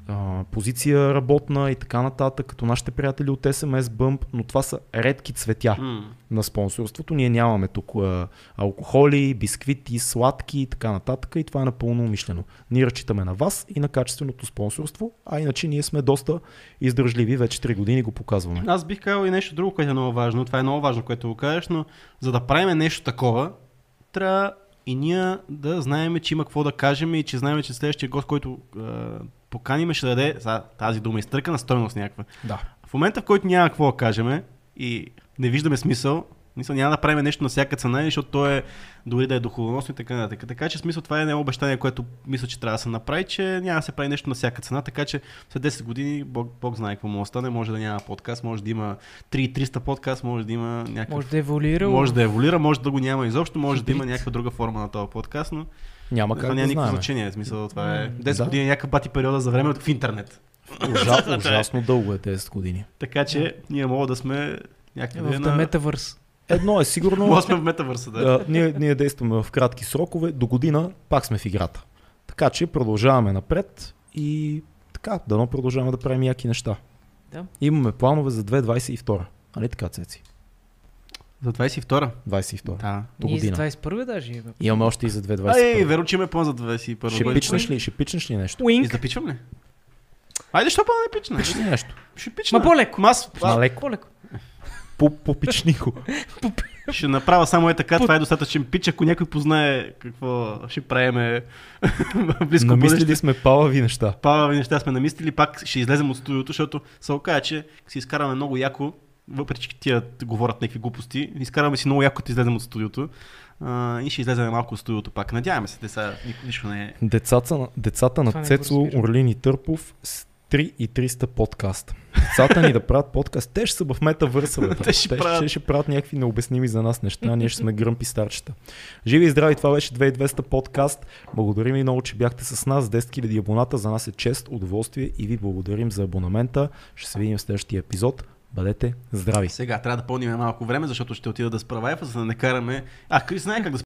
S2: а, позиция работна и така нататък, като нашите приятели от SMS Bump, но това са редки цветя
S1: М.
S2: на спонсорството. Ние нямаме тук а, алкохоли, бисквити, сладки и така нататък и това е напълно умишлено. Ние разчитаме на вас и на качественото спонсорство, а иначе ние сме доста издръжливи, вече 3 години го показваме.
S1: Аз бих казал и нещо друго, което е много важно. Това е много важно, което го кажеш, но за да правим нещо такова, трябва и ние да знаем, че има какво да кажем и че знаем, че следващия гост, който е, поканим, ще даде сега, тази дума изтъркана стойност някаква.
S5: Да.
S1: В момента, в който няма какво да кажем и не виждаме смисъл, мисъл, няма да правим нещо на всяка цена, защото то е дори да е духовоносно и така нататък. Така че смисъл това е едно обещание, което мисля, че трябва да се направи, че няма да се прави нещо на всяка цена, така че след 10 години Бог, Бог знае какво му остане, може да няма подкаст, може да има 3-300 подкаст, може да има някакъв...
S3: Може да е еволюира.
S1: Може да еволюира, може да го няма изобщо, може да има някаква друга форма на този подкаст, но
S2: Няма
S1: това
S2: как
S1: няма
S2: да
S1: никакво
S2: знаем.
S1: значение. в Смисъл, това е 10
S2: Да.
S1: години, някакъв бати периода за време в интернет. *laughs*
S2: Ужа, ужасно дълго е 10 години.
S1: Така че ние мога да сме някъде
S3: в
S1: е на...
S3: The Metaverse.
S2: Едно
S1: *laughs*
S2: е сигурно,
S1: Може сме в метавърса, да.
S2: а, ние, ние действаме в кратки срокове, до година пак сме в играта. Така че продължаваме напред и така, дано продължаваме да правим яки неща.
S3: Да.
S2: Имаме планове за 2022. Нали така, Цеци?
S1: За 22-а.
S2: 22.
S1: Да.
S2: До
S3: Ние за
S2: година.
S3: 21 даже имаме.
S2: Имаме още и за 2021.
S1: Ай, веро, че имаме план за 21-а.
S2: ще
S1: Ще
S2: пичнеш ли? Ще пичнеш ли нещо?
S1: И
S3: Уинк.
S1: да пичвам ли? Айде, що па да не пична?
S2: Пични нещо.
S1: Ще пична.
S3: Ма по-леко.
S1: Аз аз
S2: Малеко.
S3: По-леко.
S2: По- Попични го.
S1: ще направя само е така, това е достатъчен пич, ако някой познае какво ще правиме *laughs* в близко бъдеще.
S2: Намислили сме палави неща.
S1: Павел, неща сме намислили, пак ще излезем от студиото, защото се окаже, че си изкараме много яко, въпреки че тия говорят някакви глупости, изкараме си много яко, като излезем от студиото. А, и ще излезем малко от студиото пак. Надяваме се, те са никой нищо не е.
S2: Децата, на- децата
S3: Това
S2: на
S3: не го
S2: Цецо
S3: разбирам.
S2: Орлин и Търпов с 3 и 300 подкаст. Децата ни да правят подкаст, те ще са в метавърса. Бе, брат.
S1: Те ще правят.
S2: ще, ще правят някакви необясними за нас неща, а ние ще сме гръмпи старчета. Живи и здрави, това беше 2200 подкаст. Благодарим ви много, че бяхте с нас. 10 000 абоната за нас е чест, удоволствие и ви благодарим за абонамента. Ще се видим в следващия епизод. Бъдете здрави!
S1: Сега трябва да пълним малко време, защото ще отида да справя, за да не караме. А, Крис знае как да